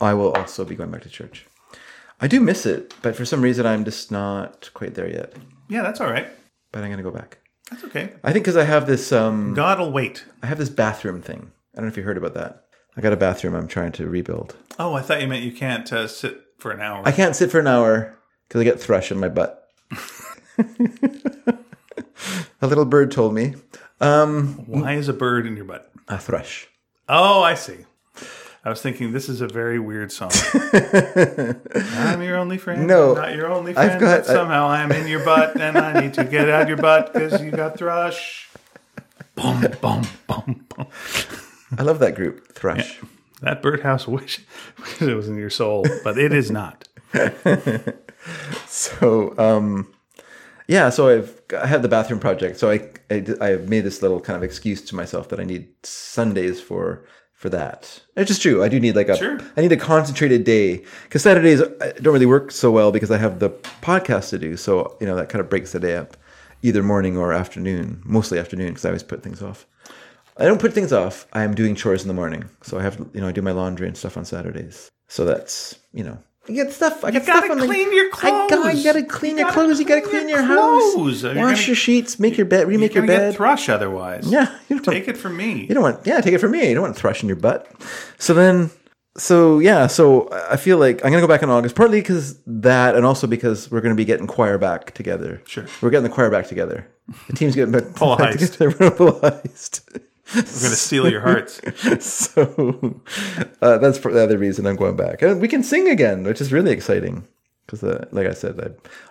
A: I will also be going back to church. I do miss it, but for some reason I'm just not quite there yet.
B: Yeah, that's all right.
A: But I'm going to go back.
B: That's okay.
A: I think because I have this um,
B: God'll wait.
A: I have this bathroom thing. I don't know if you heard about that. I got a bathroom I'm trying to rebuild.
B: Oh, I thought you meant you can't uh, sit for an hour.
A: I can't sit for an hour because I get thrush in my butt. a little bird told me
B: Why is a bird in your butt?
A: a Uh, thrush.
B: Oh, I see. I was thinking this is a very weird song. I'm your only friend.
A: No,
B: I'm not your only friend.
A: I've got-
B: but somehow I, am in your butt, and I need to get out your butt because you got thrush. Boom, boom, boom, boom.
A: I love that group, Thrush.
B: That birdhouse wish, wish it was in your soul, but it is not.
A: So, um, yeah, so I've I have the bathroom project. So I, I I've made this little kind of excuse to myself that I need Sundays for for that. It's just true. I do need like a I
B: Sure.
A: need a concentrated day because Saturdays I don't really work so well because I have the podcast to do. So you know that kind of breaks the day up, either morning or afternoon, mostly afternoon because I always put things off. I don't put things off. I am doing chores in the morning, so I have you know I do my laundry and stuff on Saturdays. So that's you know I get stuff. I get
B: gotta
A: stuff on the-
B: clean your
A: I got,
B: clothes.
A: you gotta clean your
B: gotta
A: clothes. You gotta
B: clean
A: clean
B: your
A: your,
B: clothes.
A: house.
B: You're
A: Wash
B: gonna-
A: your sheets. Make your bed. Remake
B: You're
A: your
B: gonna get
A: bed.
B: thrush otherwise.
A: yeah, you don't,
B: Take it from me.
A: you don't want. Yeah, take it from me. You don't want thrush in your butt. So then, so yeah, so I feel like I'm gonna go back in August, partly because that, and also because we're gonna be getting choir back together.
B: Sure.
A: we're getting the choir back together. The team's getting back,
B: Full
A: back
B: heist.
A: together. We're full heist.
B: We're gonna steal your hearts.
A: so uh, that's for the other reason I'm going back. And we can sing again, which is really exciting. Because, uh, like I said, I,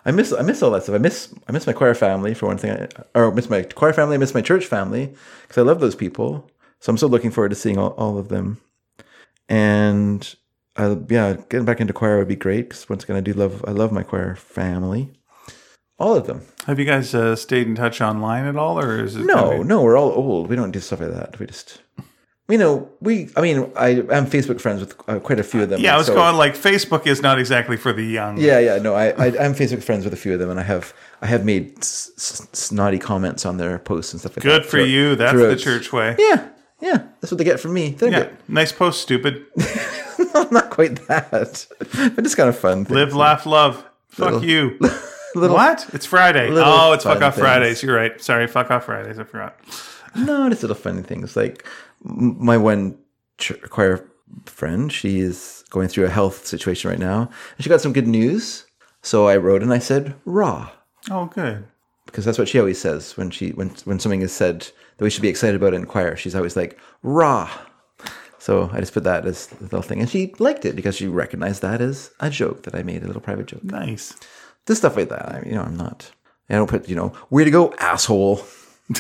A: I miss I miss all that stuff. I miss I miss my choir family for one thing. I, or miss my choir family. I miss my church family because I love those people. So I'm so looking forward to seeing all, all of them. And I, yeah, getting back into choir would be great because once again, I do love I love my choir family, all of them.
B: Have you guys uh, stayed in touch online at all, or is it
A: No, no, we're all old. We don't do stuff like that. We just, you know, we. I mean, I am Facebook friends with uh, quite a few of them.
B: Yeah, I was
A: so-
B: going like Facebook is not exactly for the young.
A: Yeah, yeah, no, I, I I'm Facebook friends with a few of them, and I have I have made s- s- snotty comments on their posts and stuff like that.
B: Good for
A: throughout-
B: you. That's the
A: throughout-
B: church way.
A: Yeah, yeah, that's what they get from me. They're
B: Yeah. Nice post, stupid.
A: good. not quite that, but it's kind of fun. thing.
B: Live, laugh, love. Fuck you. what? It's Friday.
A: little
B: Oh, it's fuck
A: fun
B: off
A: things.
B: Fridays. You're right. Sorry, fuck off Fridays. I forgot.
A: No, just little funny things. Like m- my one ch- choir friend, she is going through a health situation right now, and she got some good news. So I wrote and I said raw
B: Oh, good.
A: because that's what she always says when she when when something is said that we should be excited about in choir. She's always like raw. So I just put that as the little thing, and she liked it because she recognized that as a joke that I made, a little private joke.
B: Nice.
A: Just stuff like that. I, you know, I'm not. I don't put you know way to go, asshole.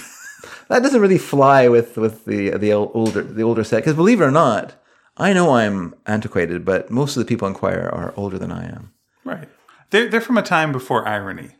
A: that doesn't really fly with with the the el- older the older set because believe it or not, I know I'm antiquated, but most of the people in choir are older than I am.
B: Right. They're, they're from a time before irony.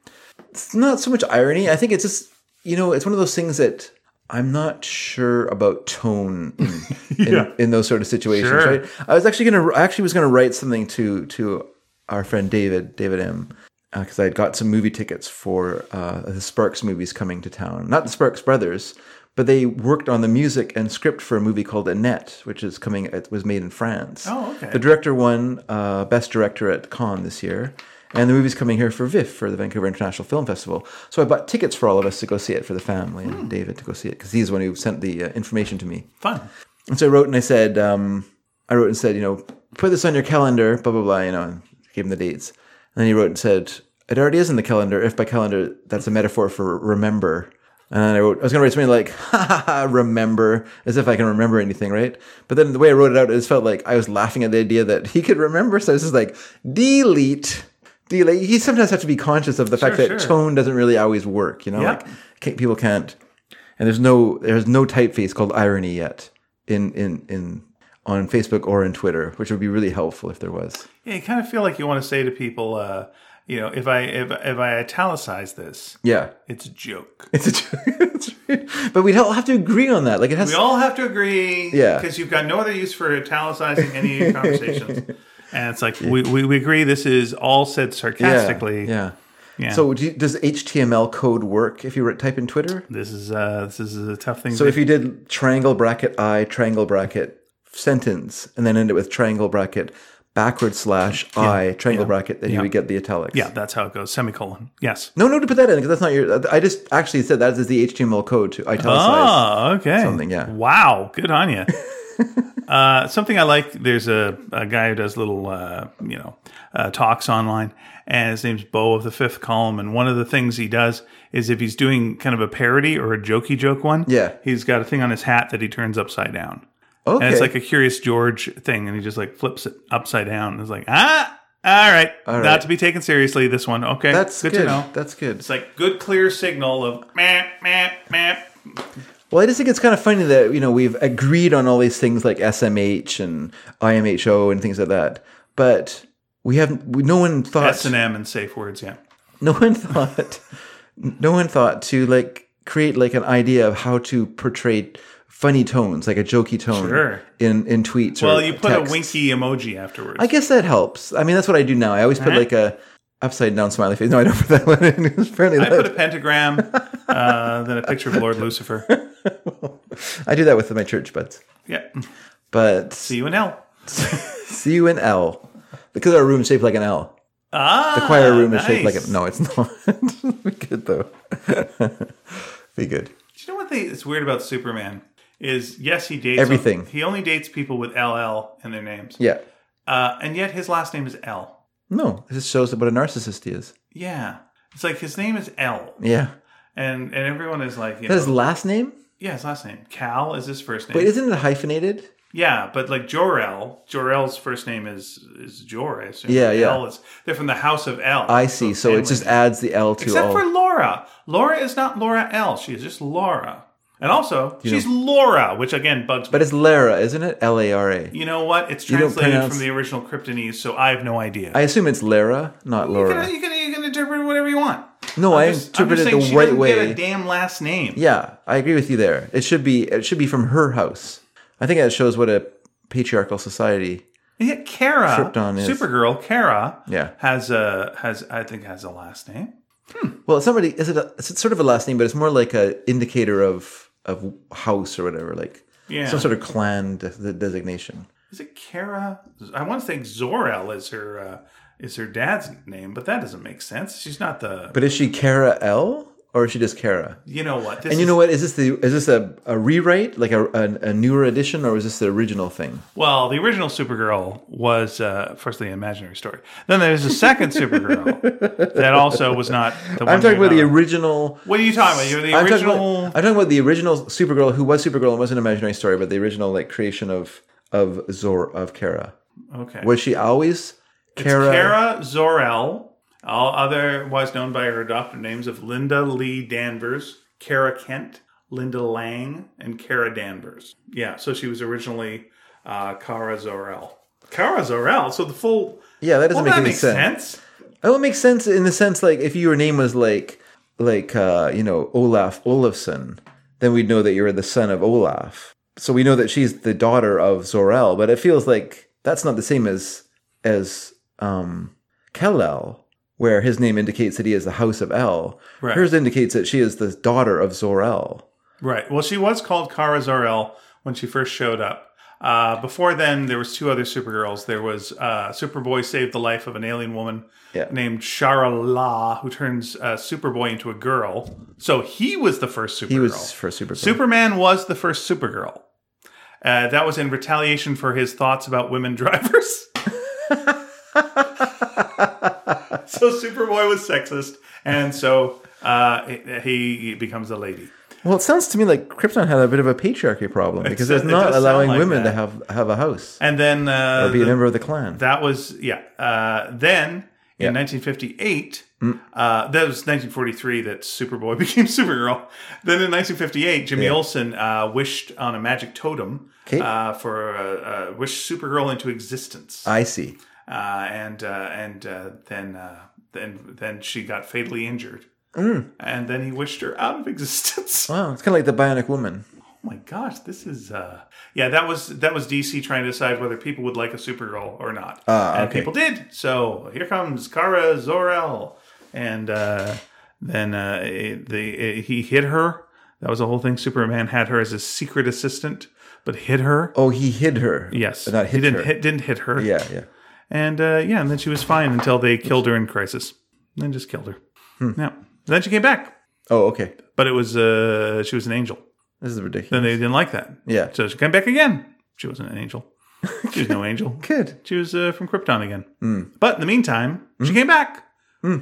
A: It's not so much irony. I think it's just you know it's one of those things that I'm not sure about tone in,
B: Yeah.
A: in, in those sort of situations.
B: Sure.
A: Right? I was actually gonna I actually was gonna write something to to our friend David David M. Because I had got some movie tickets for uh, the Sparks movies coming to town. Not the Sparks brothers, but they worked on the music and script for a movie called Annette, which is coming. It was made in France.
B: Oh, okay.
A: The director won uh, Best Director at Cannes this year, and the movie's coming here for VIF for the Vancouver International Film Festival. So I bought tickets for all of us to go see it for the family
B: Hmm.
A: and David to go see it because he's the one who sent the uh, information to me.
B: Fun.
A: And so I wrote and I said, um, I wrote and said, you know, put this on your calendar, blah blah blah. You know, and gave him the dates. And then he wrote and said, it already is in the calendar. If by calendar that's a metaphor for remember. And then I wrote, I was gonna write something like, ha ha ha, remember, as if I can remember anything, right? But then the way I wrote it out, it just felt like I was laughing at the idea that he could remember. So I was just like, delete. Delete. You sometimes have to be conscious of the fact
B: Sure,
A: that
B: sure.
A: tone doesn't really always work, you know?
B: Yeah.
A: Like can people can't and there's no there's no typeface called irony yet in in in on Facebook or in Twitter, which would be really helpful if there was.
B: Yeah, you kind of feel like you want to say to people, uh, You know, if I if if I italicize this,
A: Yeah.
B: it's a joke.
A: It's a joke. but we don't have to agree on that. Like it has
B: We all have to agree,
A: Yeah.
B: because you've got no other use for italicizing any of your conversations. And it's like we, we, we agree this is all said sarcastically.
A: Yeah.
B: Yeah.
A: So do you, does HTML code work if you were type in Twitter?
B: This is uh this is a tough thing.
A: So
B: to,
A: if you did triangle bracket I triangle bracket sentence and then end it with triangle bracket backward slash I triangle bracket, then you would get the italics.
B: yeah, that's how it goes. Semicolon. Yes.
A: No, no, to put that in because that's not your. I just actually said that is the HTML code to italicize.
B: Oh, okay.
A: something, yeah.
B: Wow, good on you. uh, something I like. There's a, a guy who does little, uh, you know, uh, talks online, and his name's Bo of the Fifth Column. And one of the things he does is if he's doing kind of a parody or a jokey joke one,
A: Yeah.
B: he's got a thing on his hat that he turns upside down,
A: okay.
B: and it's like a Curious George thing, and he just like flips it upside down. And it's like ah, all right,
A: right.
B: not to be taken seriously. This one, okay,
A: that's good.
B: to know.
A: That's good.
B: It's like good clear signal of meh meh meh.
A: Well, I just think it's kind of funny that you know we've agreed on all these things like SMH and IMHO and things like that, but we haven't. We, no one thought.
B: S and M and safe words. Yeah.
A: no one thought. no one thought to like create like an idea of how to portray funny tones, like a jokey tone,
B: Sure.
A: in in tweets.
B: Well,
A: or
B: you put
A: texts.
B: a winky emoji afterwards.
A: I guess that helps. I mean, that's what I do now. I always put
B: right.
A: like a upside down smiley face. No, I don't put that one. in. Apparently,
B: I
A: that,
B: put a pentagram, uh, then a picture of Lord Lucifer.
A: I do that with my church buds.
B: Yeah.
A: But
B: See you in hell.
A: C U N L because our room's shaped like an L.
B: Ah,
A: The choir room is shaped like
B: nice.
A: a. No, it's not. Be good though. Be good.
B: Do you know what they, it's weird about Superman? Is yes, he dates
A: Everything.
B: He only dates people with LL in their names.
A: Yeah.
B: Uh, and yet his last name is L.
A: No, this just shows what a narcissist he is.
B: Yeah. It's like his name is L,
A: Yeah.
B: and and everyone is like, you
A: That
B: know,
A: is last name,
B: yeah, his last name Cal is his first name.
A: but isn't it hyphenated?
B: Yeah, but like Jor El, Jor El's first name is is Jor. I assume.
A: Yeah, yeah.
B: El is, they're from the House of El.
A: I see. So it
B: family
A: just
B: name.
A: adds the L to
B: except
A: all.
B: for Laura. Laura is not Laura L. She is just Laura, and also she's Laura, which again bugs. me.
A: but it's Lara, isn't it? L A R A.
B: you know what? It's
A: don't
B: translated
A: pronounce-
B: from the original Kryptonese, so I have no idea.
A: I assume it's Lara, not
B: you,
A: Laura.
B: can, you, can, you can interpret whatever you want.
A: no, I interpreted
B: saying
A: it
B: she
A: the right
B: doesn't Get
A: way.
B: a damn last name.
A: yeah, I agree with you there. It should be. It should be from her house. I think that shows what a patriarchal society.
B: And yet Kara,
A: Krypton is-
B: Supergirl, Kara
A: Yeah.
B: has a has I think has a last name.
A: Well, somebody is it? A, it's sort of a last name, but it's more like a indicator of of house or whatever, like
B: Yeah.
A: some sort of clan de- de- designation.
B: Is it Kara? I want to think Zorel is her uh, is her dad's name, but that doesn't make sense. She's not the.
A: But is she Kara L or is she just Kara?
B: You know what? This
A: And you
B: is-
A: know what? Is this the is this a, a rewrite, like a, a a newer edition, or is this the original thing?
B: well, the original Supergirl was uh, firstly an imaginary story. Then there's a second Supergirl that also was not. The one
A: I'm talking
B: you
A: about the
B: know.
A: original.
B: What are you talking about? You're the
A: I'm talking about-
B: original.
A: I'm talking about the original Supergirl, who was Supergirl and was an imaginary story, but the original like creation of of Zor of Kara.
B: okay.
A: Was she always Kara?
B: Kara Zorel, all otherwise known by her adopted names of Linda Lee Danvers, Kara Kent, Linda Lang, and Kara Danvers. Yeah, so she was originally uh, Kara Zorel. Kara Zorel. So the full
A: Yeah, that doesn't
B: well, that
A: make any
B: makes sense.
A: Oh, it makes sense in the sense like if your name was like like uh, you know Olaf Olafson, then we'd know that you're the son of Olaf. So we know that she's the daughter of Zorel, but it feels like that's not the same as as um Kellel, where his name indicates that he is the house of El.
B: Right.
A: Hers indicates that she is the daughter of Zorel.
B: Right. Well, she was called Kara Zor-El when she first showed up. Uh, before then, there was two other Supergirls. There was uh, Superboy saved the life of an alien woman
A: Yeah.
B: named Shara La, who turns uh, Superboy into a girl. So he was the first Supergirl.
A: He was for Super.
B: Superman was the first Supergirl. Uh, that was in retaliation for his thoughts about women drivers. so Superboy was sexist, and so uh, he he becomes a lady.
A: well, it sounds to me like Krypton had a bit of a patriarchy problem because
B: does-
A: it's
B: it does
A: not
B: sound
A: allowing
B: like
A: women
B: that.
A: to have have a house
B: And then uh,
A: or be a
B: the-
A: member of the clan.
B: that was yeah. Uh, then
A: Yeah. Mm.
B: in 1958, uh, that was 1943 that Superboy became Supergirl. Then in 1958, Jimmy Olsen uh, wished on a magic totem
A: Okay.
B: uh, for uh, uh,
A: Uh.
B: wish Supergirl into existence,
A: I see.
B: uh, and uh, and uh, then uh, Then then she got fatally injured,
A: Mm.
B: and then he wished her out of existence.
A: Wow, it's kind of like the Bionic Woman.
B: Oh my gosh, this is uh yeah, that was that was DC trying to decide whether people would like a Supergirl or not.
A: Ah,
B: and
A: okay.
B: people did. So here comes Kara Zor-El and uh then uh it- the it- he hid her. That was the whole thing. Superman had her as his secret assistant, but hid her.
A: Oh, he hid her.
B: yes.
A: But not
B: he
A: hit
B: didn't
A: her.
B: hit didn't hit her.
A: Yeah, yeah.
B: And uh yeah, and then she was fine until they killed her in Crisis. Then just killed her.
A: Hmm.
B: Yeah. Then she came back.
A: Oh, okay.
B: But it was uh she was an angel.
A: This is
B: Then
A: ridiculous.
B: they didn't like that.
A: Yeah.
B: So she came back again. She wasn't an angel. She was no angel.
A: Good.
B: She was uh, from Krypton again. But in the meantime, she came back.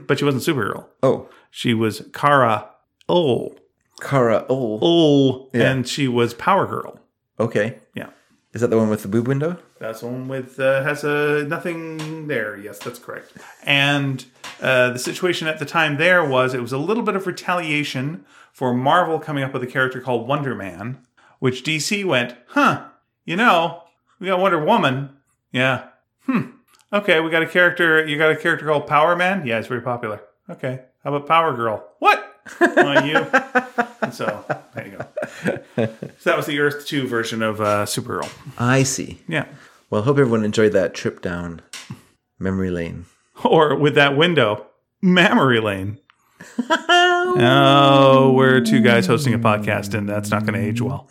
B: But she wasn't Supergirl.
A: Oh,
B: She was Kara Ol.
A: Kara. Oh,
B: Ol.
A: Yeah.
B: And she was Power Girl.
A: okay.
B: Yeah.
A: Is that the one with the boob window?
B: That's the one with uh, has a nothing there. Yes, that's correct. And uh, the situation at the time there was it was a little bit of retaliation for Marvel coming up with a character called Wonder Man, which DC went, huh? You know, we got Wonder Woman. Yeah. Hmm. Okay, we got a character. You got a character called Power Man. Yeah, it's very popular. Okay. How about Power Girl? What? On you. And so there you go. So that was the Earth Two version of uh, Supergirl.
A: I see.
B: Yeah.
A: Well, hope everyone enjoyed that trip down memory lane.
B: or with that window, Mammary Lane. oh, we're two guys hosting a podcast, and that's not going to age well.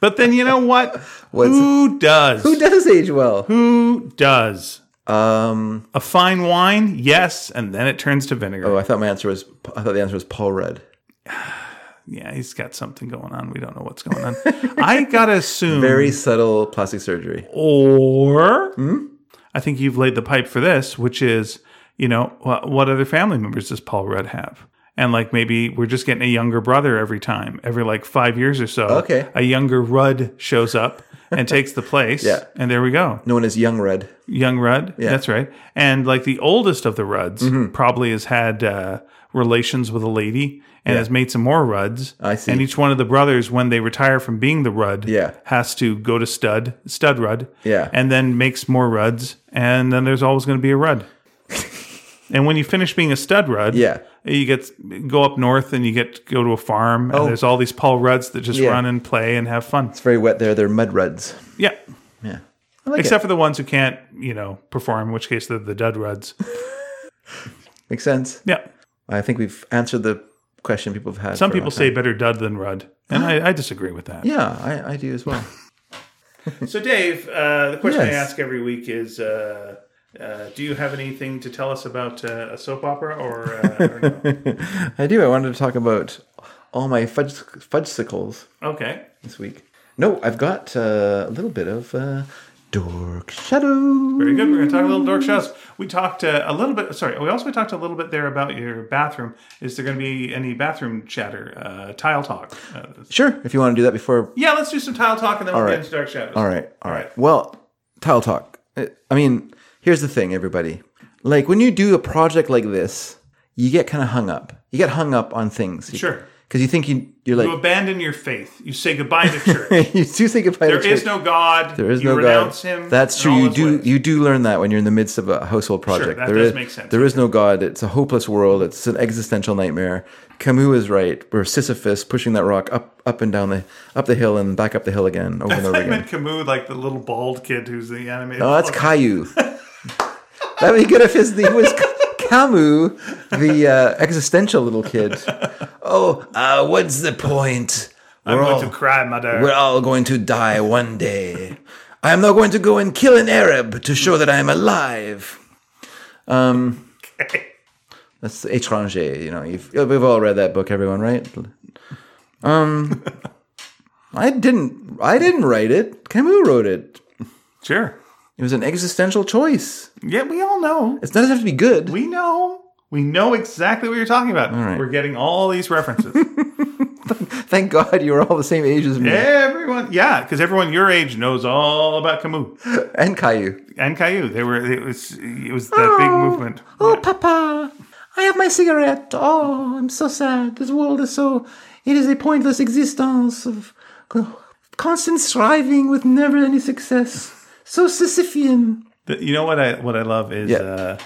B: but then you know what?
A: What's-
B: who does?
A: Who does age well?
B: Who does?
A: Um.
B: A fine wine, yes, and then it turns to vinegar.
A: Oh, I thought my answer was. I thought the answer was Paul Rudd.
B: Yeah, he's got something going on. We don't know what's going on. I gotta assume,
A: Very subtle plastic surgery.
B: or
A: Hmm?
B: I think you've laid the pipe for this, which is, you know, wh- what other family members does Paul Rudd have? And like maybe we're just getting a younger brother every time, every like five years or so.
A: Okay.
B: A younger Rudd shows up and takes the place.
A: Yeah.
B: And there we go.
A: Known as Young Rudd.
B: Young Rudd. That's right. And like the oldest of the Rudds
A: Mm-hmm.
B: probably has had uh, relations with a lady and has made some more Rudds.
A: I see.
B: And each one of the brothers, when they retire from being the Rudd,
A: Yeah.
B: has to go to stud, stud Rudd,
A: Yeah.
B: and then makes more Rudds. And then there's always going to be a Rudd. and when you finish being a stud Rudd,
A: Yeah.
B: you get go up north and you get to go to a farm. And there's all these Paul Rudds that just
A: Oh. Yeah.
B: run and play and have fun.
A: It's very wet there. They're mud Rudds.
B: Yeah.
A: Yeah. I like
B: Except for the ones who can't, you know, perform, in which case they're the dud ruds.
A: it. Makes sense.
B: Yeah.
A: I think we've answered the question people have had.
B: Some
A: for a
B: people
A: long
B: say better dud than rud, and I, I disagree with that.
A: time. Yeah, I, I do as well.
B: So, Dave, uh, the question I
A: Yes.
B: ask every week is uh, uh, Do you have anything to tell us about uh, a soap opera or, uh, or no?
A: I do. I wanted to talk about all my fudge fudgesicles
B: Okay.
A: this week. No, I've got uh, a little bit of uh, dork shadow.
B: Very good. We're going to talk a little dark shows. We talked uh, a little bit, sorry, we also talked a little bit there about your bathroom. Is there going to be any bathroom chatter, uh, tile talk? Uh,
A: Sure, if you want to do that before.
B: yeah, let's do some tile talk and then we'll
A: right.
B: get into dark shadows.
A: All right, all right. Well, tile talk. I I mean, here's the thing, everybody. Like when you do a project like this, you get kind of hung up. You get hung up on things.
B: Sure.
A: Because you think you, you're like
B: You abandon your faith. You say goodbye to church.
A: you do think about
B: There is no God.
A: There is
B: you
A: no
B: renounce
A: God.
B: Him.
A: That's
B: in
A: true.
B: all
A: You
B: his
A: do
B: ways.
A: you do learn that when you're in the midst of a household project.
B: that
A: There
B: does
A: is-
B: make sense.
A: There is no God. It's a hopeless world. It's an existential nightmare. Camus is right. We're Sisyphus pushing that rock up up and down the up the hill and back up the hill again over and over
B: I
A: again.
B: meant Camus, like the little bald kid who's the animated.
A: Oh, that's Caillou. That'd be good if his name was Camus, the uh, existential little kid. Oh, uh, what's the point?
B: I'm
A: We're
B: going
A: all-
B: to cry,
A: we're
B: mother.
A: all going to die one day. I am now going to go and kill an Arab to show that I am alive. Um, That's Étranger, you know. You've, we've all read that book, everyone, right? Um, I didn't. I didn't write it. Camus wrote it.
B: sure.
A: It was an existential choice.
B: Yeah, we all know.
A: It's not have to be good.
B: We know. We know exactly what you're talking about.
A: right.
B: We're getting all these references.
A: Thank God you're all the same age as me
B: everyone, yeah, because everyone your age knows all about Camus
A: and Caillou.
B: and Caillou. They were. It was. It was that big movement.
A: Oh, Papa, I have my cigarette. Oh, I'm so sad. This world is so. It is a pointless existence of constant striving with never any success. So Sisyphean.
B: The- you know what I what I love is
A: Yeah.
B: uh,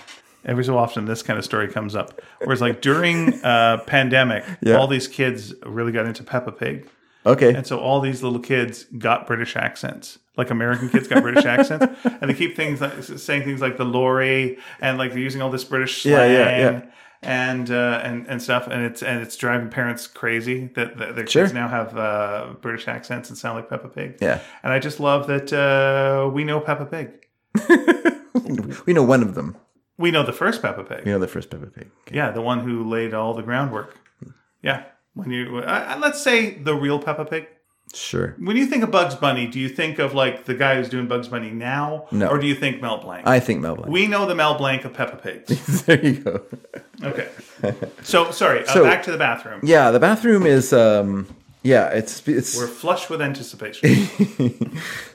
B: every so often this kind of story comes up. Whereas like during uh, pandemic,
A: Yeah.
B: all these kids really got into Peppa Pig.
A: Okay.
B: And so all these little kids got British accents. Like American kids got British accents, and they keep things like, saying things like the lorry, and like they're using all this British
A: Yeah,
B: slang
A: yeah, yeah.
B: and uh, and and stuff, and it's and it's driving parents crazy that, that their
A: Sure.
B: kids now have uh, British accents and sound like Peppa Pig.
A: Yeah.
B: and I just love that uh, we know Peppa Pig.
A: We know one of them.
B: We know the first Peppa Pig.
A: We know the first Peppa Pig. Okay.
B: Yeah, the one who laid all the groundwork. Yeah, when you uh, let's say the real Peppa Pig.
A: Sure.
B: When you think of Bugs Bunny, do you think of like the guy who's doing Bugs Bunny now,
A: No.
B: or do you think Mel Blanc?
A: I think Mel Blanc.
B: we know the Mel Blanc of Peppa Pigs.
A: there you go.
B: Okay, so sorry, uh,
A: So-
B: back to the bathroom.
A: Yeah, the bathroom is. um Yeah, it's it's
B: We're flush with anticipation.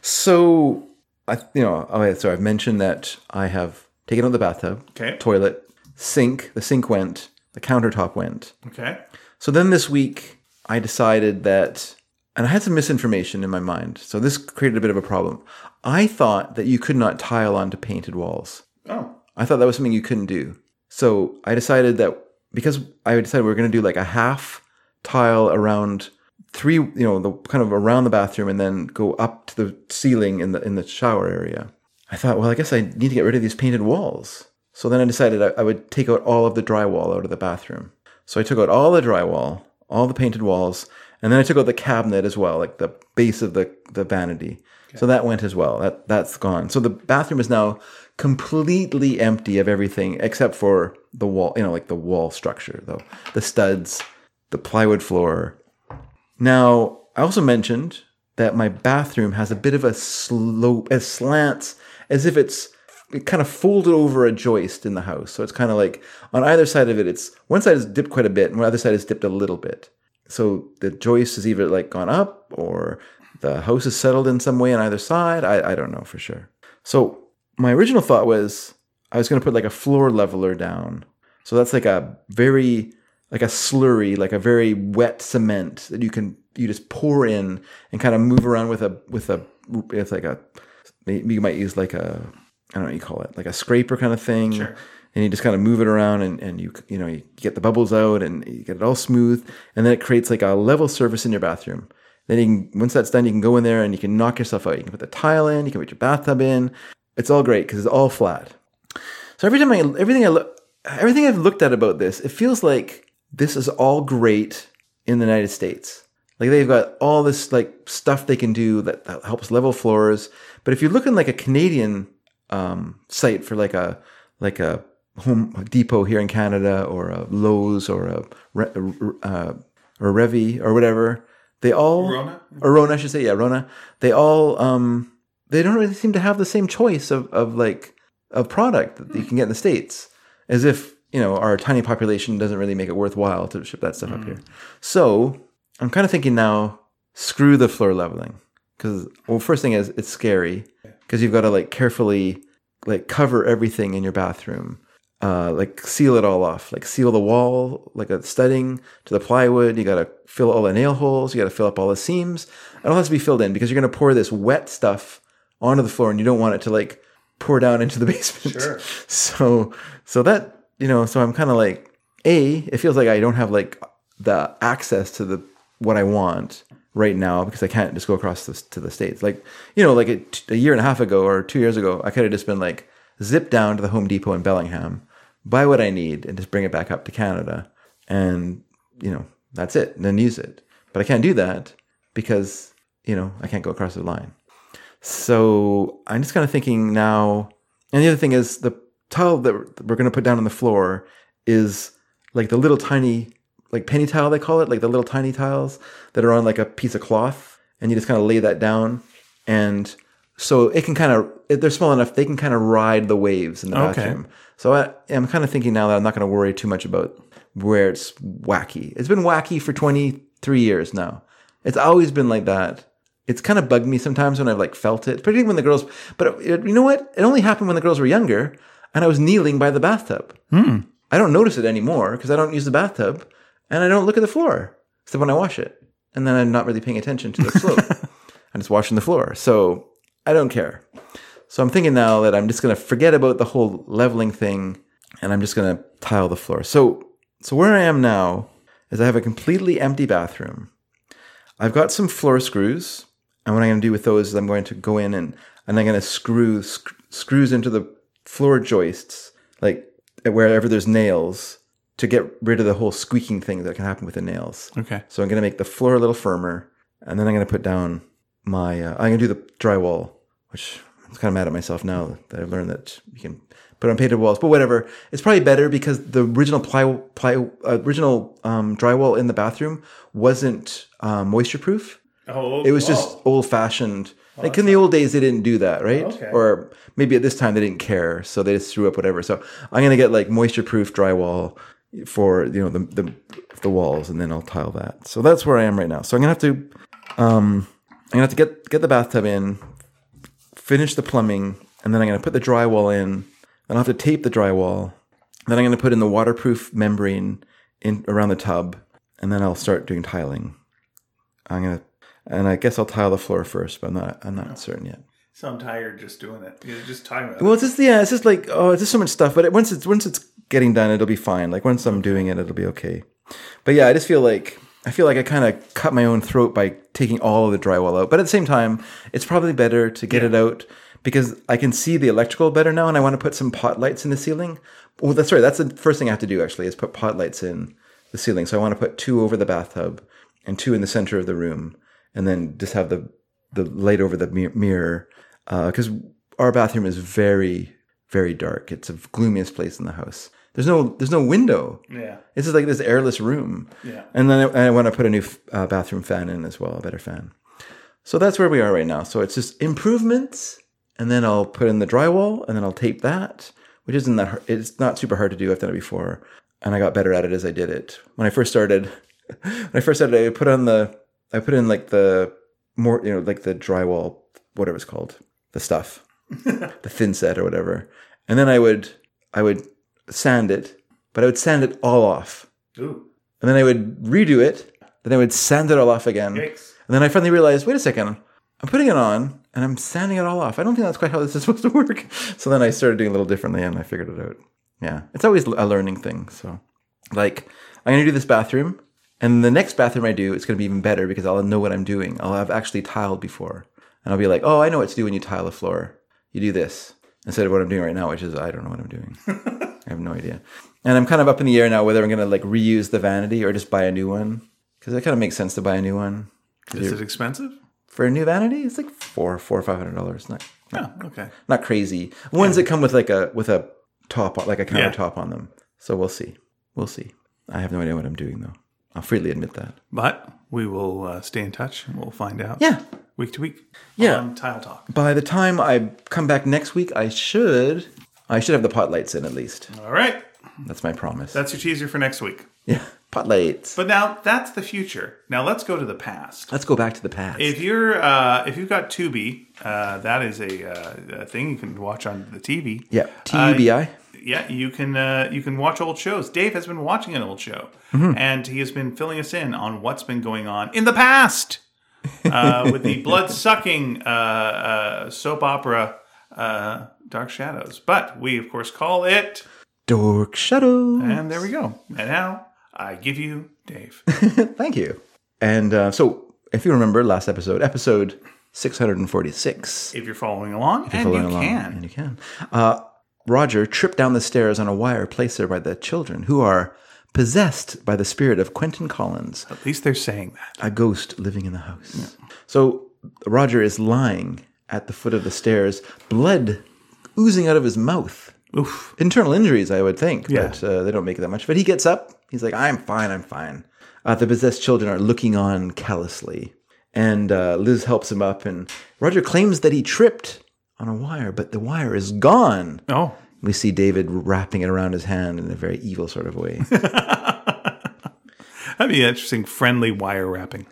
A: so. I you know oh yeah sorry I've mentioned that I have taken out the bathtub,
B: Okay.
A: toilet, sink. The sink went. The countertop went.
B: Okay,
A: So then this week, I decided that, and I had some misinformation in my mind. So this created a bit of a problem. I thought that you could not tile onto painted walls.
B: oh,
A: I thought that was something you couldn't do. So I decided that because I decided we are going to do like a half tile around three, you know, the kind of around the bathroom and then go up to the ceiling in the in the shower area. I thought, well, I guess I need to get rid of these painted walls. So then I decided I, I would take out all of the drywall out of the bathroom. So I took out all the drywall, all the painted walls, and then I took out the cabinet as well, like the base of the, the vanity. So that went as well. That that's gone. So the bathroom is now completely empty of everything except for the wall, you know, like the wall structure, though the studs, the plywood floor. Now I also mentioned that my bathroom has a bit of a slope, a slant, as if it's it kind of folded over a joist in the house. So it's kind of like on either side of it, it's one side is dipped quite a bit, and the other side is dipped a little bit. So the joist is either like gone up or the house is settled in some way on either side. I, I don't know for sure. So my original thought was I was going to put like a floor leveler down. So that's like a very like a slurry, like a very wet cement that you can you just pour in and kind of move around with a with a it's like a you might use like a I don't know what you call it like a scraper kind of thing.
B: Sure.
A: And you just kind of move it around, and, and you you know you get the bubbles out, and you get it all smooth, and then it creates like a level surface in your bathroom. Then you can once that's done, you can go in there and you can knock yourself out. You can put the tile in, you can put your bathtub in. It's all great because it's all flat. So every time I everything I look everything I've looked at about this, it feels like this is all great in the United States. Like they've got all this like stuff they can do that, that helps level floors. But if you look in like a Canadian um, site for like a like a Home Depot here in Canada or a Lowe's or a, Re- uh, or Revi or whatever, they all
B: Rona.
A: Mm-hmm. or Rona, I should say, yeah, Rona. They all um they don't really seem to have the same choice of of like a product that you can get in the states, as if you know our tiny population doesn't really make it worthwhile to ship that stuff up here. So I'm kind of thinking now, screw the floor leveling because well, first thing is it's scary because you've got to like carefully like cover everything in your bathroom. Uh, like seal it all off, like seal the wall, like a studding to the plywood. You gotta fill all the nail holes. You gotta fill up all the seams. It all has to be filled in because you're gonna pour this wet stuff onto the floor, and you don't want it to like pour down into the basement.
B: Sure.
A: So, so that you know, so I'm kind of like, a, it feels like I don't have like the access to the what I want right now because I can't just go across this to the states. Like you know, like a, a year and a half ago or two years ago, I could have just been like, zip down to the Home Depot in Bellingham, buy what I need, and just bring it back up to Canada, and you know, that's it. And then use it. But I can't do that because you know I can't go across the line. So I'm just kind of thinking now. And the other thing is the tile that we're- that we're going to put down on the floor is like the little tiny, like penny tile they call it, like the little tiny tiles that are on like a piece of cloth, and you just kind of lay that down, and so it can kind of if they're small enough they can kind of ride the waves in the
B: Okay.
A: bathroom. So I, I'm kind of thinking now that I'm not going to worry too much about where it's wacky. It's been wacky for 23 years now. It's always been like that. It's kind of bugged me sometimes when I've like felt it, particularly when the girls. But it, you know what? It only happened when the girls were younger, and I was kneeling by the bathtub. I don't notice it anymore because I don't use the bathtub and I don't look at the floor except when I wash it. And then I'm not really paying attention to the slope. I'm just washing the floor. So I don't care. So I'm thinking now that I'm just going to forget about the whole leveling thing and I'm just gonna tile the floor. So so where I am now is I have a completely empty bathroom. I've got some floor screws, and what I'm gonna do with those is I'm going to go in and and I'm gonna screw sc- screws into the floor joists, like wherever there's nails, to get rid of the whole squeaking thing that can happen with the nails.
B: Okay.
A: So I'm gonna make the floor a little firmer, and then I'm gonna put down my. Uh, I'm gonna do the drywall, which I'm kind of mad at myself now that I've learned that you can put on painted walls. But whatever, it's probably better because the original ply, ply uh, original um, drywall in the bathroom wasn't uh, moisture proof.
B: Oh,
A: It was just old fashioned. Like in the old days, they didn't do that, right?
B: Okay.
A: Or maybe at this time they didn't care, so they just threw up whatever. So I'm gonna get like moisture proof drywall for you know the, the the walls, and then I'll tile that. So that's where I am right now. So I'm gonna have to, um, I'm gonna have to get get the bathtub in, finish the plumbing, and then I'm gonna put the drywall in. Then I'll have to tape the drywall. Then I'm gonna put in the waterproof membrane in around the tub, and then I'll start doing tiling. I'm gonna, and I guess I'll tile the floor first, but I'm not, I'm not certain yet.
B: So I'm tired just doing it. You're just tired.
A: Well, it's just yeah, it's just like oh, it's just so much stuff. But it, once it's once it's getting done, it'll be fine. Like once I'm doing it, it'll be okay. But yeah, I just feel like I feel like I kind of cut my own throat by taking all of the drywall out. But at the same time, it's probably better to get it out because I can see the electrical better now, and I want to put some pot lights in the ceiling. Well, that's right. That's the first thing I have to do actually is put pot lights in the ceiling. So I want to put two over the bathtub and two in the center of the room, and then just have the the light over the mir- mirror because our bathroom is very very dark. It's the gloomiest place in the house. There's no there's no window.
B: yeah.
A: It's just like this airless room.
B: Yeah.
A: And then I, I want to put a new uh, bathroom fan in as well, a better fan. So that's where we are right now. So it's just improvements, and then I'll put in the drywall, and then I'll tape that, which isn't that hard. it's not super hard to do. I've done it before, and I got better at it as I did it. When I first started, when I first started, I put on the I put in like the more you know like the drywall whatever it's called the stuff the thin set or whatever, and then I would I would sand it, but I would sand it all off
B: Ooh.
A: and then I would redo it. Then I would sand it all off again.
B: Yikes.
A: And then I finally realized, wait a second, I'm putting it on and I'm sanding it all off. I don't think that's quite how this is supposed to work. So then I started doing it a little differently and I figured it out. Yeah, it's always a learning thing. So, like, I'm gonna do this bathroom, and the next bathroom I do, it's gonna be even better because I'll know what I'm doing. I'll have actually tiled before, and I'll be like, oh, I know what to do when you tile the floor. You do this instead of what I'm doing right now, which is I don't know what I'm doing. I have no idea. And I'm kind of up in the air now whether I'm gonna like reuse the vanity or just buy a new one because it kind of makes sense to buy a new one
B: Is it expensive?
A: for a new vanity it's like four four or five hundred dollars not
B: No. Okay.
A: not crazy ones that come with like a with a top on- like a
B: Yeah.
A: countertop on them so we'll see we'll see i have no idea what i'm doing though i'll freely admit that
B: But we will uh, stay in touch and we'll find out.
A: yeah
B: Week to week.
A: Yeah.
B: On Tile Talk.
A: by the time i come back next week i should i should have the pot lights in at least
B: All right.
A: that's my promise
B: That's your teaser for next week.
A: yeah pot lights
B: But now that's the future. Now let's go to the past.
A: let's go back to the past
B: If you're uh, if you've got Tubi, uh, that is a, uh, a thing you can watch on the TV.
A: yeah tubi
B: yeah, you can uh, you can watch old shows. Dave has been watching an old show, and he has been filling us in on what's been going on in the past uh, with the blood sucking uh, uh, soap opera uh, Dark Shadows. But we of course call it,
A: dork shadow
B: and there we go. And now I give you Dave.
A: Thank you. And uh, so, if you remember last episode, episode 646,
B: If you're following along, and
A: Follow
B: you
A: along,
B: can.
A: And you can. Uh, Roger tripped down the stairs on a wire placed there by the children, who are possessed by the spirit of Quentin Collins,
B: At least they're saying that.
A: a ghost living in the house. So, Roger is lying at the foot of the stairs, blood oozing out of his mouth.
B: Oof.
A: Internal injuries, I would think,
B: Yeah.
A: but uh, they don't make it that much. But he gets up. He's like, I'm fine, I'm fine. Uh, the possessed children are looking on callously. And uh, Liz helps him up, and Roger claims that he tripped on a wire, but the wire is gone.
B: Oh.
A: We see David wrapping it around his hand in a very evil sort of way.
B: That'd be interesting. Friendly wire wrapping.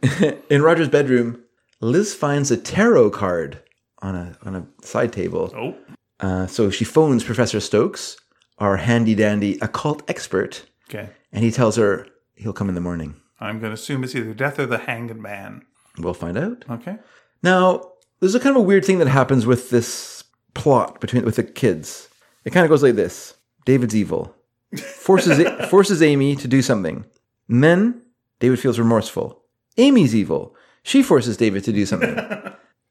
A: in Roger's bedroom, Liz finds a tarot card on a on a side table.
B: Oh.
A: Uh, so she phones Professor Stokes, our handy dandy occult expert,
B: Okay.
A: and he tells her he'll come in the morning.
B: I'm going to assume it's either death or the hanged man.
A: We'll find out.
B: Okay.
A: Now, there's a kind of a weird thing that happens with this plot between with the kids. It kind of goes like this: David's evil. forces forces Amy to do something. And then David feels remorseful. Amy's evil. She forces David to do something.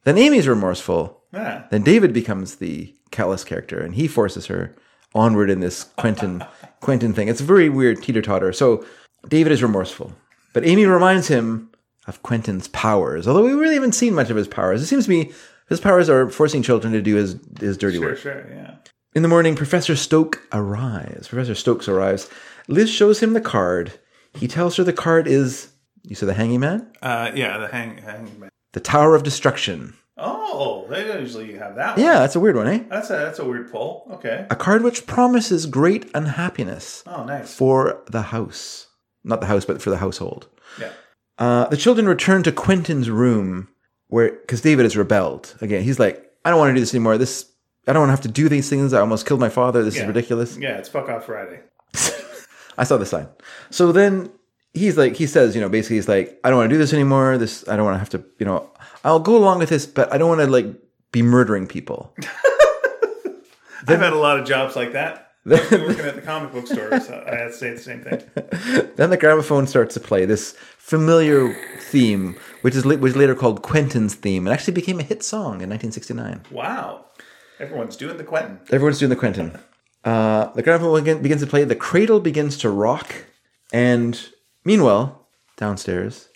A: then Amy's remorseful.
B: Yeah.
A: Then David becomes the callous character, and he forces her onward in this Quentin Quentin thing. It's a very weird teeter totter. So David is remorseful, but Amy reminds him of Quentin's powers. Although we really haven't seen much of his powers. It seems to me his powers are forcing children to do his his dirty work.
B: Sure, sure, yeah.
A: In the morning, Professor Stoke arrives. Professor Stokes arrives. Liz shows him the card. He tells her the card is you said the hanging man,
B: Uh, yeah, the hang, hanging man.
A: the Tower of Destruction.
B: Oh, they don't usually have that one.
A: Yeah, that's a weird one, eh?
B: That's a that's a weird pull. Okay.
A: A card which promises great unhappiness
B: Oh, nice.
A: for the house, not the house, but for the household.
B: Yeah.
A: Uh, the children return to Quentin's room where, because David has rebelled again. He's like, I don't want to do this anymore. This, I don't want to have to do these things. I almost killed my father. This
B: Yeah.
A: is ridiculous.
B: Yeah, it's fuck off Friday.
A: I saw the sign. So then he's like, he says, you know, basically he's like, I don't want to do this anymore. This, I don't want to have to, you know, I'll go along with this, but I don't want to like be murdering people.
B: I've had a lot of jobs like that. Working at the comic book store, so I had to say the same thing.
A: then the gramophone starts to play this familiar theme, which is la- was later called Quentin's theme, and actually became a hit song in 1969.
B: Wow. Everyone's doing the Quentin.
A: Everyone's doing the Quentin. Uh, the gramophone begin- begins to play. The cradle begins to rock, and meanwhile, downstairs,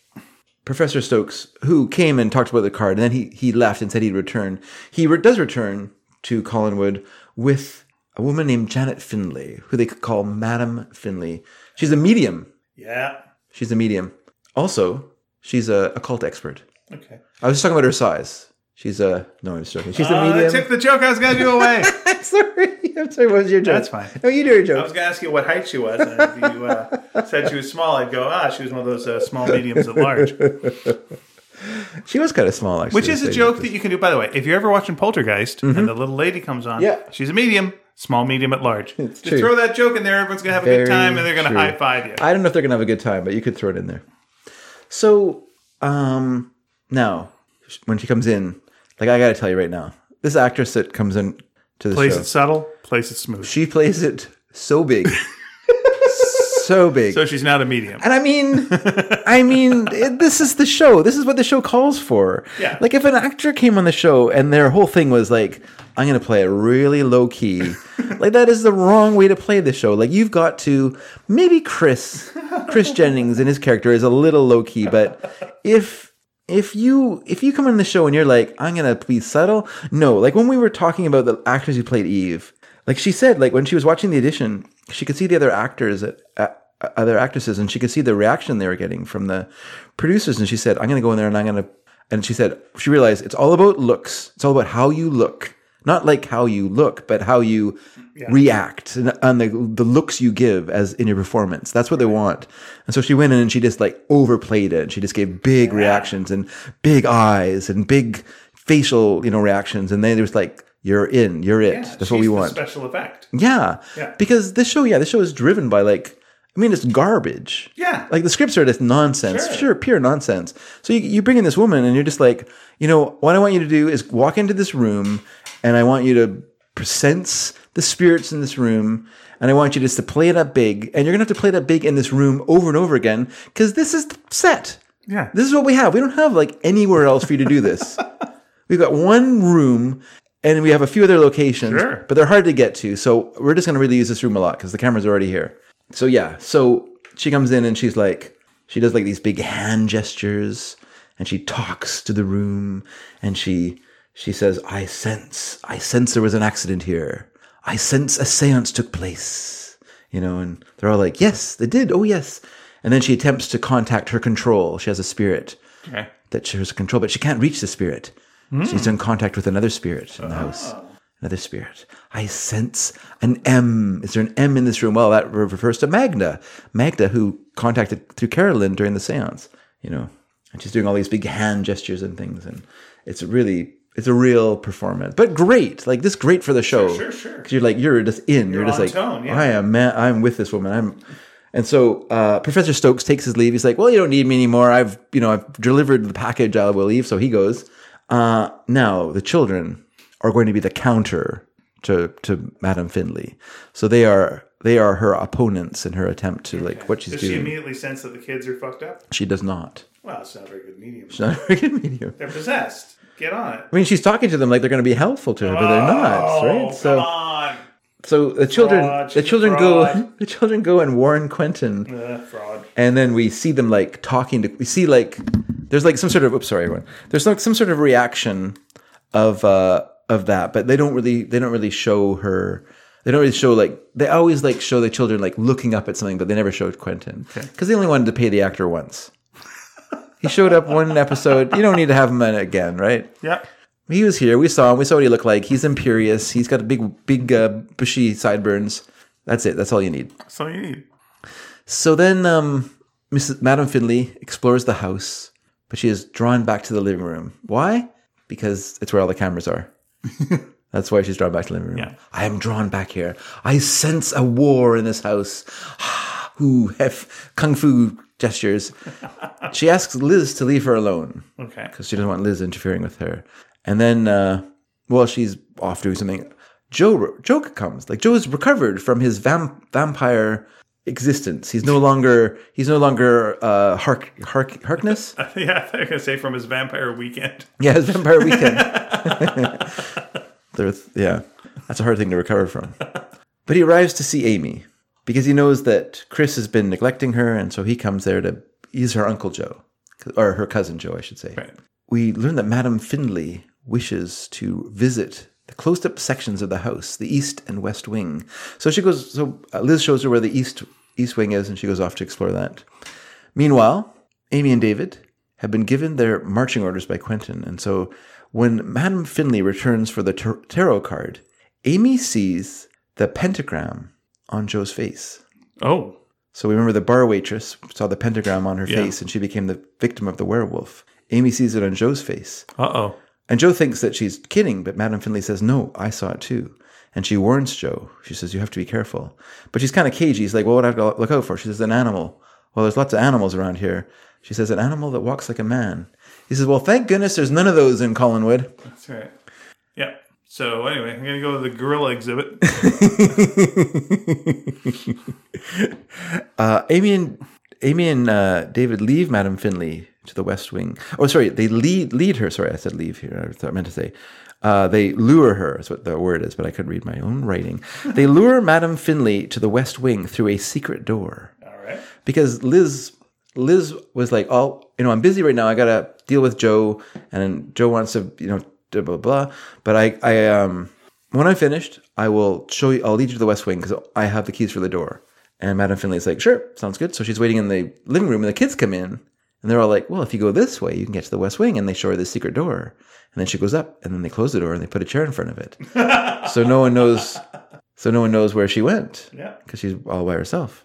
A: Professor Stokes, who came and talked about the card, and then he he left and said he'd return. He re- does return to Collinwood with a woman named Janet Finley, who they could call Madam Finley. She's a medium.
B: Yeah.
A: She's a medium. Also, she's a occult expert.
B: Okay.
A: I was just talking about her size. She's a no, I'm just joking. She's a
B: Uh, I
A: medium.
B: took the joke I was going to do away.
A: sorry, I'm sorry. What was your joke?
B: That's fine. Uh,
A: No, you do your joke.
B: I was going to ask you what height she was, and if you uh, said she was small, I'd go, ah, she was one of those uh, small mediums at large.
A: She was kind of small, actually.
B: Which is a
A: They-
B: joke that you can do, by the way. If you're ever watching Poltergeist and the little lady comes on,
A: Mm-hmm. Yeah.
B: she's a medium, small, medium at large. Just
A: true.
B: throw that joke in there, everyone's going to have a
A: Very
B: good time, and they're going to
A: true.
B: high five you.
A: I don't know if they're gonna have a good time, but you could throw it in there. So, um, now when she comes in, like I gotta tell you right now, this actress that comes in to the
B: Place
A: show,
B: it subtle, place it smooth.
A: she plays it so big, so big.
B: so she's not a medium.
A: and I mean, I mean, it, this is the show. This is what the show calls for.
B: Yeah.
A: Like if an actor came on the show and their whole thing was like, "I'm going to play it really low key," like that is the wrong way to play the show. Like you've got to maybe Chris, Chris Jennings and his character is a little low key, but if if you if you come on the show and you're like, "I'm going to be subtle," no. Like when we were talking about the actors who played Eve, like she said, like when she was watching the audition, she could see the other actors. At, other actresses and she could see the reaction they were getting from the producers and she said i'm going to go in there and i'm going to and she said she realized it's all about looks it's all about how you look not like how you look but how you react and, and the, the looks you give as in your performance that's what they want and so she went in and she just like overplayed it she just gave big reactions and big eyes and big facial you know reactions and then it was like you're in you're it that's what
B: She's
A: we
B: the
A: want
B: Special effect.
A: yeah.
B: Yeah.
A: Because this show, yeah, this show is driven by like, I mean, it's garbage.
B: Yeah.
A: Like the scripts are just nonsense,
B: Sure.
A: sure, pure nonsense. So you, you bring in this woman and you're just like, you know, what I want you to do is walk into this room and I want you to sense the spirits in this room and I want you just to play it up big. And you're going to have to play it up big in this room over and over again because this is the set.
B: Yeah.
A: This is what we have. We don't have like anywhere else for you to do this. We've got one room and we have a few other locations,
B: Sure.
A: but they're hard to get to. So we're just going to really use this room a lot because the camera's already here. So yeah, so she comes in and she's like, she does like these big hand gestures and she talks to the room and she, she says, I sense, I sense there was an accident here. I sense a seance took place, you know, and they're all like, yes, they did. Oh, yes. And then she attempts to contact her control. She has a spirit
B: Okay.
A: that she has control, but she can't reach the spirit. She's in contact with another spirit in the
B: Ah.
A: house. Another spirit. I sense an M. Is there an M in this room? Well, that re- refers to Magda. Magda, who contacted through Carolyn during the seance, you know, and she's doing all these big hand gestures and things. And it's really, it's a real performance, but great. Like this, great for the show.
B: sure, sure.
A: 'Cause You're like, you're just in. You're, just
B: on
A: like,
B: tone, yeah.
A: I am man, I'm with this woman. I'm and so uh, Professor Stokes takes his leave. He's like, Well, you don't need me anymore. I've you know, I've delivered the package, I will leave. So he goes. Uh, now the children are going to be the counter to to Madame Findlay. So they are they are her opponents in her attempt to like what she's
B: Does she
A: doing.
B: immediately sense that the kids are fucked up?
A: she does not.
B: Well, it's not a very good medium.
A: She's not a very good medium.
B: They're possessed. Get on it.
A: I mean, she's talking to them like they're going to be helpful to her, but they're not,
B: Oh,
A: right?
B: come
A: So,
B: on.
A: so the children,
B: Fraud,
A: the
B: she's a
A: children go,
B: fraud.
A: the children go and warn Quentin,
B: Ugh, fraud.
A: and then we see them like talking to we see like there's like some sort of oops sorry everyone there's like some sort of reaction of uh of that but they don't really they don't really show her they don't really show like they always like show the children like looking up at something but they never showed quentin because they only wanted to pay the actor once he showed up one episode you don't need to have him in it again right
B: Yep.
A: he was here we saw him we saw what he looked like he's imperious he's got a big big uh, bushy sideburns that's it that's all you need
B: So you need.
A: so then, um, Mrs. Madame Finley explores the house, but she is drawn back to the living room. Why? Because it's where all the cameras are. That's why she's drawn back to the living room.
B: Yeah.
A: I am drawn back here. I sense a war in this house. Ooh, hef, kung fu gestures. she asks Liz to leave her alone
B: Okay.
A: because she doesn't want Liz interfering with her. And then, uh, well, she's off doing something. Joe Joe comes. Like Joe is recovered from his vamp, vampire existence. He's no longer he's no longer uh, Hark Hark Harkness.
B: yeah, I was gonna say from his vampire weekend.
A: Yeah, his vampire weekend. There- yeah, that's a hard thing to recover from. But he arrives to see Amy because he knows that Chris has been neglecting her, and so he comes there to he's her uncle Joe or her cousin Joe, I should say.
B: Right.
A: we learn that Madame Findlay wishes to visit the closed up sections of the house, the east and west wing. So she goes. So uh, Liz shows her where the east east wing is, and she goes off to explore that. Meanwhile, Amy and David have been given their marching orders by Quentin, and so when Madame Finley returns for the tar- tarot card, Amy sees the pentagram on Joe's face.
B: Oh.
A: So we remember the bar waitress saw the pentagram on her face, and she became the victim of the werewolf. Amy sees it on Joe's face.
B: Uh oh.
A: And Joe thinks that she's kidding, but Madame Finley says, No, I saw it too. And she warns Joe. She says, You have to be careful. But she's kind of cagey. He's like, Well, what do I have to look out for? She says, An animal. Well, there's lots of animals around here. She says, An animal that walks like a man. He says, Well, thank goodness there's none of those in Collinwood.
B: That's right. Yep. So anyway, I'm gonna go to the gorilla exhibit.
A: Uh, Amy and, Amy and uh, David leave Madame Finley to the West Wing. Oh, sorry, they lead, lead her. Sorry, I said leave here. I thought I meant to say. Uh, they lure her, is what the word is, but I couldn't read my own writing. They lure Madame Finley to the West Wing through a secret door.
B: All right.
A: because Liz Liz was like, "Oh, you know, I'm busy right now. I gotta deal with Joe, and Joe wants to, you know, blah blah blah." But I, I, um, when I'm finished, I will show you. I'll lead you to the West Wing because I have the keys for the door. And Madame Finley's like, "Sure, sounds good." So she's waiting in the living room, and the kids come in, and they're all like, "Well, if you go this way, you can get to the West Wing." And they show her the secret door, and then she goes up, and then they close the door, and they put a chair in front of it, so no one knows. So no one knows where she went
B: Yeah.
A: because she's all by herself.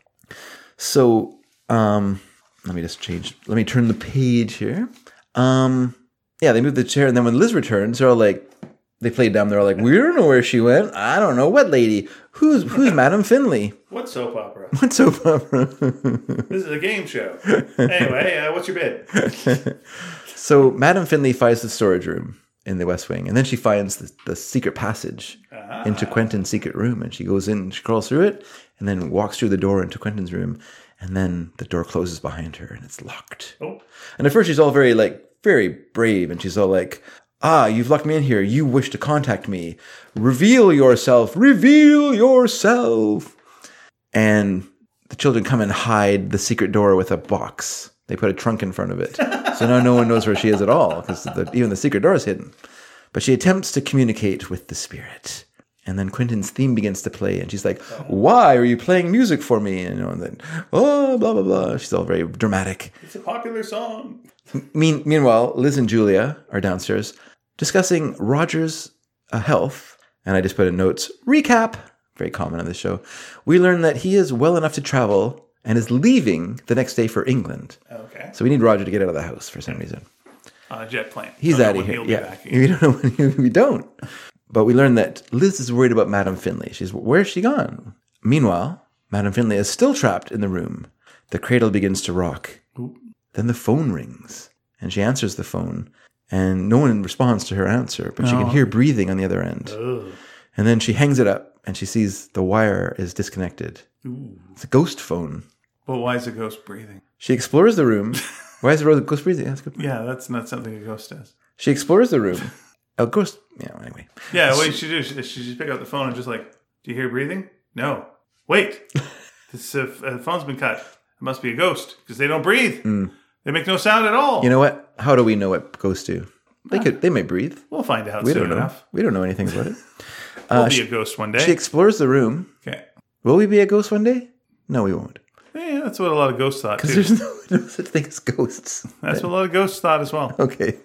A: So um, let me just change. Let me turn the page here. Um, yeah, they move the chair, and then when Liz returns, they're all like, they play dumb. They're all like, we don't know where she went. I don't know what lady. Who's who's Madame Finley?
B: What soap opera?
A: What's so far?
B: This is a game show. Anyway, uh, what's your bid?
A: so Madame Finley finds the storage room in the West Wing, and then she finds the, the secret passage into Quentin's secret room, and she goes in, she crawls through it, and then walks through the door into Quentin's room, and then the door closes behind her, and it's locked.
B: Oh,
A: And at first, she's all very, like, very brave. And she's all like, ah, you've locked me in here. You wish to contact me. Reveal yourself. Reveal yourself. And the children come and hide the secret door with a box. They put a trunk in front of it. So now no one knows where she is at all because the, even the secret door is hidden. But she attempts to communicate with the spirit. And then Quentin's theme begins to play, and she's like, "Why are you playing music for me?" And, you know, and then, oh, blah blah blah. She's all very dramatic.
B: it's a popular song.
A: Mean, meanwhile, Liz and Julia are downstairs discussing Roger's uh, health. And I just put in notes recap, very common on this show. We learn that he is well enough to travel and is leaving the next day for England.
B: Okay.
A: So we need Roger to get out of the house for some reason.
B: On a jet plane.
A: He's
B: Don't know
A: out of
B: when
A: here.
B: he'll be
A: Yeah,
B: back.
A: we don't know when he, we don't. But we learn that Liz is worried about Madame Finley. She's where's she gone? Meanwhile, Madame Finley is still trapped in the room. The cradle begins to rock.
B: Oop.
A: Then the phone rings, and she answers the
B: Oh.
A: phone, and no one responds to her answer, but she can hear breathing on the other end.
B: Ugh.
A: And then she hangs it up and she sees the wire is disconnected. It's a ghost phone.
B: But why is a ghost breathing?
A: She explores the room. Why is the road ghost breathing? That's a good. point.
B: Yeah, that's not something a ghost does.
A: She explores the room. A ghost. Yeah. Anyway,
B: Yeah, what did she do? She, she just pick up the phone and just like, do you hear breathing? No. Wait, this uh, f- uh, phone's been cut. It must be a ghost because they don't breathe. They make no sound at all.
A: Hmm. you know what? How do we know what ghosts do? They could. They may breathe.
B: we'll find out
A: We
B: soon
A: don't know.
B: enough.
A: We don't know anything about it.
B: We'll be a ghost one day.
A: She explores the room.
B: okay.
A: Will we be a ghost one day? No, we won't.
B: Yeah, that's what a lot of ghosts thought too.
A: There's no, no such thing as ghosts.
B: That's what a lot of ghosts thought as well.
A: Okay.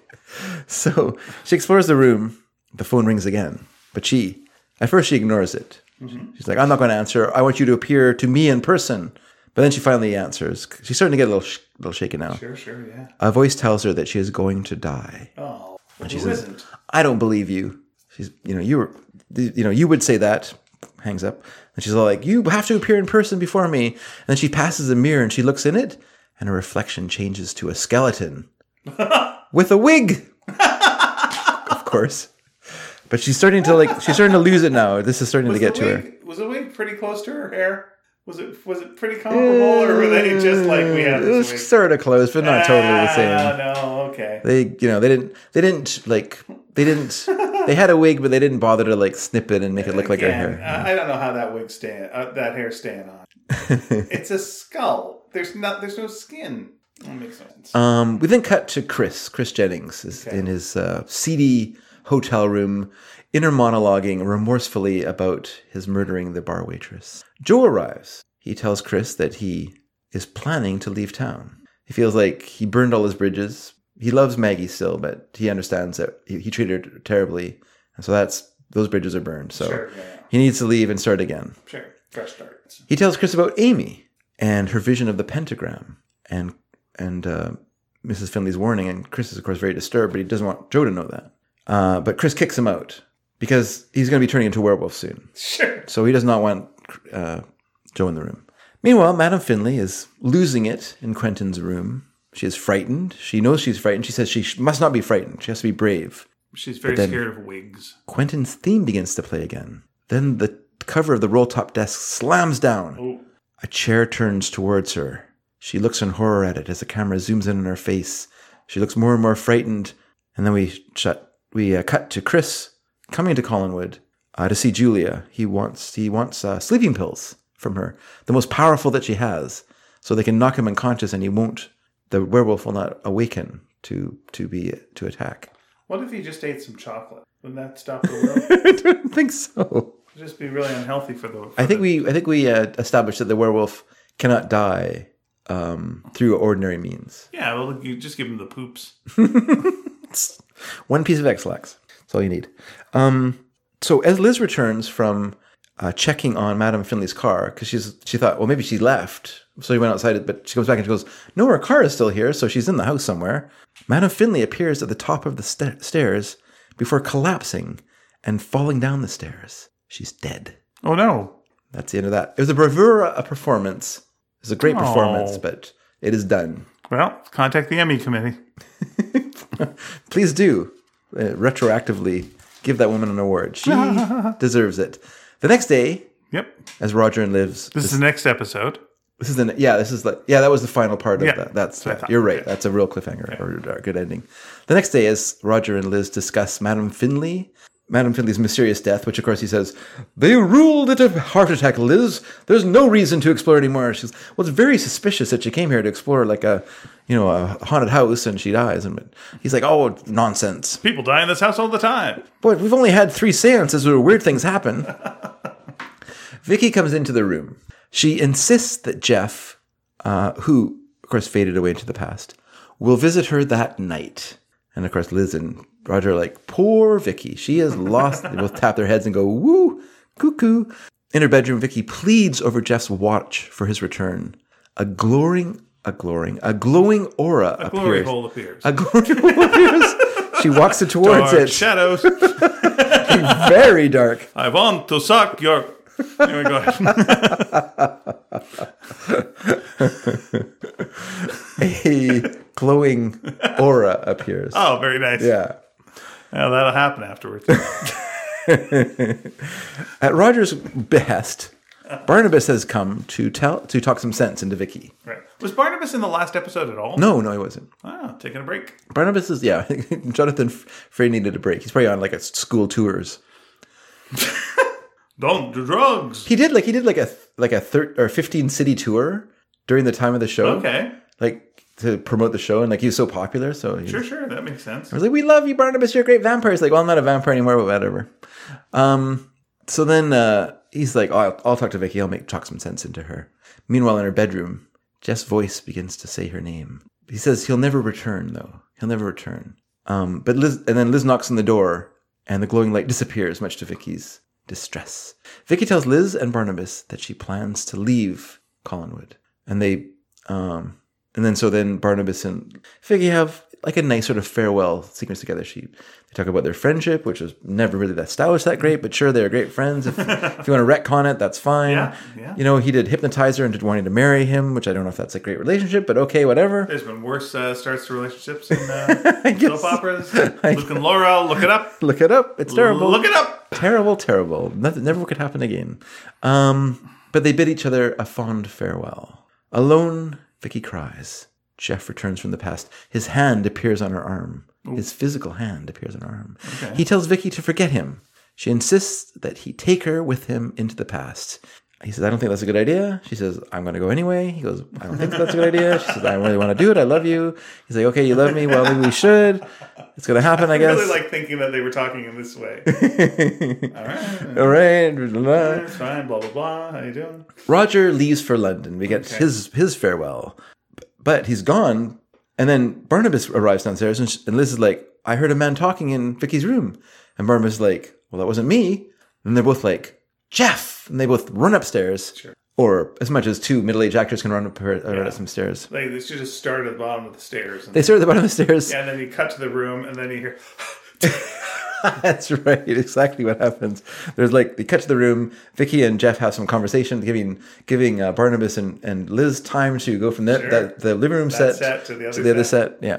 A: So she explores the room. The phone rings again. But she, at first, she ignores it. She's like, I'm not going to answer. I want you to appear to me in person. But then she finally answers. She's starting to get a little, sh- little shaken now.
B: Sure, sure, yeah.
A: A voice tells her that she is going to die.
B: Oh,
A: she
B: who
A: says-
B: isn't?
A: I don't believe you. She's, you know, you were, you know, you would say that. Hangs up, and she's all like, "You have to appear in person before me." And then she passes a mirror, and she looks in it, and her reflection changes to a skeleton with a wig, of course. But she's starting to like, she's starting to lose it now. This is starting to get
B: the
A: to her.
B: wig- Was the wig pretty close to her hair? Was it was it pretty comparable, or were they just like we have
A: It was
B: this wig?
A: sort of close, but not totally the same.
B: Ah, no, okay.
A: They, you know, they didn't, they didn't like, they didn't, they had a wig, but they didn't bother to like snip it and make it look like her
B: Again,
A: hair.
B: I I don't know how that wig stand, uh, that hair stand on. it's a skull. There's not. There's no skin. That makes sense.
A: Um, we then cut to Chris, Chris Jennings, is in his uh, seedy hotel room, inner monologuing remorsefully about his murdering the bar waitress. Joe arrives. He tells Chris that he is planning to leave town. He feels like he burned all his bridges. He loves Maggie still, but he understands that he, he treated her terribly, and so that's those bridges are burned. So
B: sure, yeah,
A: he needs to leave and start again.
B: sure. Fresh start.
A: He tells Chris about Amy and her vision of the pentagram and and uh, Mrs. Finley's warning, and Chris is of course very disturbed, but he doesn't want Joe to know that. Uh, but Chris kicks him out because he's going to be turning into a werewolf soon,
B: Sure.
A: so he does not want uh, Joe in the room. Meanwhile, Madame Finley is losing it in Quentin's room. She is frightened. She knows she's frightened. She says she sh- must not be frightened. She has to be brave.
B: She's very scared of wigs.
A: Quentin's theme begins to play again. Then the cover of the roll top desk slams down.
B: Oh,
A: A chair turns towards her. She looks in horror at it as the camera zooms in on her face. She looks more and more frightened, and then we shut. We uh, cut to Chris coming to Collinwood uh, to see Julia. He wants he wants uh, sleeping pills from her, the most powerful that she has, so they can knock him unconscious, and he won't. The werewolf will not awaken to to be to attack.
B: what if he just ate some chocolate? Wouldn't that stop the world? It'd
A: I don't think so.
B: just be really unhealthy for the.
A: I think we I think we uh, established that the werewolf cannot die um, through ordinary means.
B: Yeah, well, you just give him the poops.
A: One piece of X-Lax. That's all you need. Um, so as Liz returns from uh, checking on Madame Finley's car, because she's she thought, well, maybe she left. So she went outside, but she comes back and she goes, no, her car is still here, so she's in the house somewhere. Madame Finley appears at the top of the sta- stairs before collapsing and falling down the stairs. She's dead.
B: Oh no!
A: That's the end of that. It was a bravura a performance. It was a great performance,
B: Oh.
A: but it is done.
B: Well, contact the Emmy committee.
A: please do uh, retroactively give that woman an award. She deserves it. The next day,
B: Yep,
A: as Roger and Liv's,
B: this is the next episode.
A: this is the yeah, this is like yeah, that was the final part of
B: Yeah,
A: that. That's
B: what I thought.
A: you're right. That's a real cliffhanger or a good ending. The next day, as Roger and Liz discuss Madame Finley. Madame Finley's mysterious death, which of course he says, they ruled it a heart attack, Liz. There's no reason to explore anymore. She's well, it's very suspicious that she came here to explore like a, you know, a haunted house and she dies. And he's like, oh, nonsense.
B: People die in this house all the time.
A: Boy, we've only had three seances where weird things happen. Vicky comes into the room. She insists that Jeff, uh, who of course faded away into the past, will visit her that night. And of course, Liz and Roger are like, poor Vicky. She has lost. they both tap their heads and go, woo, cuckoo. In her bedroom, Vicky pleads over Jeff's watch for his return. A gloring, a gloring, a glowing aura
B: Glory
A: appears.
B: hole appears.
A: A glory hole appears. She walks it towards
B: Dark
A: it
B: shadows.
A: very dark.
B: I want to suck your. Here we go.
A: A glowing aura appears.
B: Oh, very nice.
A: Yeah.
B: Well, that'll happen afterwards.
A: At Roger's behest, Barnabas has come to tell to talk some sense into Vicky.
B: Right. Was Barnabas in the last episode at all?
A: No, no, he wasn't.
B: Ah, taking a break.
A: Barnabas is yeah. Jonathan Frey needed a break. He's probably on like a school tours.
B: Don't do drugs.
A: He did like he did like a like a thir- or fifteen city tour during the time of the show.
B: Okay.
A: Like to promote the show and like he was so popular, so he
B: Sure, sure. That makes sense.
A: I was like, "We love you, Barnabas. You're a great vampire." He's like, "Well, I'm not a vampire anymore, but whatever." Um, so then uh, he's like, oh, I'll, "I'll talk to Vicky. I'll make talk some sense into her." Meanwhile, in her bedroom, Jeff's voice begins to say her name. He says he'll never return, though. He'll never return. Um, but Liz, and then Liz knocks on the door, and the glowing light disappears, much to Vicky's distress. Vicky tells Liz and Barnabas that she plans to leave Collinwood, and they, um, and then so then Barnabas and Vicky have like a nice sort of farewell sequence together. She they talk about their friendship, which was never really that established that great, but sure they were great friends. If, if you want to retcon it, that's fine.
B: Yeah, yeah.
A: You know, he did hypnotize her into wanting to marry him, which I don't know if that's a great relationship, but okay, whatever.
B: There's been worse uh, starts to relationships in uh,
A: guess.
B: soap operas. Luke and Laura, look it up.
A: Look it up. It's terrible.
B: Look it up.
A: terrible, terrible. Nothing, never could happen again. Um, but they bid each other a fond farewell. Alone, Vicky cries. Jeff returns from the past. His hand appears on her arm. His physical hand appears on her arm. He tells Vicky to forget him. She insists that he take her with him into the past. He says, I don't think that's a good idea. She says, I'm going to go anyway. He goes, I don't think that's a good idea. She says, I really want to do it. I love you. He's like, okay, you love me. Well, maybe we should. It's going to happen, I
B: I
A: guess.
B: really like thinking that they were talking in this way. All right.
A: All right. blah, blah, blah.
B: It's fine. Blah, blah, blah. How you doing?
A: Roger leaves for London. We get
B: Okay.
A: his his farewell, B- but he's gone. And then Barnabas arrives downstairs, and, sh and Liz is like, "I heard a man talking in Vicky's room," and Barnabas is like, "Well, that wasn't me." And they're both like, "Jeff!" And they both run upstairs,
B: Sure.
A: or as much as two middle-aged actors can run up her, uh, run up some stairs.
B: Like, they should just start at the bottom of the stairs. And,
A: They start at the bottom of the stairs.
B: and then you cut to the room, and then you hear,
A: That's right. Exactly what happens. There's like they cut to the room. Vicky and Jeff have some conversation, giving giving uh, Barnabas and, and Liz time to go from that,
B: Sure.
A: that the living room set,
B: set to the other
A: set. Yeah,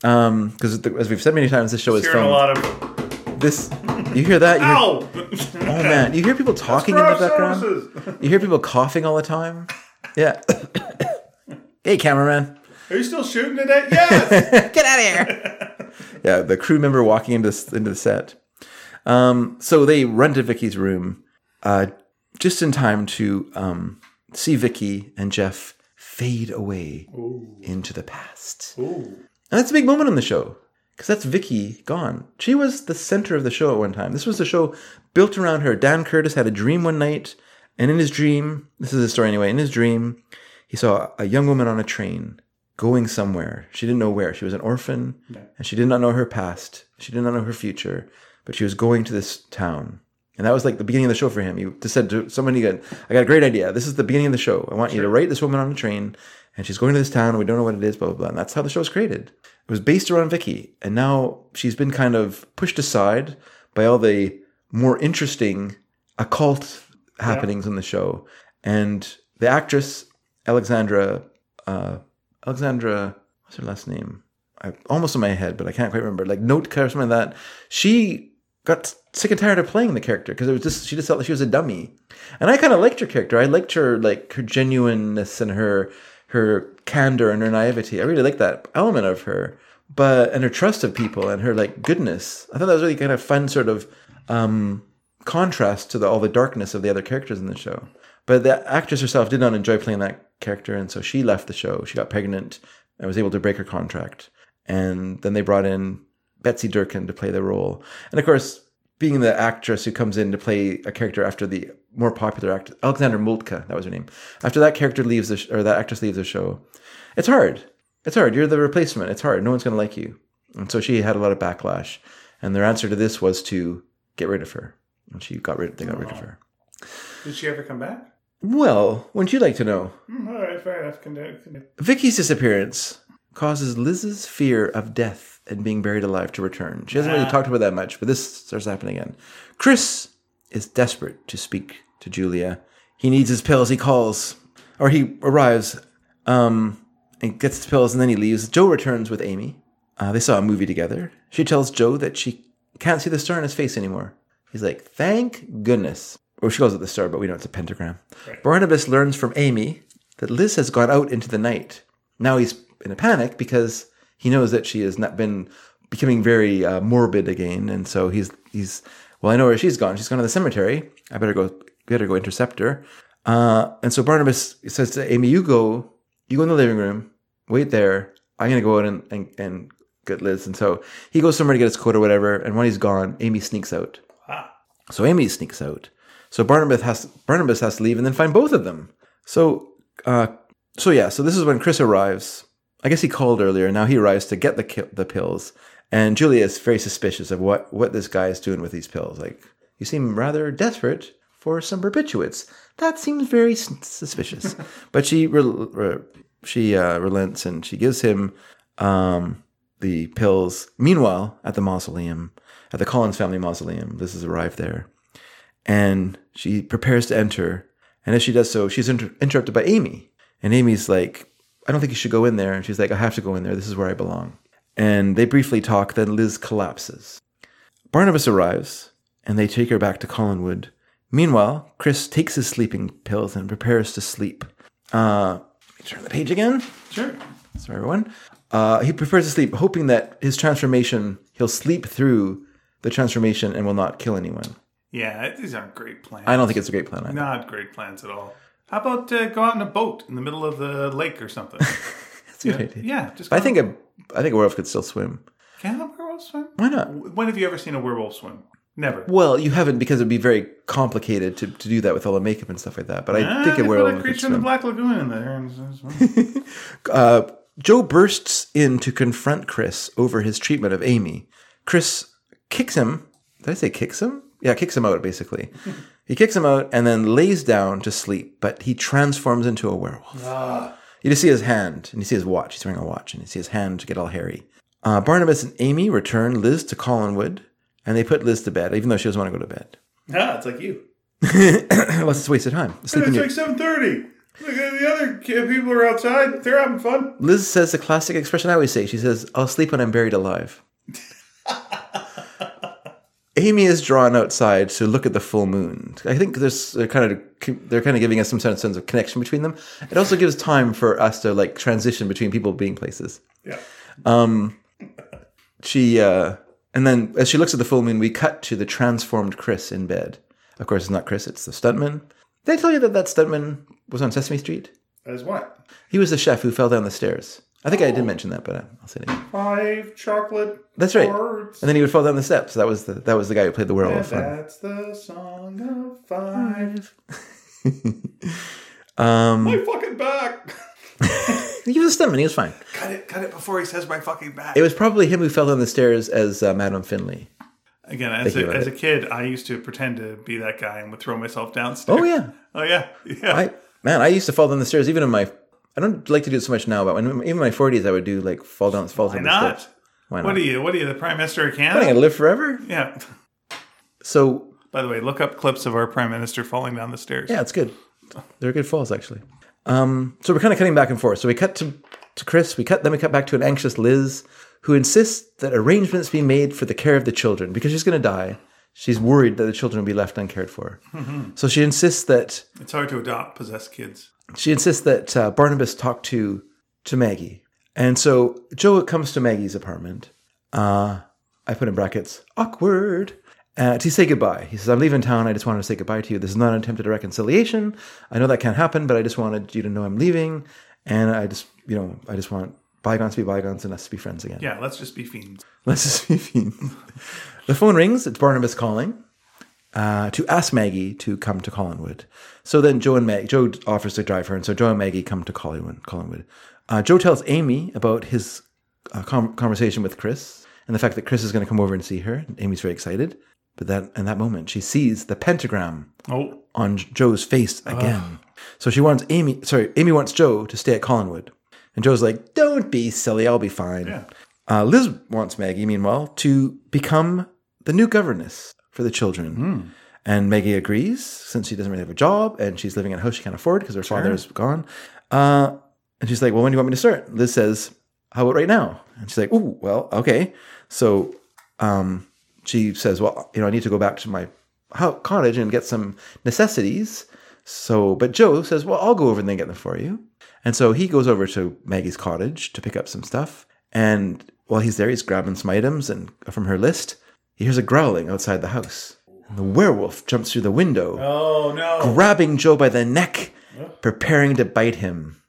A: because as we've said many times, this show is
B: hearing
A: from
B: a lot of,
A: this. You hear that? You hear,
B: ow!
A: oh man, you hear people talking in the
B: Scrub
A: background.
B: services.
A: You hear people coughing all the time. Yeah. hey, cameraman.
B: Are you still shooting today? Yes!
A: Get out of here. yeah, the crew member walking into s- into the set. Um, so they run to Vicky's room, uh, just in time to um, see Vicky and Jeff fade away into the past.
B: Ooh.
A: And that's a big moment on the show because that's Vicky gone. She was the center of the show at one time. This was the show built around her. Dan Curtis had a dream one night, and in his dream, this is a story anyway, in his dream, he saw a young woman on a train going somewhere. She didn't know where. She was an orphan, and she did not know her past. She did not know her future, but she was going to this town. And that was like the beginning of the show for him. He just said to somebody, I got a great idea. This is the beginning of the show. I want you to write this woman on a train, and she's going to this town. We don't know what it is, blah, blah, blah. And that's how the show was created. It was based around Vicky, and now she's been kind of pushed aside by all the more interesting occult happenings on the show. And the actress, Alexandra, uh, Alexandra, what's her last name? I, almost in my head, but I can't quite remember. Like Notka or something like that. She got sick and tired of playing the character because it was just she just felt like she was a dummy. And I kind of liked her character. I liked her like her genuineness and her her candor and her naivety. I really liked that element of her, but and her trust of people and her like goodness. I thought that was really kind of fun sort of um, contrast to the, all the darkness of the other characters in the show. But the actress herself did not enjoy playing that character, and so she left the show. She got pregnant and was able to break her contract. And then they brought in Betsy Durkin to play the role. And of course, being the actress who comes in to play a character after the more popular actor Alexander Moltke, that was her name. After that character leaves the sh- or that actress leaves the show, it's hard. It's hard. You're the replacement. It's hard. No one's going to like you. And so she had a lot of backlash. And their answer to this was to get rid of her. And she got rid. They got rid of her.
B: Did she ever come back?
A: Well, wouldn't you like to know?
B: Hmm, all right, fair enough. Can do, can do.
A: Vicky's disappearance causes Liz's fear of death and being buried alive to return. She hasn't really talked about that much, but this starts to happen again. Chris is desperate to speak to Julia. He needs his pills. He calls, or he arrives, um, and gets his pills, and then he leaves. Joe returns with Amy. Uh, they saw a movie together. She tells Joe that she can't see the star in his face anymore. He's like, thank goodness. Well, she calls it the star, but we know it's a pentagram. Barnabas learns from Amy that Liz has gone out into the night. Now he's in a panic because he knows that she has not been becoming very uh, morbid again, and so he's he's well, I know where she's gone. She's gone to the cemetery. I better go better go intercept her. Uh, and so Barnabas says to Amy, "You go, you go in the living room. Wait there. I'm gonna go out and and, and get Liz." And so he goes somewhere to get his coat or whatever. And when he's gone, Amy sneaks out.
B: Ah,
A: So Amy sneaks out. So Barnabas has Barnabas has to leave and then find both of them. So uh, so yeah, so this is when Chris arrives. I guess he called earlier. Now he arrives to get the ki- the pills, and Julia is very suspicious of what what this guy is doing with these pills. Like you seem rather desperate for some barbiturates. That seems very s- suspicious. but she rel re- she uh, relents and she gives him um, the pills. Meanwhile, at the mausoleum, at the Collins family mausoleum, Liz has arrived there, and she prepares to enter. And as she does so, she's inter- interrupted by Amy. And Amy's like, I don't think you should go in there. And she's like, I have to go in there. This is where I belong. And they briefly talk, then Liz collapses. Barnabas arrives, and they take her back to Collinwood. Meanwhile, Chris takes his sleeping pills and prepares to sleep. Uh, turn the page again.
B: Sure.
A: Sorry, everyone. Uh, he prefers to sleep, hoping that his transformation, he'll sleep through the transformation and will not kill anyone.
B: Yeah, these aren't great plans.
A: I don't think it's a great plan. either.
B: Not great plans at all. How about uh, go out in a boat in the middle of the lake or something?
A: That's a good idea.
B: yeah, just.
A: But I
B: go-
A: think a, I think a werewolf could still swim.
B: can a werewolf swim?
A: Why not?
B: When have you ever seen a werewolf swim? Never.
A: Well, you haven't because it'd be very complicated to, to do that with all the makeup and stuff like that. But I
B: Ah,
A: think
B: they
A: it
B: put
A: will.
B: a creature in the Black Lagoon in there. and-
A: Uh, Joe bursts in to confront Chris over his treatment of Amy. Chris kicks him. Did I say kicks him? Yeah, kicks him out basically. he kicks him out and then lays down to sleep, but he transforms into a werewolf. You just see his hand and you see his watch. He's wearing a watch and you see his hand get all hairy. Uh, Barnabas and Amy return Liz to Collinwood and they put Liz to bed, even though she doesn't want to go to bed.
B: ah, it's like you.
A: Unless it's wasted time. Sleeping
B: It's
A: you.
B: like seven thirty. Look at the other kid, people are outside. They're having fun.
A: Liz says the classic expression I always say. She says, I'll sleep when I'm buried alive. Amy is drawn outside to look at the full moon. I think there's they're kind of they're kind of giving us some sense sense of connection between them. It also gives time for us to like transition between people being places.
B: Yeah.
A: She uh, and then as she looks at the full moon, we cut to the transformed Chris in bed. Of course, it's not Chris; it's the stuntman. Did I tell you that that stuntman was on Sesame Street?
B: As what?
A: He was the chef who fell down the stairs. I think I did mention that, but uh, I'll say it again.
B: Five chocolate.
A: That's right.
B: Birds.
A: And then he would fall down the steps. That was the that was the guy who played the
B: And
A: werewolf. on-
B: that's the song of five.
A: Um,
B: My fucking back.
A: he was a stuntman. He was fine.
B: Cut it! Cut it before he says my fucking back.
A: It was probably him who fell down the stairs as uh, Madame Finley.
B: Again, as
A: you,
B: a, as a
A: Elliot.
B: kid, I used to pretend to be that guy and would throw myself downstairs.
A: Oh yeah,
B: Oh yeah, yeah.
A: I man, I used to fall down the stairs even in my. I don't like to do it so much now, but when even in my forties, I would do like fall down, fall
B: Why
A: down the
B: not?
A: stairs. Why not?
B: What are you? What are you? The prime minister of
A: I'm
B: Canada?
A: gonna live forever.
B: Yeah.
A: So
B: By the way, look up clips of our prime minister falling down the stairs.
A: yeah, it's good. They're good falls actually. Um, so we're kind of cutting back and forth. So we cut to to Chris. We cut then we cut back to an anxious Liz who insists that arrangements be made for the care of the children because she's gonna die. She's worried that the children will be left uncared for. So she insists that
B: It's hard to adopt possessed kids.
A: she insists that uh, Barnabas talk to to Maggie, and so Joe comes to Maggie's apartment. Uh, I put in brackets awkward uh, to say goodbye. He says, "I'm leaving town. I just wanted to say goodbye to you. This is not an attempt at a reconciliation. I know that can't happen, but I just wanted you to know I'm leaving, and I just you know I just want bygones to be bygones and us to be friends again.
B: Yeah, let's just be fiends.
A: Let's just be fiends." the phone rings. It's Barnabas calling uh, to ask Maggie to come to Collinwood. So then Joe and Mag Joe offers to drive her, and so Joe and Maggie come to Collinwood. Collinwood. Uh, Joe tells Amy about his uh, com- conversation with Chris and the fact that Chris is going to come over and see her. Amy's very excited, but that in that moment she sees the pentagram
B: Oh,
A: on Joe's face again. So she wants Amy. Sorry, Amy wants Joe to stay at Collinwood, and Joe's like, "Don't be silly. I'll be fine."
B: Yeah.
A: Uh, Liz wants Maggie, meanwhile, to become the new governess for the children. And Maggie agrees since she doesn't really have a job and she's living in a house she can't afford because her father is gone. Uh, and she's like, Well, when do you want me to start? Liz says, How about right now? And she's like, Oh, well, okay. So um, she says, Well, you know, I need to go back to my ho cottage and get some necessities. So, but Joe says, "Well, I'll go over and then get them for you." And so he goes over to Maggie's cottage to pick up some stuff. And while he's there, he's grabbing some items and uh, from her list, he hears a growling outside the house. And the werewolf jumps through the window
B: Oh no!
A: grabbing Joe by the neck, preparing to bite him.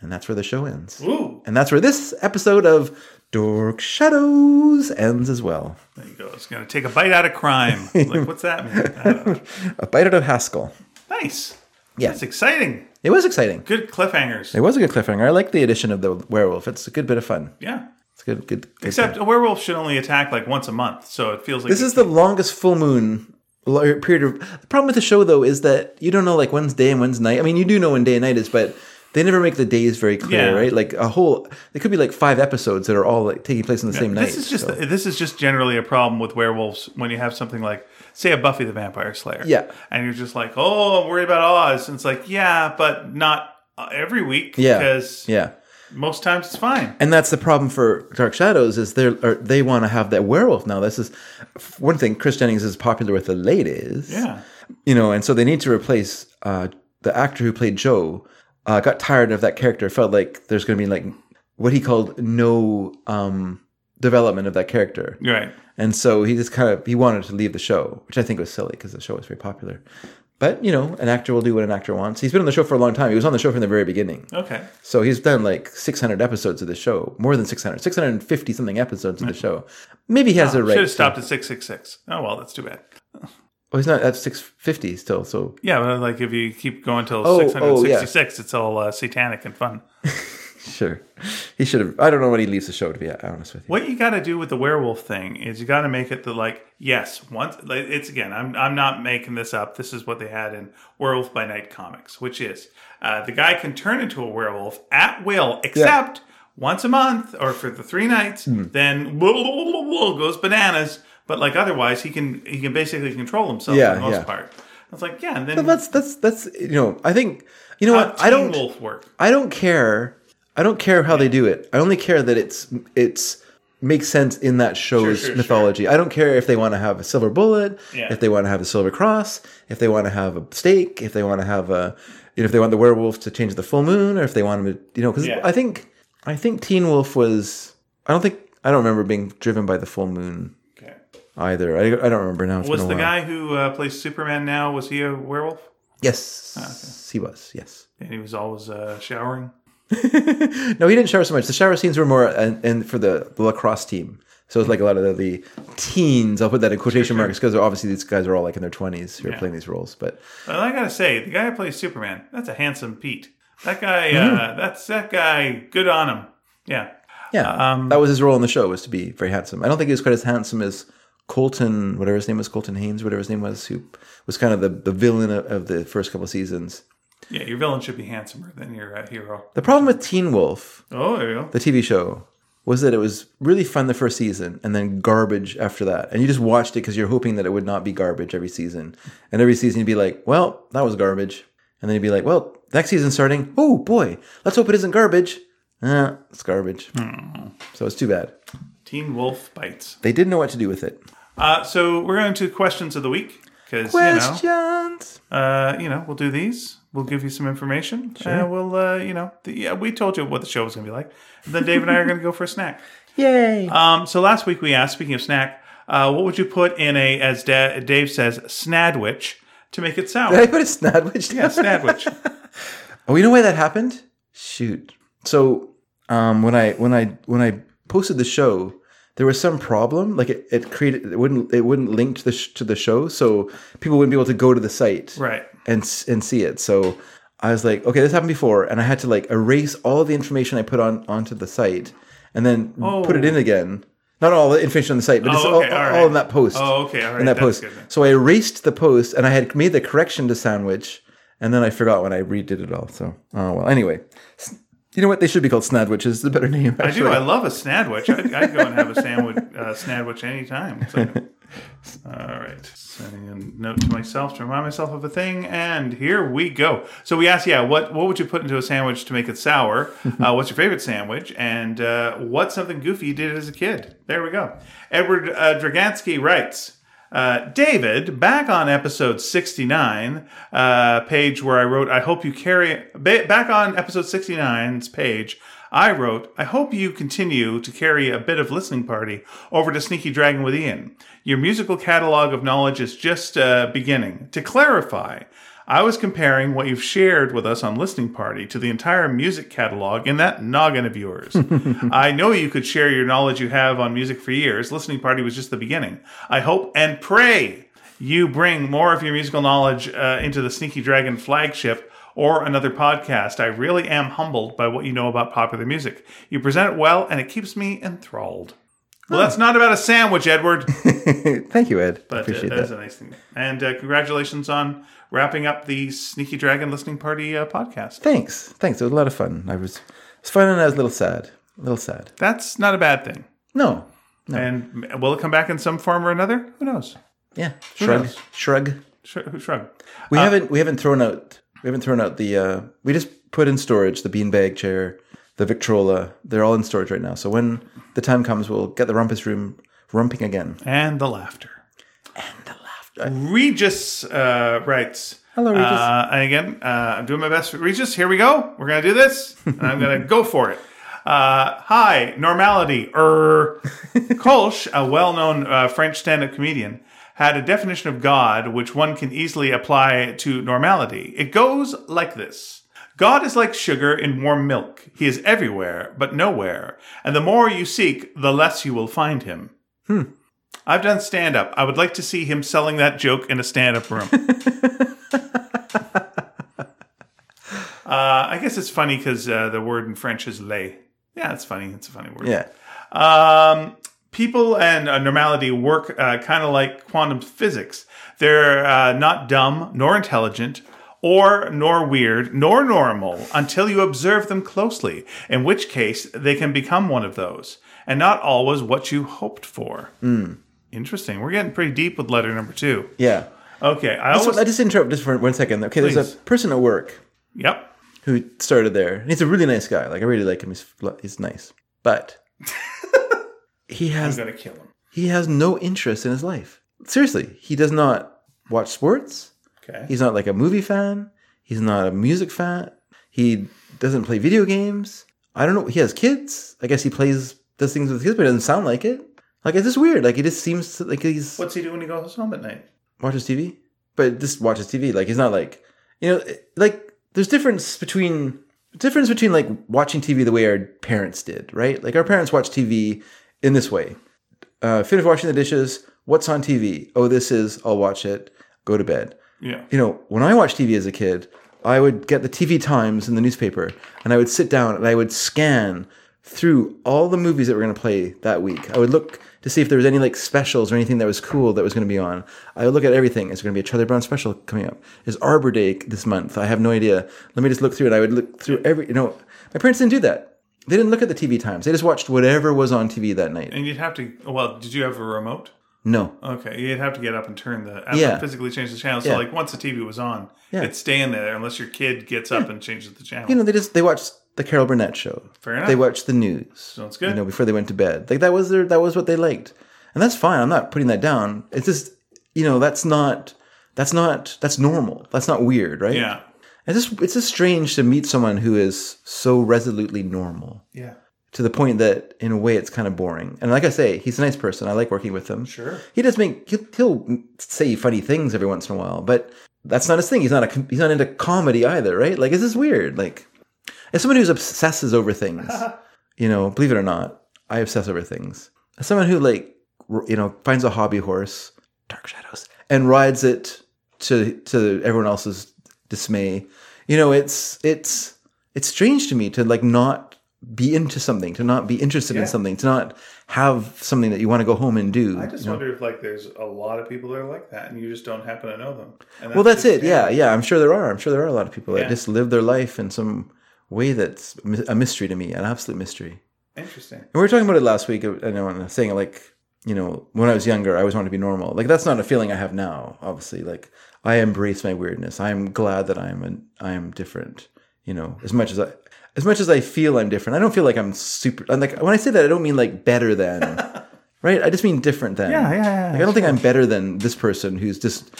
A: And that's where the show ends.
B: Ooh,
A: And that's where this episode of Dork Shadows ends as well.
B: there you go. It's gonna take a bite out of crime. like, what's that mean? I don't know.
A: A bite out of Haskell.
B: Nice.
A: Yeah.
B: that's exciting.
A: It was exciting.
B: Good cliffhangers.
A: It was a good cliffhanger. I like the addition of the werewolf. It's a good bit of fun.
B: Yeah.
A: It's a good, good. good
B: Except a werewolf should only attack like once a month, so it feels like
A: this is the longest full moon lo- period of. The problem with the show though is that you don't know like when's day and when's night. I mean, you do know when day and night is, but they never make the days very clear,
B: Yeah.
A: right? Like a whole. There could be like five episodes that are all like taking place on the same night.
B: This is just
A: so-
B: this is just generally a problem with werewolves when you have something like say a Buffy the Vampire Slayer.
A: Yeah.
B: and you're just like, oh, I'm worried about Oz, and it's like, yeah, but not uh, every week.
A: yeah,
B: because
A: yeah.
B: most times it's fine.
A: And that's the problem for Dark Shadows is they are they want to have that werewolf now. This is f- one thing. Chris Jennings is popular with the ladies.
B: Yeah,
A: you know, and so they need to replace uh, the actor who played Joe. Uh, got tired of that character. Felt like there's going to be like what he called no um, development of that character,
B: you're right.
A: and so he just kind of he wanted to leave the show, which I think was silly because the show was very popular. But you know, an actor will do what an actor wants. He's been on the show for a long time. He was on the show from the very beginning,
B: Okay,
A: so he's done like 600 episodes of the show, more than 600, 650 something episodes of the show. Maybe he has a right.
B: should have
A: to-
B: stopped at six six six. Oh well, that's too bad.
A: Well, he's not at 650 still, so
B: Yeah, but like if you keep going till
A: Oh, oh, yeah.
B: 666, it's all uh, satanic and fun.
A: Sure. He should have. I don't know when he leaves the show, to be honest with you.
B: What you got to do with the werewolf thing is you got to make it the like yes once like, it's again I'm I'm not making this up. This is what they had in Werewolf by Night comics, which is uh, the guy can turn into a werewolf at will, except once a month or for the three nights.
A: Hmm.
B: Then goes bananas. But like otherwise, he can he can basically control himself
A: Yeah,
B: for the most
A: yeah.
B: part. I was like, yeah, and then
A: That's, that's, that's, you know, I think, you know
B: how
A: what? I don't,
B: Teen wolf work.
A: I don't care. I don't care how they do it. I only care that it's, it's, makes sense in that show's
B: sure, sure.
A: mythology. I don't care if they want to have a silver bullet,
B: Yeah.
A: if they want to have a silver cross, if they want to have a stake, if they want to have a, you know, if they want the werewolf to change the full moon or if they want him to, you know, because
B: Yeah.
A: I think, I think Teen Wolf was, I don't think, I don't remember being driven by the full moon
B: Okay.
A: either. I, I don't remember now. It's
B: Was
A: been a
B: the
A: while.
B: guy who uh, plays Superman now was he a werewolf?
A: Yes, he was. Yes.
B: And he was always uh, showering.
A: No, he didn't shower so much. The shower scenes were more and, and for the, the lacrosse team. So it's like a lot of the, the teens. I'll put that in quotation marks because obviously these guys are all like in their twenties who are playing these roles. But
B: Well, I gotta say, the guy who plays Superman, that's a handsome Pete. That guy, uh, that's that guy. Good on him. Yeah,
A: yeah, that was his role in the show was to be very handsome. I don't think he was quite as handsome as Colton, whatever his name was, Colton Haynes, whatever his name was, who was kind of the, the villain of, of the first couple seasons.
B: yeah. Your villain should be handsomer than your uh, hero.
A: The problem with Teen Wolf,
B: Oh, there you go.
A: the TV show, was that it was really fun the first season and then garbage after that. And you just watched it because you're hoping that it would not be garbage every season. And every season you'd be like, well, that was garbage. And then you'd be like, well, next season's starting. Oh boy, let's hope it isn't garbage. Eh, it's garbage. So it's too bad.
B: Teen Wolf bites.
A: They didn't know what to do with it.
B: Uh, so we're going to questions of the week because you know,
A: Questions.
B: uh, you know, we'll do these. We'll give you some information. Uh, we'll, uh, you know, the, yeah, we told you what the show was going to be like. And then Dave and I are going to go for a snack.
A: Yay.
B: Um, so last week we asked, speaking of snack, uh, what would you put in a, as da- Dave says, snadwich to make it
A: Did I
B: sour?
A: put a snadwich?
B: yeah, snadwich.
A: Oh, you know why that happened? Shoot. So um, when I when I when I posted the show, there was some problem. Like it, it created it wouldn't it wouldn't link to the sh- to the show, so people wouldn't be able to go to the site
B: Right.
A: and s- and see it. So I was like, okay, this happened before, and I had to like erase all the information I put on onto the site and then put it in again. Not all the information on the site, but it's
B: Oh. okay,
A: all,
B: all
A: all
B: right.
A: in that post
B: Oh, okay. All right.
A: in that
B: That's
A: post.
B: good then.
A: So I erased the post and I had made the correction to sandwich, and then I forgot when I redid it all. So oh well. Anyway, S- you know what? They should be called snadwich. Is the better name.
B: I do.
A: Actually.
B: I love a snadwich. I'd, I'd go and have a sandwich, uh, snadwich anytime. So. All right. Sending a note to myself to remind myself of a thing. And here we go. So we asked, yeah, what, what would you put into a sandwich to make it sour? Uh, what's your favorite sandwich? And uh, what's something goofy you did as a kid? There we go. Edward uh, Dragansky writes, Uh, David, back on episode 69, uh, page where I wrote, I hope you carry, ba- back on episode 69's page, I wrote, I hope you continue to carry a bit of listening party over to Sneaky Dragon with Ian. Your musical catalog of knowledge is just uh, beginning. To clarify, I was comparing what you've shared with us on Listening Party to the entire music catalog in that noggin of yours. I know you could share your knowledge you have on music for years. Listening Party was just the beginning. I hope and pray you bring more of your musical knowledge uh, into the Sneaky Dragon flagship or another podcast. I really am humbled by what you know about popular music. You present it well, and it keeps me enthralled. Well, that's not about a sandwich, Edward.
A: Thank you, Ed. I
B: But uh,
A: appreciate
B: that's
A: that.
B: a nice thing. And uh, congratulations on wrapping up the Sneaky Dragon Listening Party uh, podcast.
A: Thanks. Thanks. It was a lot of fun. I was, it was fun and I was a little sad. A little sad.
B: That's not a bad thing.
A: No. No.
B: And m- will it come back in some form or another? Who knows?
A: Yeah. Shrug.
B: knows? Uh,
A: Shrug.
B: Sh- shrug.
A: We haven't we haven't thrown out we haven't thrown out the uh, we just put in storage the beanbag chair, the Victrola. They're all in storage right now. So when the time comes, we'll get the rumpus room rumping again.
B: And the laughter. And the laughter. Regis uh, writes.
A: Hello, Regis.
B: Uh, and again, uh, I'm doing my best. Regis, here we go. We're going to do this, and I'm going to go for it. Uh, hi, normality. Er, Kolsch, a well known uh, French stand up comedian, had a definition of God which one can easily apply to normality. It goes like this God is like sugar in warm milk, he is everywhere, but nowhere. And the more you seek, the less you will find him. I've done stand up. I would like to see him selling that joke in a stand up room. uh, Uh, I guess it's funny because uh, the word in French is lay. Yeah, it's funny. It's a funny word.
A: Yeah.
B: Um, people and uh, normality work uh, kind of like quantum physics. They're uh, not dumb, nor intelligent, or nor weird, nor normal until you observe them closely, in which case they can become one of those, and not always what you hoped for. Interesting. We're getting pretty deep with letter number two.
A: Yeah.
B: Okay. I
A: So
B: always.
A: I just interrupt just for one second. Okay, there's
B: Please.
A: a person at work
B: Yep.
A: who started there. And he's a really nice guy. Like I really like him. He's fl- he's nice. But he
B: I'm
A: has
B: going to kill him.
A: he has no interest in his life. Seriously, he does not watch sports.
B: Okay.
A: He's not like a movie fan. He's not a music fan. He doesn't play video games. I don't know. He has kids. I guess he plays does things with his kids, but it doesn't sound like it. Like it's just weird. Like he just seems to, like he's
B: What's he do when he goes home at night?
A: watches TV, but just watches TV. Like he's not like you know it- like there's difference between difference between like watching TV the way our parents did, right? Like our parents watch TV in this way: uh, finish washing the dishes. What's on TV? Oh, this is. I'll watch it. Go to bed
B: Yeah.
A: you know, when I watched TV as a kid, I would get the TV Times and the newspaper, and I would sit down and I would scan through all the movies that were going to play that week. I would look to see if there was any like specials or anything that was cool that was going to be on. I would look at everything. Is there going to be a Charlie Brown special coming up? Is Arbor Day this month? I have no idea. Let me just look through it. I would look through every. You know, my parents didn't do that. They didn't look at the TV Times. They just watched whatever was on TV that night.
B: And you'd have to. Well, did you have a remote?
A: No.
B: Okay, you'd have to get up and turn the have
A: Yeah.
B: to physically change the channel. So
A: Yeah.
B: like once the TV was on,
A: Yeah.
B: it'd stay in there unless your kid gets up and changes the channel.
A: You know, they just they watched the Carol Burnett show.
B: Fair enough.
A: They watched the news.
B: Sounds good.
A: you know before they went to bed like that was their that was what they liked and that's fine i'm not putting that down it's just you know that's not that's not that's normal that's not weird right
B: yeah.
A: it's just it's just strange to meet someone who is so resolutely normal
B: Yeah.
A: to the point that in a way it's kind of boring and like i say he's a nice person i like working with him
B: Sure.
A: he does make he'll, he'll say funny things every once in a while but that's not his thing he's not a com- he's not into comedy either right like this is weird like as someone who obsesses over things you know believe it or not i obsess over things as someone who like r- you know finds a hobby horse dark shadows and rides it to to everyone else's dismay you know it's it's it's strange to me to like not be into something to not be interested in
B: Yeah.
A: something to not have something that you want to go home and do
B: I just wonder if like there's a lot of people that are like that and you just don't happen to know them. And
A: Well, that's
B: just-
A: it. Yeah, yeah. I'm sure there are. I'm sure there are a lot of people that
B: Yeah.
A: just live their life in some way that's mi- a mystery to me, an absolute mystery.
B: Interesting.
A: And we were talking about it last week. I know, and I'm saying like, you know, when I was younger, I always wanted to be normal. Like that's not a feeling I have now. Obviously, like I embrace my weirdness. I am glad that I'm an, I am different. You know, as much as I. As much as I feel I'm different, I don't feel like I'm super. I'm like when I say that, I don't mean like better than. right? I just mean different than.
B: Yeah, yeah, yeah,
A: Like, I don't think I'm better than this person who's just,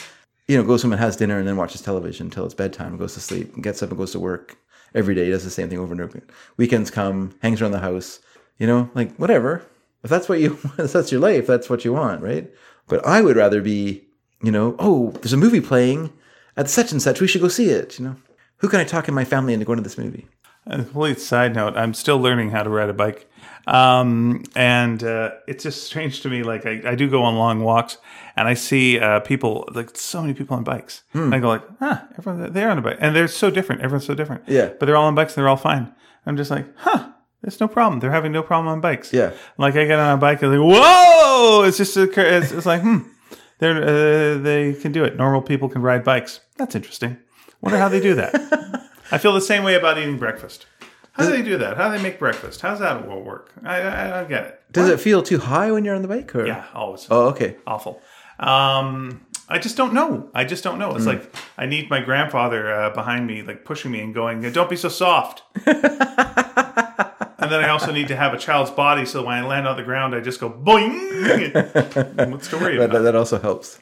A: you know, goes home and has dinner and then watches television until it's bedtime and goes to sleep and gets up and goes to work every day. Does the same thing over and over again. Weekends come, hangs around the house, you know, like whatever. If that's what you, if that's your life, that's what you want, right? But I would rather be, you know, oh, there's a movie playing at such and such. We should go see it. You know, who can I talk in my family into going to this movie?
B: A complete side note: I'm still learning how to ride a bike, um, and uh, it's just strange to me. Like I, I do go on long walks, and I see uh, people, like so many people on bikes.
A: Hmm.
B: And I go like, huh, everyone they're on a bike, and they're so different. Everyone's so different.
A: Yeah.
B: but they're all on bikes and they're all fine. I'm just like, huh. There's no problem. They're having no problem on bikes.
A: Yeah.
B: Like I get on a bike and like, whoa! It's just a, cur- it's, it's like, hmm, they're uh, they can do it. Normal people can ride bikes. That's interesting. Wonder how they do that. I feel the same way about eating breakfast. How do they do that? How do they make breakfast? How's that will work? I, I, I don't get it.
A: Does it feel too high when you're on the bike? Or?
B: Yeah, always
A: Oh, okay.
B: awful. Um, I just don't know. I just don't know. It's like I need my grandfather uh, behind me, like pushing me and going, "Don't be so soft." and then I also need to have a child's body, so when I land on the ground, I just go boing. What's the worry
A: That,
B: about?
A: that, that also helps.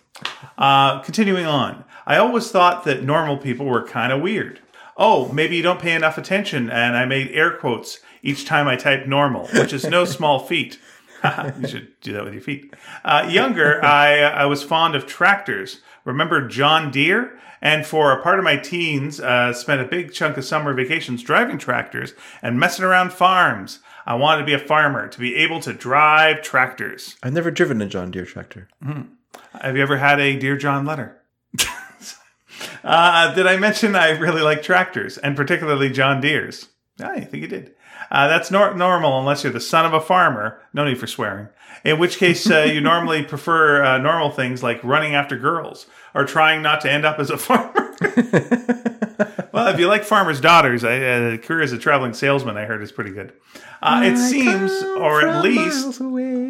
B: Uh, continuing on, I always thought that normal people were kind of weird. Oh, maybe you don't pay enough attention, and I made air quotes each time I typed normal, which is no small feat. you should do that with your feet. Uh, younger, I, I was fond of tractors. Remember John Deere? And for a part of my teens, uh, spent a big chunk of summer vacations driving tractors and messing around farms. I wanted to be a farmer, to be able to drive tractors.
A: I've never driven a John Deere tractor.
B: Have you ever had a Dear John letter? uh, did I mention I really like tractors and particularly John Deere's? Yeah, I think you did. Uh, that's nor- normal unless you're the son of a farmer. No need for swearing. In which case, uh, you normally prefer uh, normal things like running after girls or trying not to end up as a farmer. well, if you like farmers' daughters, I, uh, career as a traveling salesman, I heard is pretty good. Uh, it seems, or at least,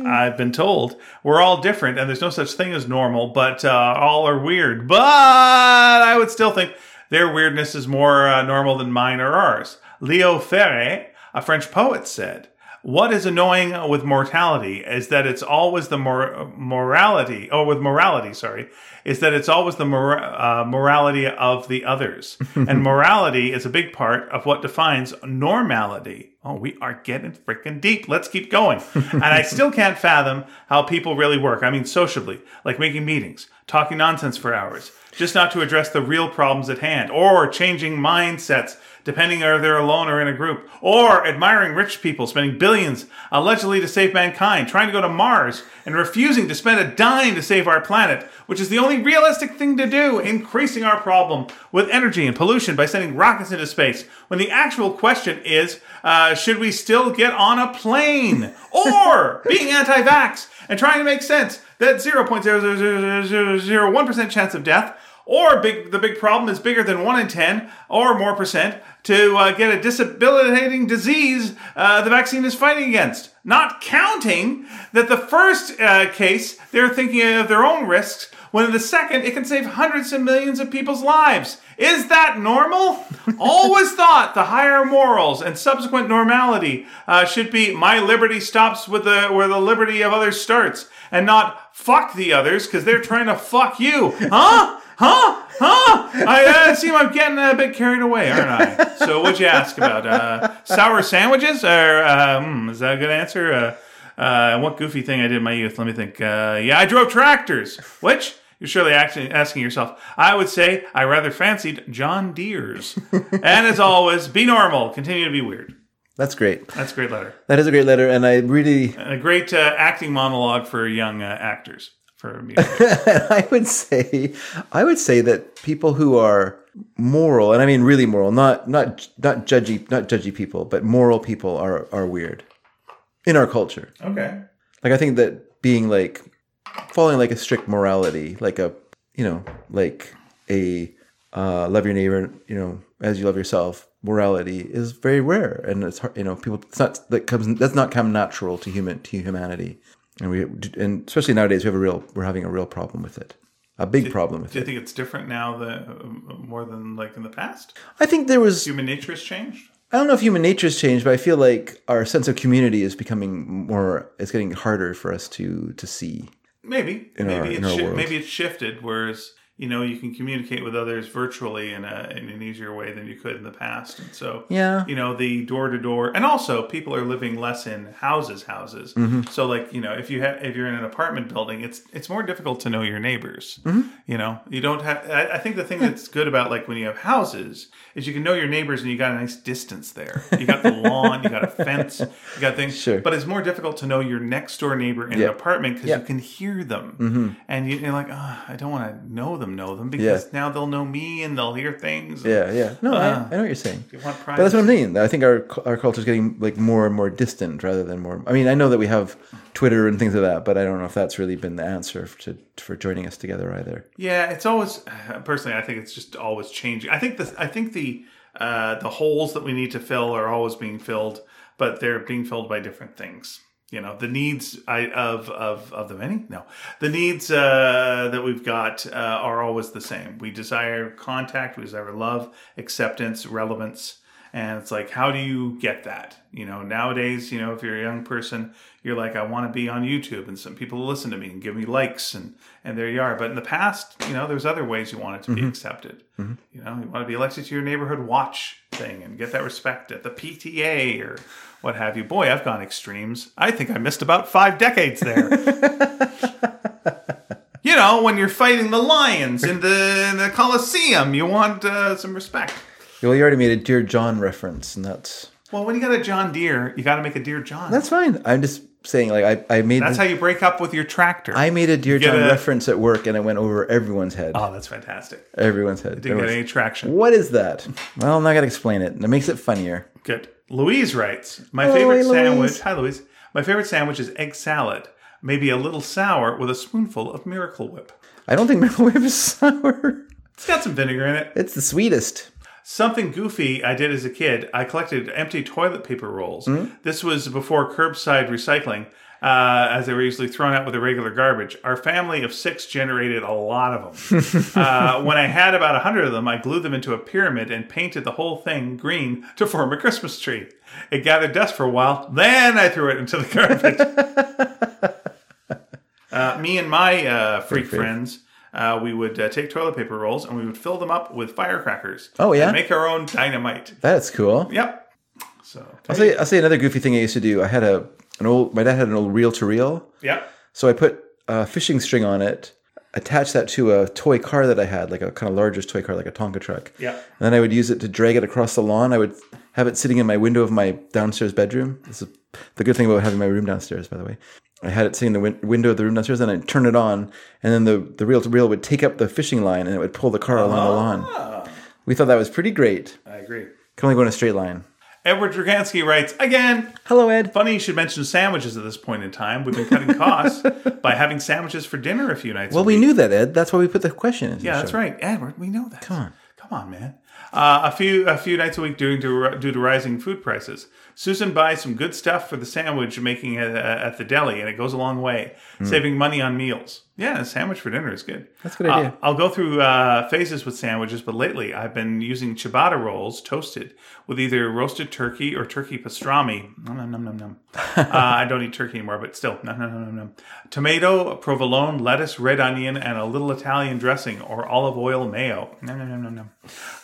B: I've been told we're all different and there's no such thing as normal, but uh, all are weird. But I would still think their weirdness is more uh, normal than mine or ours. Leo Ferre, a French poet, said, What is annoying with mortality is that it's always the mor- morality, or with morality, sorry, is that it's always the mor- uh, morality of the others. and morality is a big part of what defines normality. Oh, we are getting freaking deep. Let's keep going. and I still can't fathom how people really work. I mean, socially, like making meetings, talking nonsense for hours, just not to address the real problems at hand, or changing mindsets depending on if they're alone or in a group, or admiring rich people spending billions allegedly to save mankind, trying to go to Mars, and refusing to spend a dime to save our planet, which is the only realistic thing to do, increasing our problem with energy and pollution by sending rockets into space, when the actual question is uh, should we still get on a plane? Or being anti vax and trying to make sense that 0.00001% chance of death or big the big problem is bigger than 1 in 10 or more percent to uh, get a disabilitating disease uh, the vaccine is fighting against not counting that the first uh, case they're thinking of their own risks when in the second it can save hundreds of millions of people's lives is that normal always thought the higher morals and subsequent normality uh, should be my liberty stops with the where the liberty of others starts and not fuck the others because they're trying to fuck you huh huh? Huh? I uh, seem I'm getting a bit carried away, aren't I? So, what'd you ask about? Uh, sour sandwiches? Or, uh, mm, is that a good answer? Uh, uh, what goofy thing I did in my youth? Let me think. Uh, yeah, I drove tractors. Which? You're surely actually asking yourself. I would say I rather fancied John Deere's. and as always, be normal. Continue to be weird.
A: That's great.
B: That's a great letter.
A: That is a great letter, and I really,
B: And a great uh, acting monologue for young uh, actors. For me.
A: I would say, I would say that people who are moral, and I mean really moral, not not not judgy, not judgy people, but moral people are are weird in our culture.
B: okay.
A: Like I think that being like following like a strict morality, like a you know, like a uh, love your neighbor, you know, as you love yourself. Morality is very rare, and it's hard, you know people. It's not that comes that's not come natural to human to humanity, and we and especially nowadays we have a real we're having a real problem with it, a big problem with
B: Do
A: it.
B: you think it's different now that uh, more than like in the past?
A: I think there was
B: Human nature has changed.
A: I don't know if human nature's changed, but I feel like our sense of community is becoming more. It's getting harder for us to to see.
B: Maybe
A: In our-
B: maybe
A: in
B: it's
A: our
B: shi-
A: world.
B: maybe it's shifted. Whereas you know you can communicate with others virtually in a in an easier way than you could in the past. And so
A: Yeah.
B: you know the door to door, and also people are living less in houses houses.
A: Mm-hmm.
B: So like you know if you have if you're in an apartment building, it's it's more difficult to know your neighbors.
A: Mm-hmm.
B: You know you don't have. I, I think the thing that's good about like when you have houses is you can know your neighbors and you got a nice distance there. You got the lawn, you got a fence, you got things.
A: Sure.
B: But it's more difficult to know your next door neighbor in
A: Yeah.
B: an apartment because
A: Yeah. Mm-hmm.
B: you can hear them and you, you're like oh, i don't want to know them know them because
A: Yeah.
B: now they'll know me and they'll hear things
A: Yeah, yeah. No,
B: Ah.
A: I, I know what you're saying.
B: you want
A: But that's
B: privacy
A: what I'm thinking. I think our our culture is getting like more and more distant rather than more. I mean, I know that we have Twitter and things like that, but I don't know if that's really been the answer to for joining us together either.
B: yeah it's always personally i think it's just always changing i think the i think the uh, the holes that we need to fill are always being filled but they're being filled by different things you know the needs I, of of of the many no the needs uh, that we've got uh, are always the same we desire contact we desire love acceptance relevance And it's like, how do you get that? You know, nowadays, you know, if you're a young person, you're like, I want to be on YouTube and some people listen to me and give me likes and, and there you are. But in the past, you know, there's other ways you want it to be accepted. You know, you want to be elected to your neighborhood watch thing and get that respect at the PTA or what have you. Boy, I've gone extremes. I think I missed about five decades there. you know, when you're fighting the lions in the, in the Coliseum, you want uh, some respect.
A: Well, you already made a Dear John reference, and that's
B: Well, when you got a John Deere, you got to make a Deer John.
A: that's
B: That's,
A: fine. I'm just saying, like I I made
B: how you break up with your tractor.
A: I made a Dear
B: Get
A: John
B: a-
A: reference at work, and it went over everyone's head.
B: oh, that's fantastic.
A: everyone's head.
B: Didn't get
A: Everyone's-
B: any traction.
A: What is that? Well, I'm not gonna explain it. It makes it funnier.
B: Good. Louise writes, my
A: Hello,
B: favorite
A: Louise.
B: sandwich. Hi, Louise. My favorite sandwich is egg salad, maybe a little sour with a spoonful of Miracle Whip.
A: I don't think Miracle Whip is sour.
B: It's got some vinegar in it.
A: It's the sweetest.
B: Something goofy I did as a kid. I collected empty toilet paper rolls.
A: Hmm?
B: This was before curbside recycling, uh, as they were usually thrown out with the regular garbage. Our family of six generated a lot of them. uh, when I had about a hundred of them, I glued them into a pyramid and painted the whole thing green to form a Christmas tree. It gathered dust for a while, then I threw it into the garbage. Uh, me and my uh, freak friends, uh, we would uh, take toilet paper rolls and we would fill them up with firecrackers.
A: Oh, yeah?
B: and make our own dynamite.
A: That's cool.
B: Yep. So
A: I'll say I'll say another goofy thing I used to do. I had a an old my dad had an old reel to reel,
B: yep.
A: so I put a fishing string on it, attached that to a toy car that I had, like a kind of largest toy car, like a Tonka truck.
B: Yeah.
A: And then I would use it to drag it across the lawn. I would have it sitting in my window of my downstairs bedroom. This is the good thing about having my room downstairs, by the way. I had it sitting in the win- window of the room downstairs, and I'd turn it on, and then the the reel to reel would take up the fishing line, and it would pull the car along the lawn.
B: Ah,
A: We thought that was pretty great.
B: I agree.
A: Can only go in a straight line.
B: Edward Dragansky writes again.
A: Hello, Ed.
B: Funny you should mention sandwiches at this point in time. We've been cutting costs by having sandwiches for dinner a few nights.
A: Well, we knew that, Ed. That's why we put the question in.
B: Yeah, that's right, Edward. We know that. Come on, come on, man. Uh, a few a few nights a week due to due to rising food prices. Susan buys some good stuff for the sandwich making at, at the deli, and it goes a long way, saving money on meals. Yeah, a sandwich for dinner is good.
A: Hmm. That's a good idea.
B: Uh, I'll go through uh, phases with sandwiches, but lately I've been using ciabatta rolls toasted with either roasted turkey or turkey pastrami. Nom, nom, nom, nom, nom. uh, I don't eat turkey anymore, but still, nom, nom, nom, nom, nom. Tomato, provolone, lettuce, red onion, and a little Italian dressing or olive oil mayo. Nom, nom, nom, nom, nom.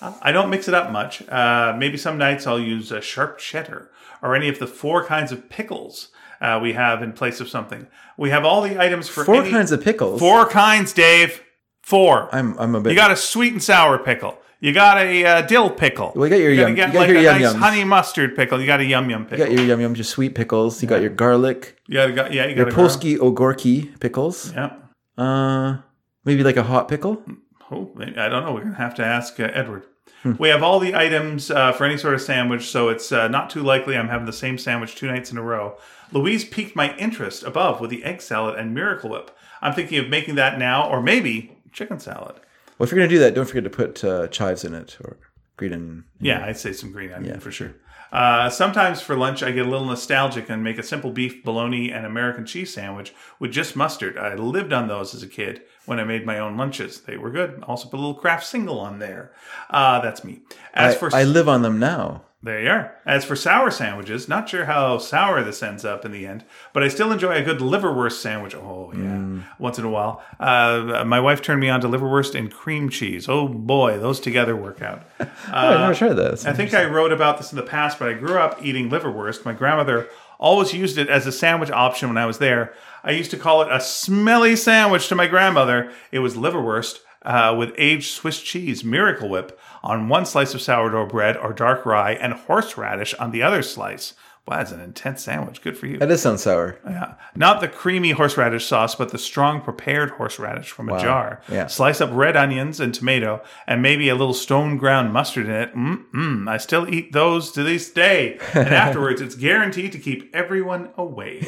B: Uh, I don't mix it up much. Uh, maybe some nights I'll use a sharp cheddar or any of the four kinds of pickles. Uh, we have in place of something. We have all the items for
A: Four
B: any-
A: kinds of pickles.
B: Four kinds, Dave. 4
A: I'm, I'm a bit.
B: you got a sweet and sour pickle. You got a uh, dill pickle.
A: Well, you got your
B: You're
A: yum-
B: gonna
A: you
B: get
A: got
B: like
A: your
B: a
A: yum
B: nice
A: yums.
B: honey mustard pickle. You got a yum yum
A: you
B: pickle.
A: got your yum yums, your sweet pickles. You got your garlic,
B: You got, got- yeah, you got a girl.
A: Polski ogorki pickles.
B: Yeah.
A: Uh, maybe like a hot pickle.
B: Oh, maybe- I don't know. We're gonna have to ask uh, Edward.
A: Hmm.
B: We have all the items uh, for any sort of sandwich, so it's uh, not too likely I'm having the same sandwich two nights in a row. Louise piqued my interest above with the egg salad and Miracle Whip. I'm thinking of making that now, or maybe chicken salad.
A: Well, if you're gonna do that, don't forget to put uh, chives in it or green onion.
B: Yeah, I'd say some green onion for sure. Uh, sometimes for lunch, I get a little nostalgic and make a simple beef bologna and American cheese sandwich with just mustard. I lived on those as a kid when I made my own lunches. They were good. Also, put a little Kraft single on there. Uh, that's me. As
A: I,
B: for
A: I live on them now.
B: There you are. As for sour sandwiches, not sure how sour this ends up in the end, but I still enjoy a good liverwurst sandwich. Oh, yeah. Once in a while. Uh, my wife turned me on to liverwurst and cream cheese. Oh, boy. Those together work out.
A: Oh, I've never tried that.
B: I think I wrote about this in the past, but I grew up eating liverwurst. My grandmother always used it as a sandwich option when I was there. I used to call it a smelly sandwich to my grandmother. It was liverwurst uh, with aged Swiss cheese, Miracle Whip on one slice of sourdough bread or dark rye, and horseradish on the other slice. Wow, that's an intense sandwich. Good for you.
A: that does sound sour.
B: Yeah. Not the creamy horseradish sauce, but the strong prepared horseradish from a jar.
A: Yeah.
B: Slice up red onions and tomato and maybe a little stone ground mustard in it. Mm-mm. I still eat those to this day. And afterwards, it's guaranteed to keep everyone away.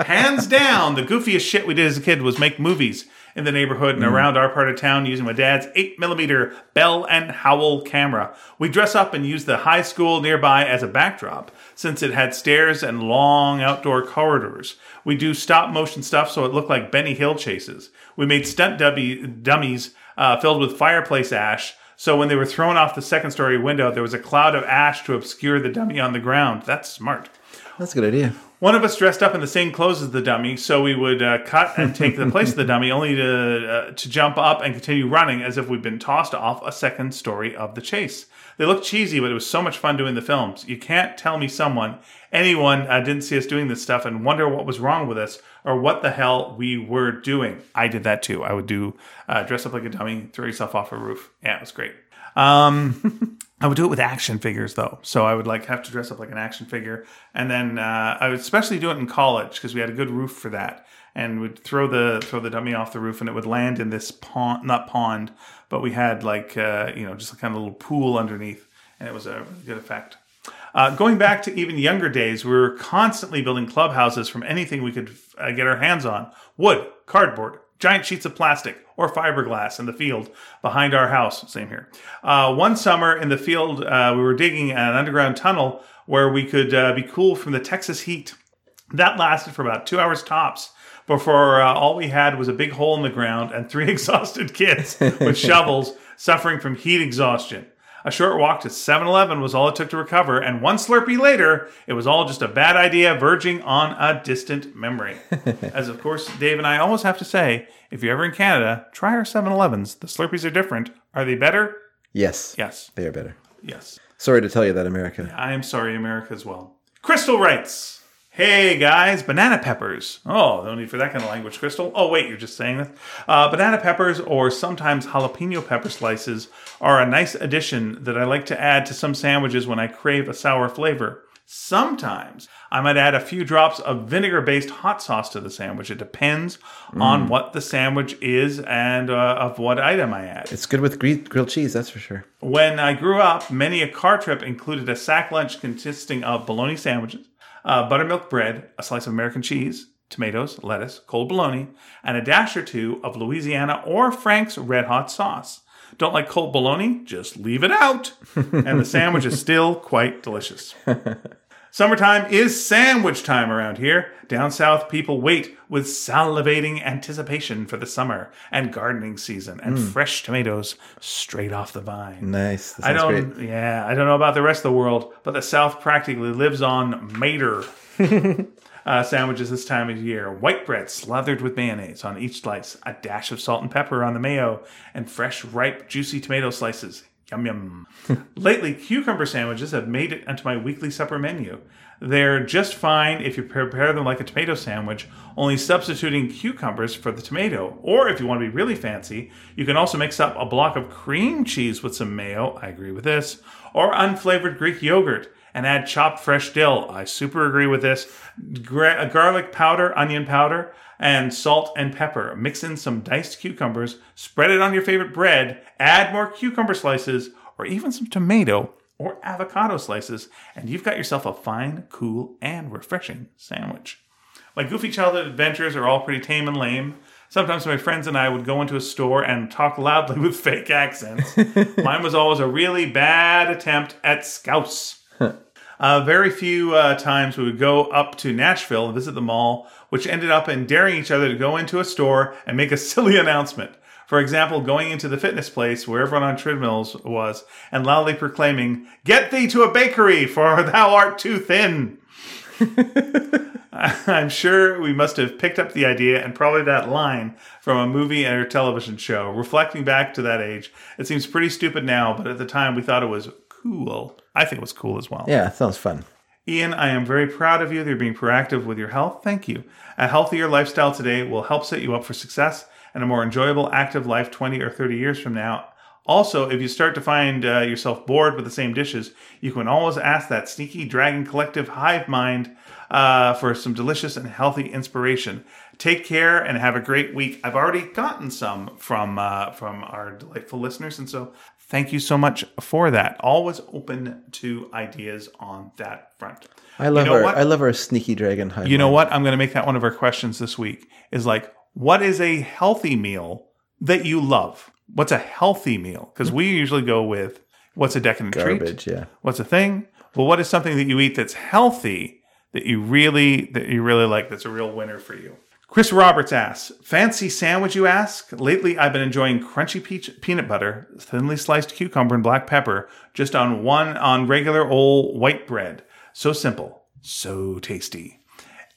B: Hands down, the goofiest shit we did as a kid was make movies in the neighborhood and around our part of town using my dad's 8mm Bell and Howell camera. We dress up and use the high school nearby as a backdrop since it had stairs and long outdoor corridors. We do stop motion stuff so it looked like Benny Hill chases. We made stunt dubby, dummies uh, filled with fireplace ash so when they were thrown off the second story window, there was a cloud of ash to obscure the dummy on the ground. That's smart.
A: That's a good idea.
B: One of us dressed up in the same clothes as the dummy, so we would uh, cut and take the place of the dummy, only to uh, to jump up and continue running as if we'd been tossed off a second story of the chase. They looked cheesy, but it was so much fun doing the films. You can't tell me someone, anyone, uh, didn't see us doing this stuff and wonder what was wrong with us or what the hell we were doing. I did that too. I would do uh, dress up like a dummy, throw yourself off a roof. Yeah, it was great. Um, I would do it with action figures though, so I would like have to dress up like an action figure, and then uh, I would especially do it in college because we had a good roof for that, and would throw the throw the dummy off the roof, and it would land in this pond, not pond, but we had like uh, you know just kind of a little pool underneath, and it was a good effect. Uh, going back to even younger days, we were constantly building clubhouses from anything we could uh, get our hands on wood, cardboard, giant sheets of plastic, or fiberglass in the field behind our house. Same here. Uh, one summer in the field, uh, we were digging an underground tunnel where we could uh, be cool from the Texas heat. That lasted for about two hours tops before uh, all we had was a big hole in the ground and three exhausted kids with shovels suffering from heat exhaustion. A short walk to 7 Eleven was all it took to recover, and one Slurpee later, it was all just a bad idea verging on a distant memory. As of course, Dave and I always have to say if you're ever in Canada, try our 7 Elevens. The Slurpees are different. Are they better?
A: Yes.
B: Yes.
A: They are better.
B: Yes.
A: Sorry to tell you that, America.
B: I am sorry, America, as well. Crystal writes, Hey guys, banana peppers. Oh, no need for that kind of language, Crystal. Oh, wait, you're just saying this. Uh, banana peppers, or sometimes jalapeno pepper slices, are a nice addition that I like to add to some sandwiches when I crave a sour flavor. Sometimes I might add a few drops of vinegar based hot sauce to the sandwich. It depends on what the sandwich is and uh, of what item I add.
A: It's good with gre- grilled cheese, that's for sure.
B: When I grew up, many a car trip included a sack lunch consisting of bologna sandwiches, uh, buttermilk bread, a slice of American cheese, tomatoes, lettuce, cold bologna, and a dash or two of Louisiana or Frank's red hot sauce. Don't like cold bologna? Just leave it out. And the sandwich is still quite delicious. Summertime is sandwich time around here. Down south, people wait with salivating anticipation for the summer and gardening season and fresh tomatoes straight off the vine.
A: Nice. That
B: I
A: sounds
B: don't.
A: great.
B: Yeah, I don't know about the rest of the world, but the South practically lives on mater uh, sandwiches this time of year. White bread slathered with mayonnaise on each slice, a dash of salt and pepper on the mayo, and fresh, ripe, juicy tomato slices. Yum yum. Lately, cucumber sandwiches have made it onto my weekly supper menu. They're just fine if you prepare them like a tomato sandwich, only substituting cucumbers for the tomato. Or if you want to be really fancy, you can also mix up a block of cream cheese with some mayo. I agree with this. Or unflavored Greek yogurt and add chopped fresh dill. I super agree with this. Gra- garlic powder, onion powder, and salt and pepper. Mix in some diced cucumbers, spread it on your favorite bread, add more cucumber slices, or even some tomato or avocado slices, and you've got yourself a fine, cool, and refreshing sandwich. My goofy childhood adventures are all pretty tame and lame. Sometimes my friends and I would go into a store and talk loudly with fake accents. Mine was always a really bad attempt at scouse. Uh, very few uh, times we would go up to Nashville and visit the mall, which ended up in daring each other to go into a store and make a silly announcement. For example, going into the fitness place where everyone on treadmills was and loudly proclaiming, Get thee to a bakery, for thou art too thin. I'm sure we must have picked up the idea and probably that line from a movie or television show. Reflecting back to that age, it seems pretty stupid now, but at the time we thought it was cool. I think it was cool as well.
A: Yeah, sounds fun.
B: Ian, I am very proud of you that you're being proactive with your health. Thank you. A healthier lifestyle today will help set you up for success and a more enjoyable, active life 20 or 30 years from now. Also, if you start to find uh, yourself bored with the same dishes, you can always ask that sneaky Dragon Collective hive mind uh, for some delicious and healthy inspiration. Take care and have a great week. I've already gotten some from uh, from our delightful listeners, and so thank you so much for that. Always open to ideas on that front.
A: I love
B: know
A: our
B: what?
A: I love our sneaky dragon high.
B: You know what? I'm going to make that one of our questions this week. Is like, what is a healthy meal that you love? What's a healthy meal? Because we usually go with what's a decadent treat,
A: garbage. Yeah,
B: what's a thing. Well, what is something that you eat that's healthy that you really that you really like that's a real winner for you? Chris Roberts asks, fancy sandwich you ask? Lately I've been enjoying crunchy peach, peanut butter, thinly sliced cucumber and black pepper just on one on regular old white bread. So simple, so tasty.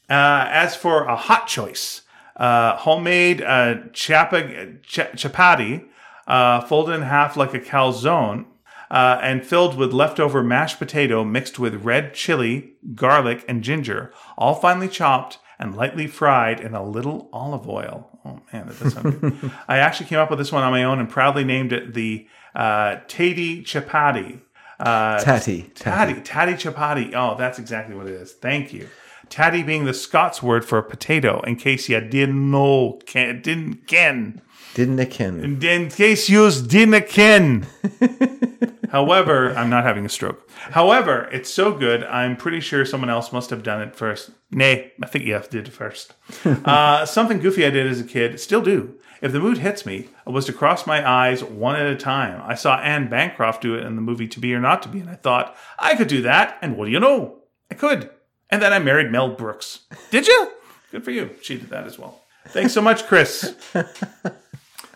B: Uh, as for a hot choice, uh, homemade uh, chapa, ch- chapati, uh, folded in half like a calzone, uh, and filled with leftover mashed potato mixed with red chili, garlic, and ginger, all finely chopped and lightly fried in a little olive oil. Oh man, that does sound good. I actually came up with this one on my own and proudly named it the uh, Tatty Chapati. Uh,
A: tatty, tatty.
B: Tatty, tatty chapati. Oh, that's exactly what it is. Thank you. Tatty being the Scots word for potato, in case you didn't know, can, didn't ken.
A: Didn't it kin?
B: In case you didn't ken. However, I'm not having a stroke. However, it's so good, I'm pretty sure someone else must have done it first. Nay, I think you did first. uh, something goofy I did as a kid, still do. If the mood hits me, I was to cross my eyes one at a time. I saw Anne Bancroft do it in the movie To Be or Not to Be, and I thought, I could do that, and what do you know? I could. And then I married Mel Brooks. Did you? Good for you. She did that as well. Thanks so much, Chris.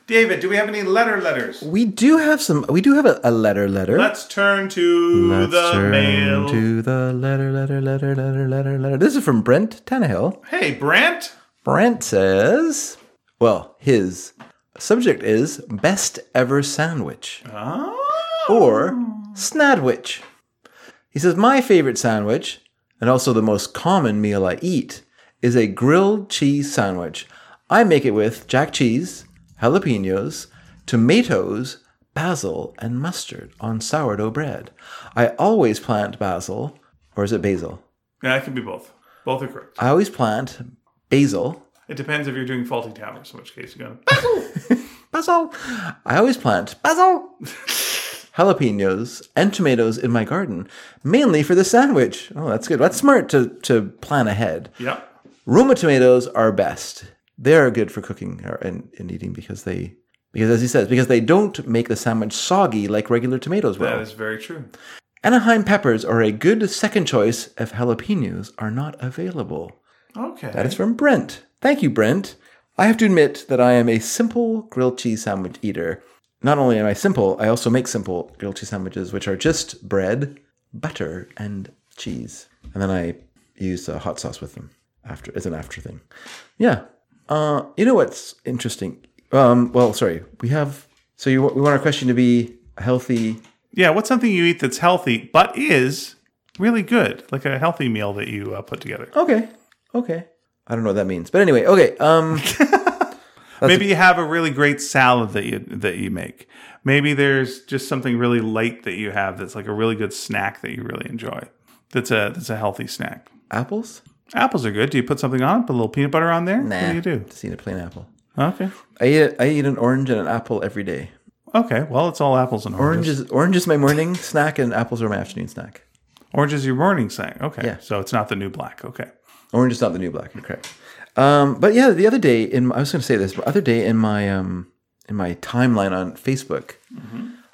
B: David, do we have any letter letters?
A: We do have some. We do have a, a letter letter.
B: Let's turn to
A: Let's
B: the
A: turn
B: mail.
A: to the letter letter letter letter letter letter. This is from Brent Tannehill.
B: hey, Brant.
A: Brent says, "Well, his subject is best ever sandwich."
B: Oh.
A: or snadwich. He says, My favorite sandwich, and also the most common meal I eat, is a grilled cheese sandwich. I make it with jack cheese, jalapenos, tomatoes, basil, and mustard on sourdough bread. I always plant basil, or is it basil?
B: Yeah, it can be both. Both are correct.
A: I always plant basil
B: It depends if you're doing faulty towers, in which case you're going.
A: Basil. I always plant basil, jalapenos, and tomatoes in my garden, mainly for the sandwich. Oh, that's good. That's smart to, to plan ahead.
B: yeah.
A: Roma tomatoes are best. They are good for cooking or- and, and eating because they, because as he says, because they don't make the sandwich soggy like regular tomatoes will.
B: That is very true.
A: Anaheim peppers are a good second choice if jalapenos are not available.
B: Okay.
A: That is from Brent. Thank you, Brent. I have to admit that I am a simple grilled cheese sandwich eater. Not only am I simple, I also make simple grilled cheese sandwiches, which are just bread, butter, and cheese. And then I use uh, hot sauce with them after as an after thing. Yeah. Uh, you know what's interesting? Um, well, sorry, we have. So you, we want our question to be healthy.
B: yeah. What's something you eat that's healthy but is really good, like a healthy meal that you uh, put together?
A: Okay. Okay. I don't know what that means, but anyway. Okay. Um.
B: Maybe you have a really great salad that you that you make. Maybe there's just something really light that you have that's like a really good snack that you really enjoy. That's a that's a healthy snack.
A: apples?
B: Apples are good. Do you put something on? it? Put a little peanut butter on there? What
A: Nah,
B: do you do?
A: Just eat a plain apple.
B: Okay.
A: I eat, a, I eat an orange and an apple every day.
B: Okay. Well, it's all apples and oranges.
A: Orange is orange is my morning snack, and apples are my afternoon snack.
B: Orange is your morning snack. Okay.
A: Yeah.
B: So it's not the new black. Okay.
A: Orange is not the new black, you're correct? Um, but yeah, the other day in I was going to say this, but other day in my um, in my timeline on Facebook,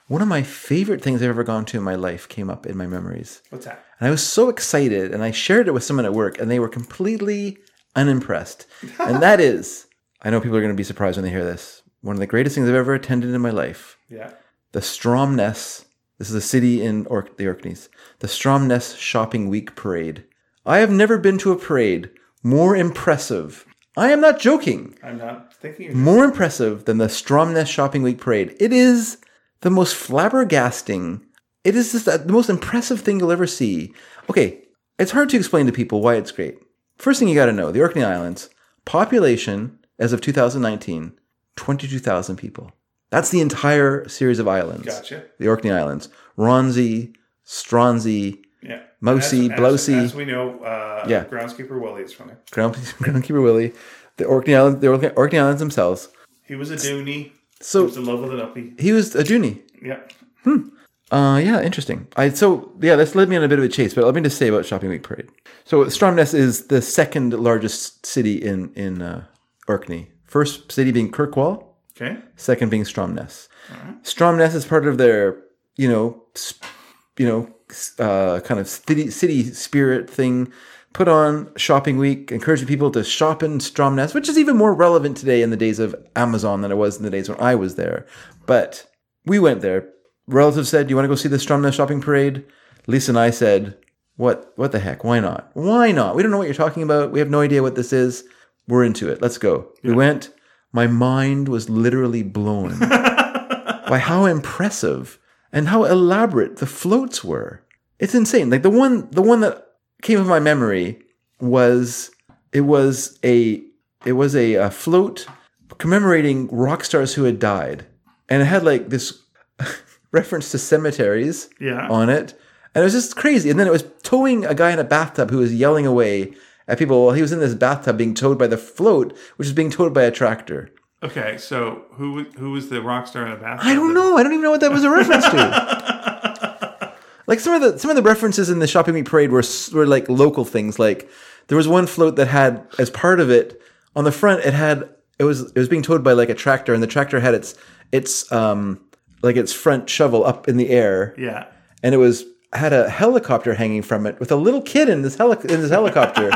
A: one of my favorite things I've ever gone to in my life came up in my memories,
B: What's that?
A: and I was so excited, and I shared it with someone at work, and they were completely unimpressed. and that is, I know people are going to be surprised when they hear this, one of the greatest things I've ever attended in my life.
B: Yeah.
A: The Stromness. This is a city in Ork- the Orkneys. The Stromness Shopping Week Parade. I have never been to a parade more impressive. I am not joking.
B: I'm not thinking. of-
A: More impressive than the Stromness Shopping Week Parade. It is the most flabbergasting. It is just the the most impressive thing you'll ever see. Okay, it's hard to explain to people why it's great. First thing you got to know: the Orkney Islands population as of 2019, 22,000 people. That's the entire series of islands.
B: Gotcha.
A: The Orkney Islands: Ronsey, Stronsey,
B: Yeah.
A: Mosey,
B: as,
A: Blosey.
B: As, as we know, uh,
A: Yeah.
B: groundskeeper Willie is from there.
A: Ground- Groundkeeper Willie, the Orkney Islands, the Orkney Orkney Islands themselves.
B: He was a Dooney. he
A: So
B: was in love with an uppie.
A: he was a Junie.
B: Yeah.
A: Uh, yeah, interesting. I so yeah, that's led me on a bit of a chase, but let me just say about Shopping Week Parade. So Stromness is the second largest city in in uh, Orkney. First city being Kirkwall,
B: Okay.
A: second being Stromness. Stromness is part of their, you know, sp- you know, s- uh, kind of city, city spirit thing. Put on shopping week, encouraging people to shop in Stromness, which is even more relevant today in the days of Amazon than it was in the days when I was there. But we went there. Relatives said, "Do you want to go see the Stromness shopping parade?" Lisa and I said, "What? What the heck? Why not? Why not? We don't know what you're talking about. We have no idea what this is. We're into it. Let's go." We went. My mind was literally blown by how impressive and how elaborate the floats were. It's insane. Like the one the one that came of my memory was it was a it was a, uh float commemorating rock stars who had died. And it had like this reference to cemeteries
B: Yeah.
A: on it. And it was just crazy. And then it was towing a guy in a bathtub who was yelling away at people while he was in this bathtub being towed by the float, which is being towed by a tractor.
B: Okay. So who who was the rock star in the bathroom?
A: I don't know. I don't even know what that was a reference to. Like some of the some of the references in the shopping meet parade were s- were like local things. Like there was one float that had as part of it on the front it had it was it was being towed by like a tractor and the tractor had its its um like its front shovel up in the air
B: Yeah.
A: and it was had a helicopter hanging from it with a little kid in this heli- in this helicopter,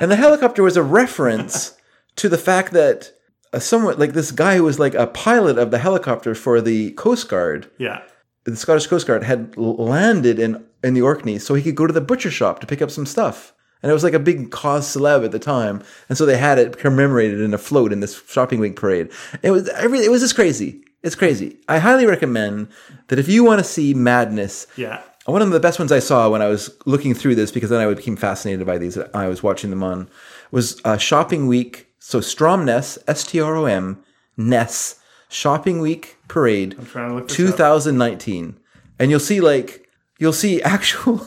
A: and the helicopter was a reference to the fact that a somewhat like this guy who was like a pilot of the helicopter for the Coast Guard,
B: Yeah.
A: the Scottish Coast Guard, had l- landed in in the Orkneys so he could go to the butcher shop to pick up some stuff. And it was like a big cause celeb at the time, and so they had it commemorated in a float in this shopping week parade. It was every, it was just crazy. It's crazy. I highly recommend that if you want to see madness,
B: Yeah.
A: one of the best ones I saw when I was looking through this, because then I became fascinated by these. I was watching them on was uh, Shopping Week. So Stromness, S T R O M Ness Shopping Week Parade,
B: trying to look this up.
A: 2019, and you'll see like you'll see actual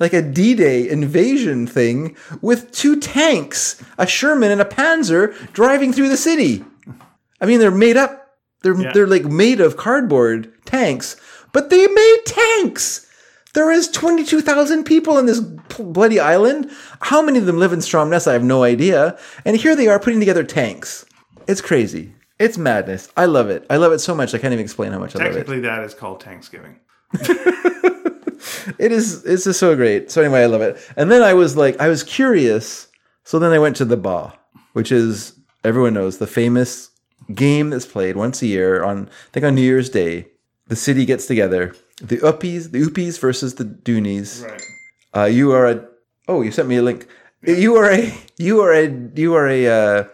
A: like a D-Day invasion thing with two tanks, a Sherman and a Panzer driving through the city. I mean, they're made up. They're they're like made of cardboard tanks, but they made tanks. There is twenty two thousand people in this p- bloody island. How many of them live in Stromness? I have no idea. And here they are putting together tanks. It's crazy. It's madness. I love it. I love it so much. I can't even explain how much I love it.
B: Technically, that is called Thanksgiving.
A: It is. It's just so great. So anyway, I love it. And then I was like, I was curious. So then I went to the Ba, which is everyone knows the famous game that's played once a year on I think on New Year's Day. The city gets together. The Uppies, the Uppies versus the Doonies.
B: Right.
A: Uh, you are a. Oh, you sent me a link. You are a. You are a. You are a. Uh,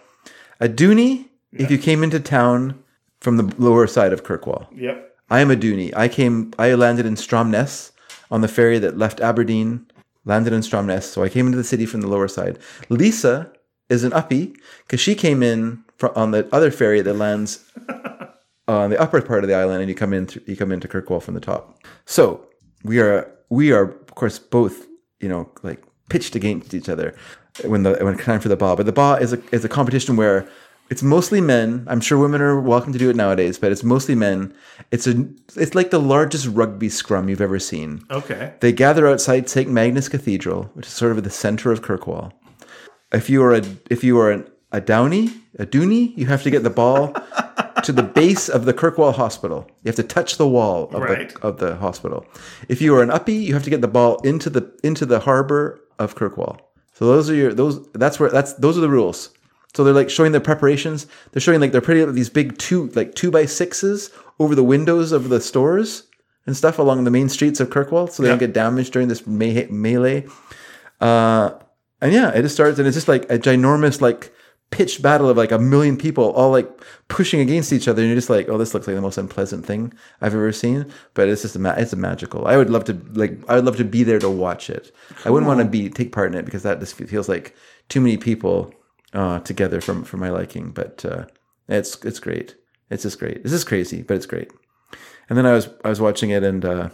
A: a Dooney. If you came into town from the lower side of Kirkwall.
B: Yep.
A: I am a Dooney. I came. I landed in Stromness on the ferry that left Aberdeen. Landed in Stromness, so I came into the city from the lower side. Lisa is an uppie because she came in fro- on the other ferry that lands on the upper part of the island, and you come in. Through, you come into Kirkwall from the top. So we are we are of course both you know like pitched against each other when the when it's time for the ba. But the ba is a is a competition where it's mostly men. I'm sure women are welcome to do it nowadays, but it's mostly men. It's a it's like the largest rugby scrum you've ever seen.
B: Okay.
A: They gather outside St. Magnus Cathedral, which is sort of at the center of Kirkwall. If you are a if you are an, a downy, a dooney, you have to get the ball to the base of the Kirkwall Hospital. You have to touch the wall of,
B: Right.
A: the, of the hospital. If you are an uppie, you have to get the ball into the into the harbor of Kirkwall. So those are your those that's where that's those are the rules. So they're like showing their preparations. They're showing like they're putting up these big two like two by sixes over the windows of the stores and stuff along the main streets of Kirkwall, so they don't
B: Yeah.
A: get damaged during this me- melee. Uh, and yeah, it just starts, and it's just like a ginormous like pitched battle of like a million people all like pushing against each other, and you're just like, oh, this looks like the most unpleasant thing I've ever seen. But it's just a ma- it's a magical. I would love to like I would love to be there to watch it. I wouldn't want to be take part in it because that just feels like too many people uh, together from for my liking. But uh, it's it's great. It's just great. This is crazy, but it's great. And then I was I was watching it, and uh,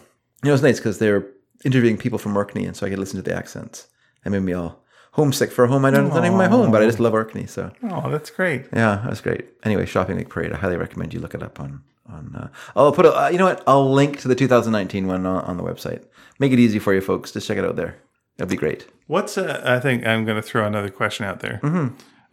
A: it was nice because they were interviewing people from Orkney, and so I could listen to the accents. That made me all homesick for a home I don't not even my home, but I just love Orkney. So
B: Oh, that's great.
A: yeah, that was great. Anyway, Shopping Week Parade. I highly recommend you look it up on on. Uh, I'll put a uh, you know what I'll link to the 2019 one on, on the website. Make it easy for you folks. Just check it out there. That'd be great.
B: What's uh, I think I'm going to throw another question out there.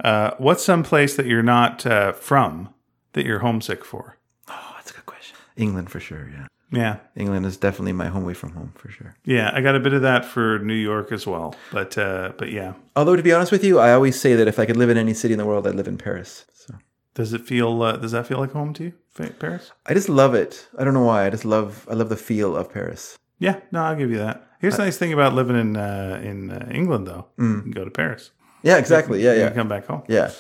B: Uh, what's some place that you're not uh, from that you're homesick for?
A: Oh, that's a good question. England for sure. Yeah,
B: Yeah,
A: England is definitely my home away from home for sure.
B: yeah, I got a bit of that for New York as well. But uh, but yeah,
A: Although to be honest with you, I always say that if I could live in any city in the world, I'd live in Paris. So.
B: does it feel uh, does that feel like home to you, Fa- Paris?
A: I just love it. I don't know why. I just love. I love the feel of Paris.
B: Yeah, no, I'll give you that. Here's the nice thing about living in uh, in uh, England though, you can go to Paris,
A: Yeah, exactly. Yeah,
B: yeah.
A: yeah,
B: come back home.
A: yeah.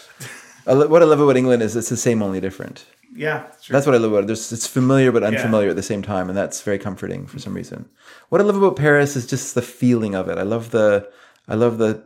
A: I lo- what I love about England is it's the same, only different.
B: Yeah, sure.
A: That's what I love about it. There's, it's familiar but unfamiliar at the same time, and that's very comforting for some reason. What I love about Paris is just the feeling of it. I love the. I love the.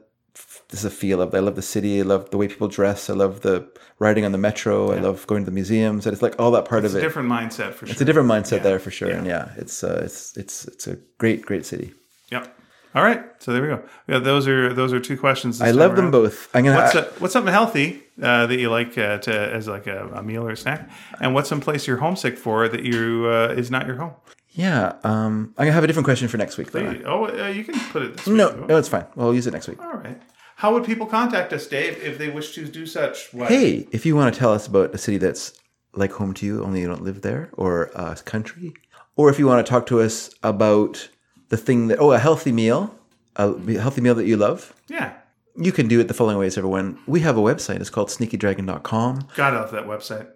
A: This is a feel of. it. I love the city. I love the way people dress. I love the riding on the metro. I love going to the museums. And it's like all that part of
B: it's
A: it.
B: a different mindset for sure.
A: it's a different mindset there for sure. And yeah, it's uh, it's it's it's a great great city.
B: Yep. All right. So there we go. Yeah, those are those are two questions. this
A: I
B: time
A: love them
B: around.
A: both. I'm gonna.
B: What's, a, what's something healthy uh, that you like uh, to as like a, a meal or a snack, and what's some place you're homesick for that you uh, is not your home?
A: Yeah, um, I'm gonna have a different question for next week. Though.
B: Oh, uh, you can put it. This way
A: No,
B: if you want.
A: no, it's fine. We'll use it next week.
B: All right. How would people contact us, Dave, if they wish to do such? What?
A: Hey, if you want to tell us about a city that's like home to you, only you don't live there, or a country, or if you want to talk to us about the thing that oh, a healthy meal, a healthy meal that you love,
B: Yeah.
A: you can do it the following ways, everyone. We have a website. It's called SneakyDragon.com.
B: Got off that website.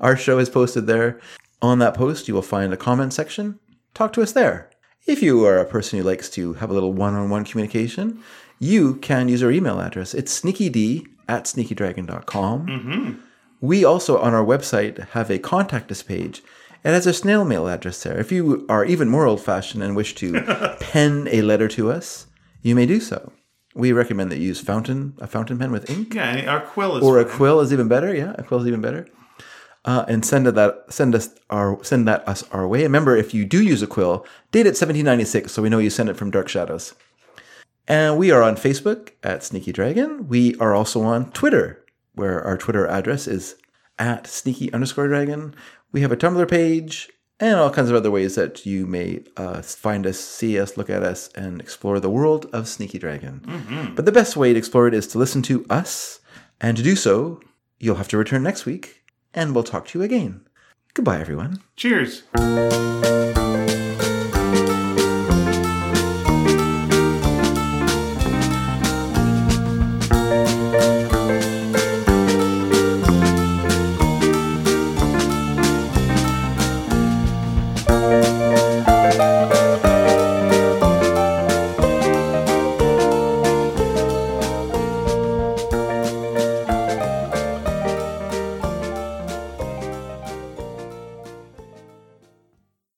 A: Our show is posted there. On that post, you will find a comment section. Talk to us there. If you are a person who likes to have a little one on one communication, you can use our email address. It's sneakyd at sneakydragon.com. We also, on our website, have a contact us page. It has a snail mail address there. If you are even more old fashioned and wish to pen a letter to us, you may do so. We recommend that you use fountain a fountain pen with ink
B: Yeah. and Our quill is.
A: or a quill is even better. Yeah, a quill is even better. Uh, and send it that send us our send that us our way. Remember, if you do use a quill, date it 1796, so we know you sent it from Dark Shadows. And we are on Facebook at Sneaky Dragon. We are also on Twitter, where our Twitter address is at Sneaky underscore Dragon. We have a Tumblr page and all kinds of other ways that you may uh, find us, see us, look at us, and explore the world of Sneaky Dragon. But the best way to explore it is to listen to us. And to do so, you'll have to return next week, and we'll talk to you again. Goodbye, everyone.
B: Cheers.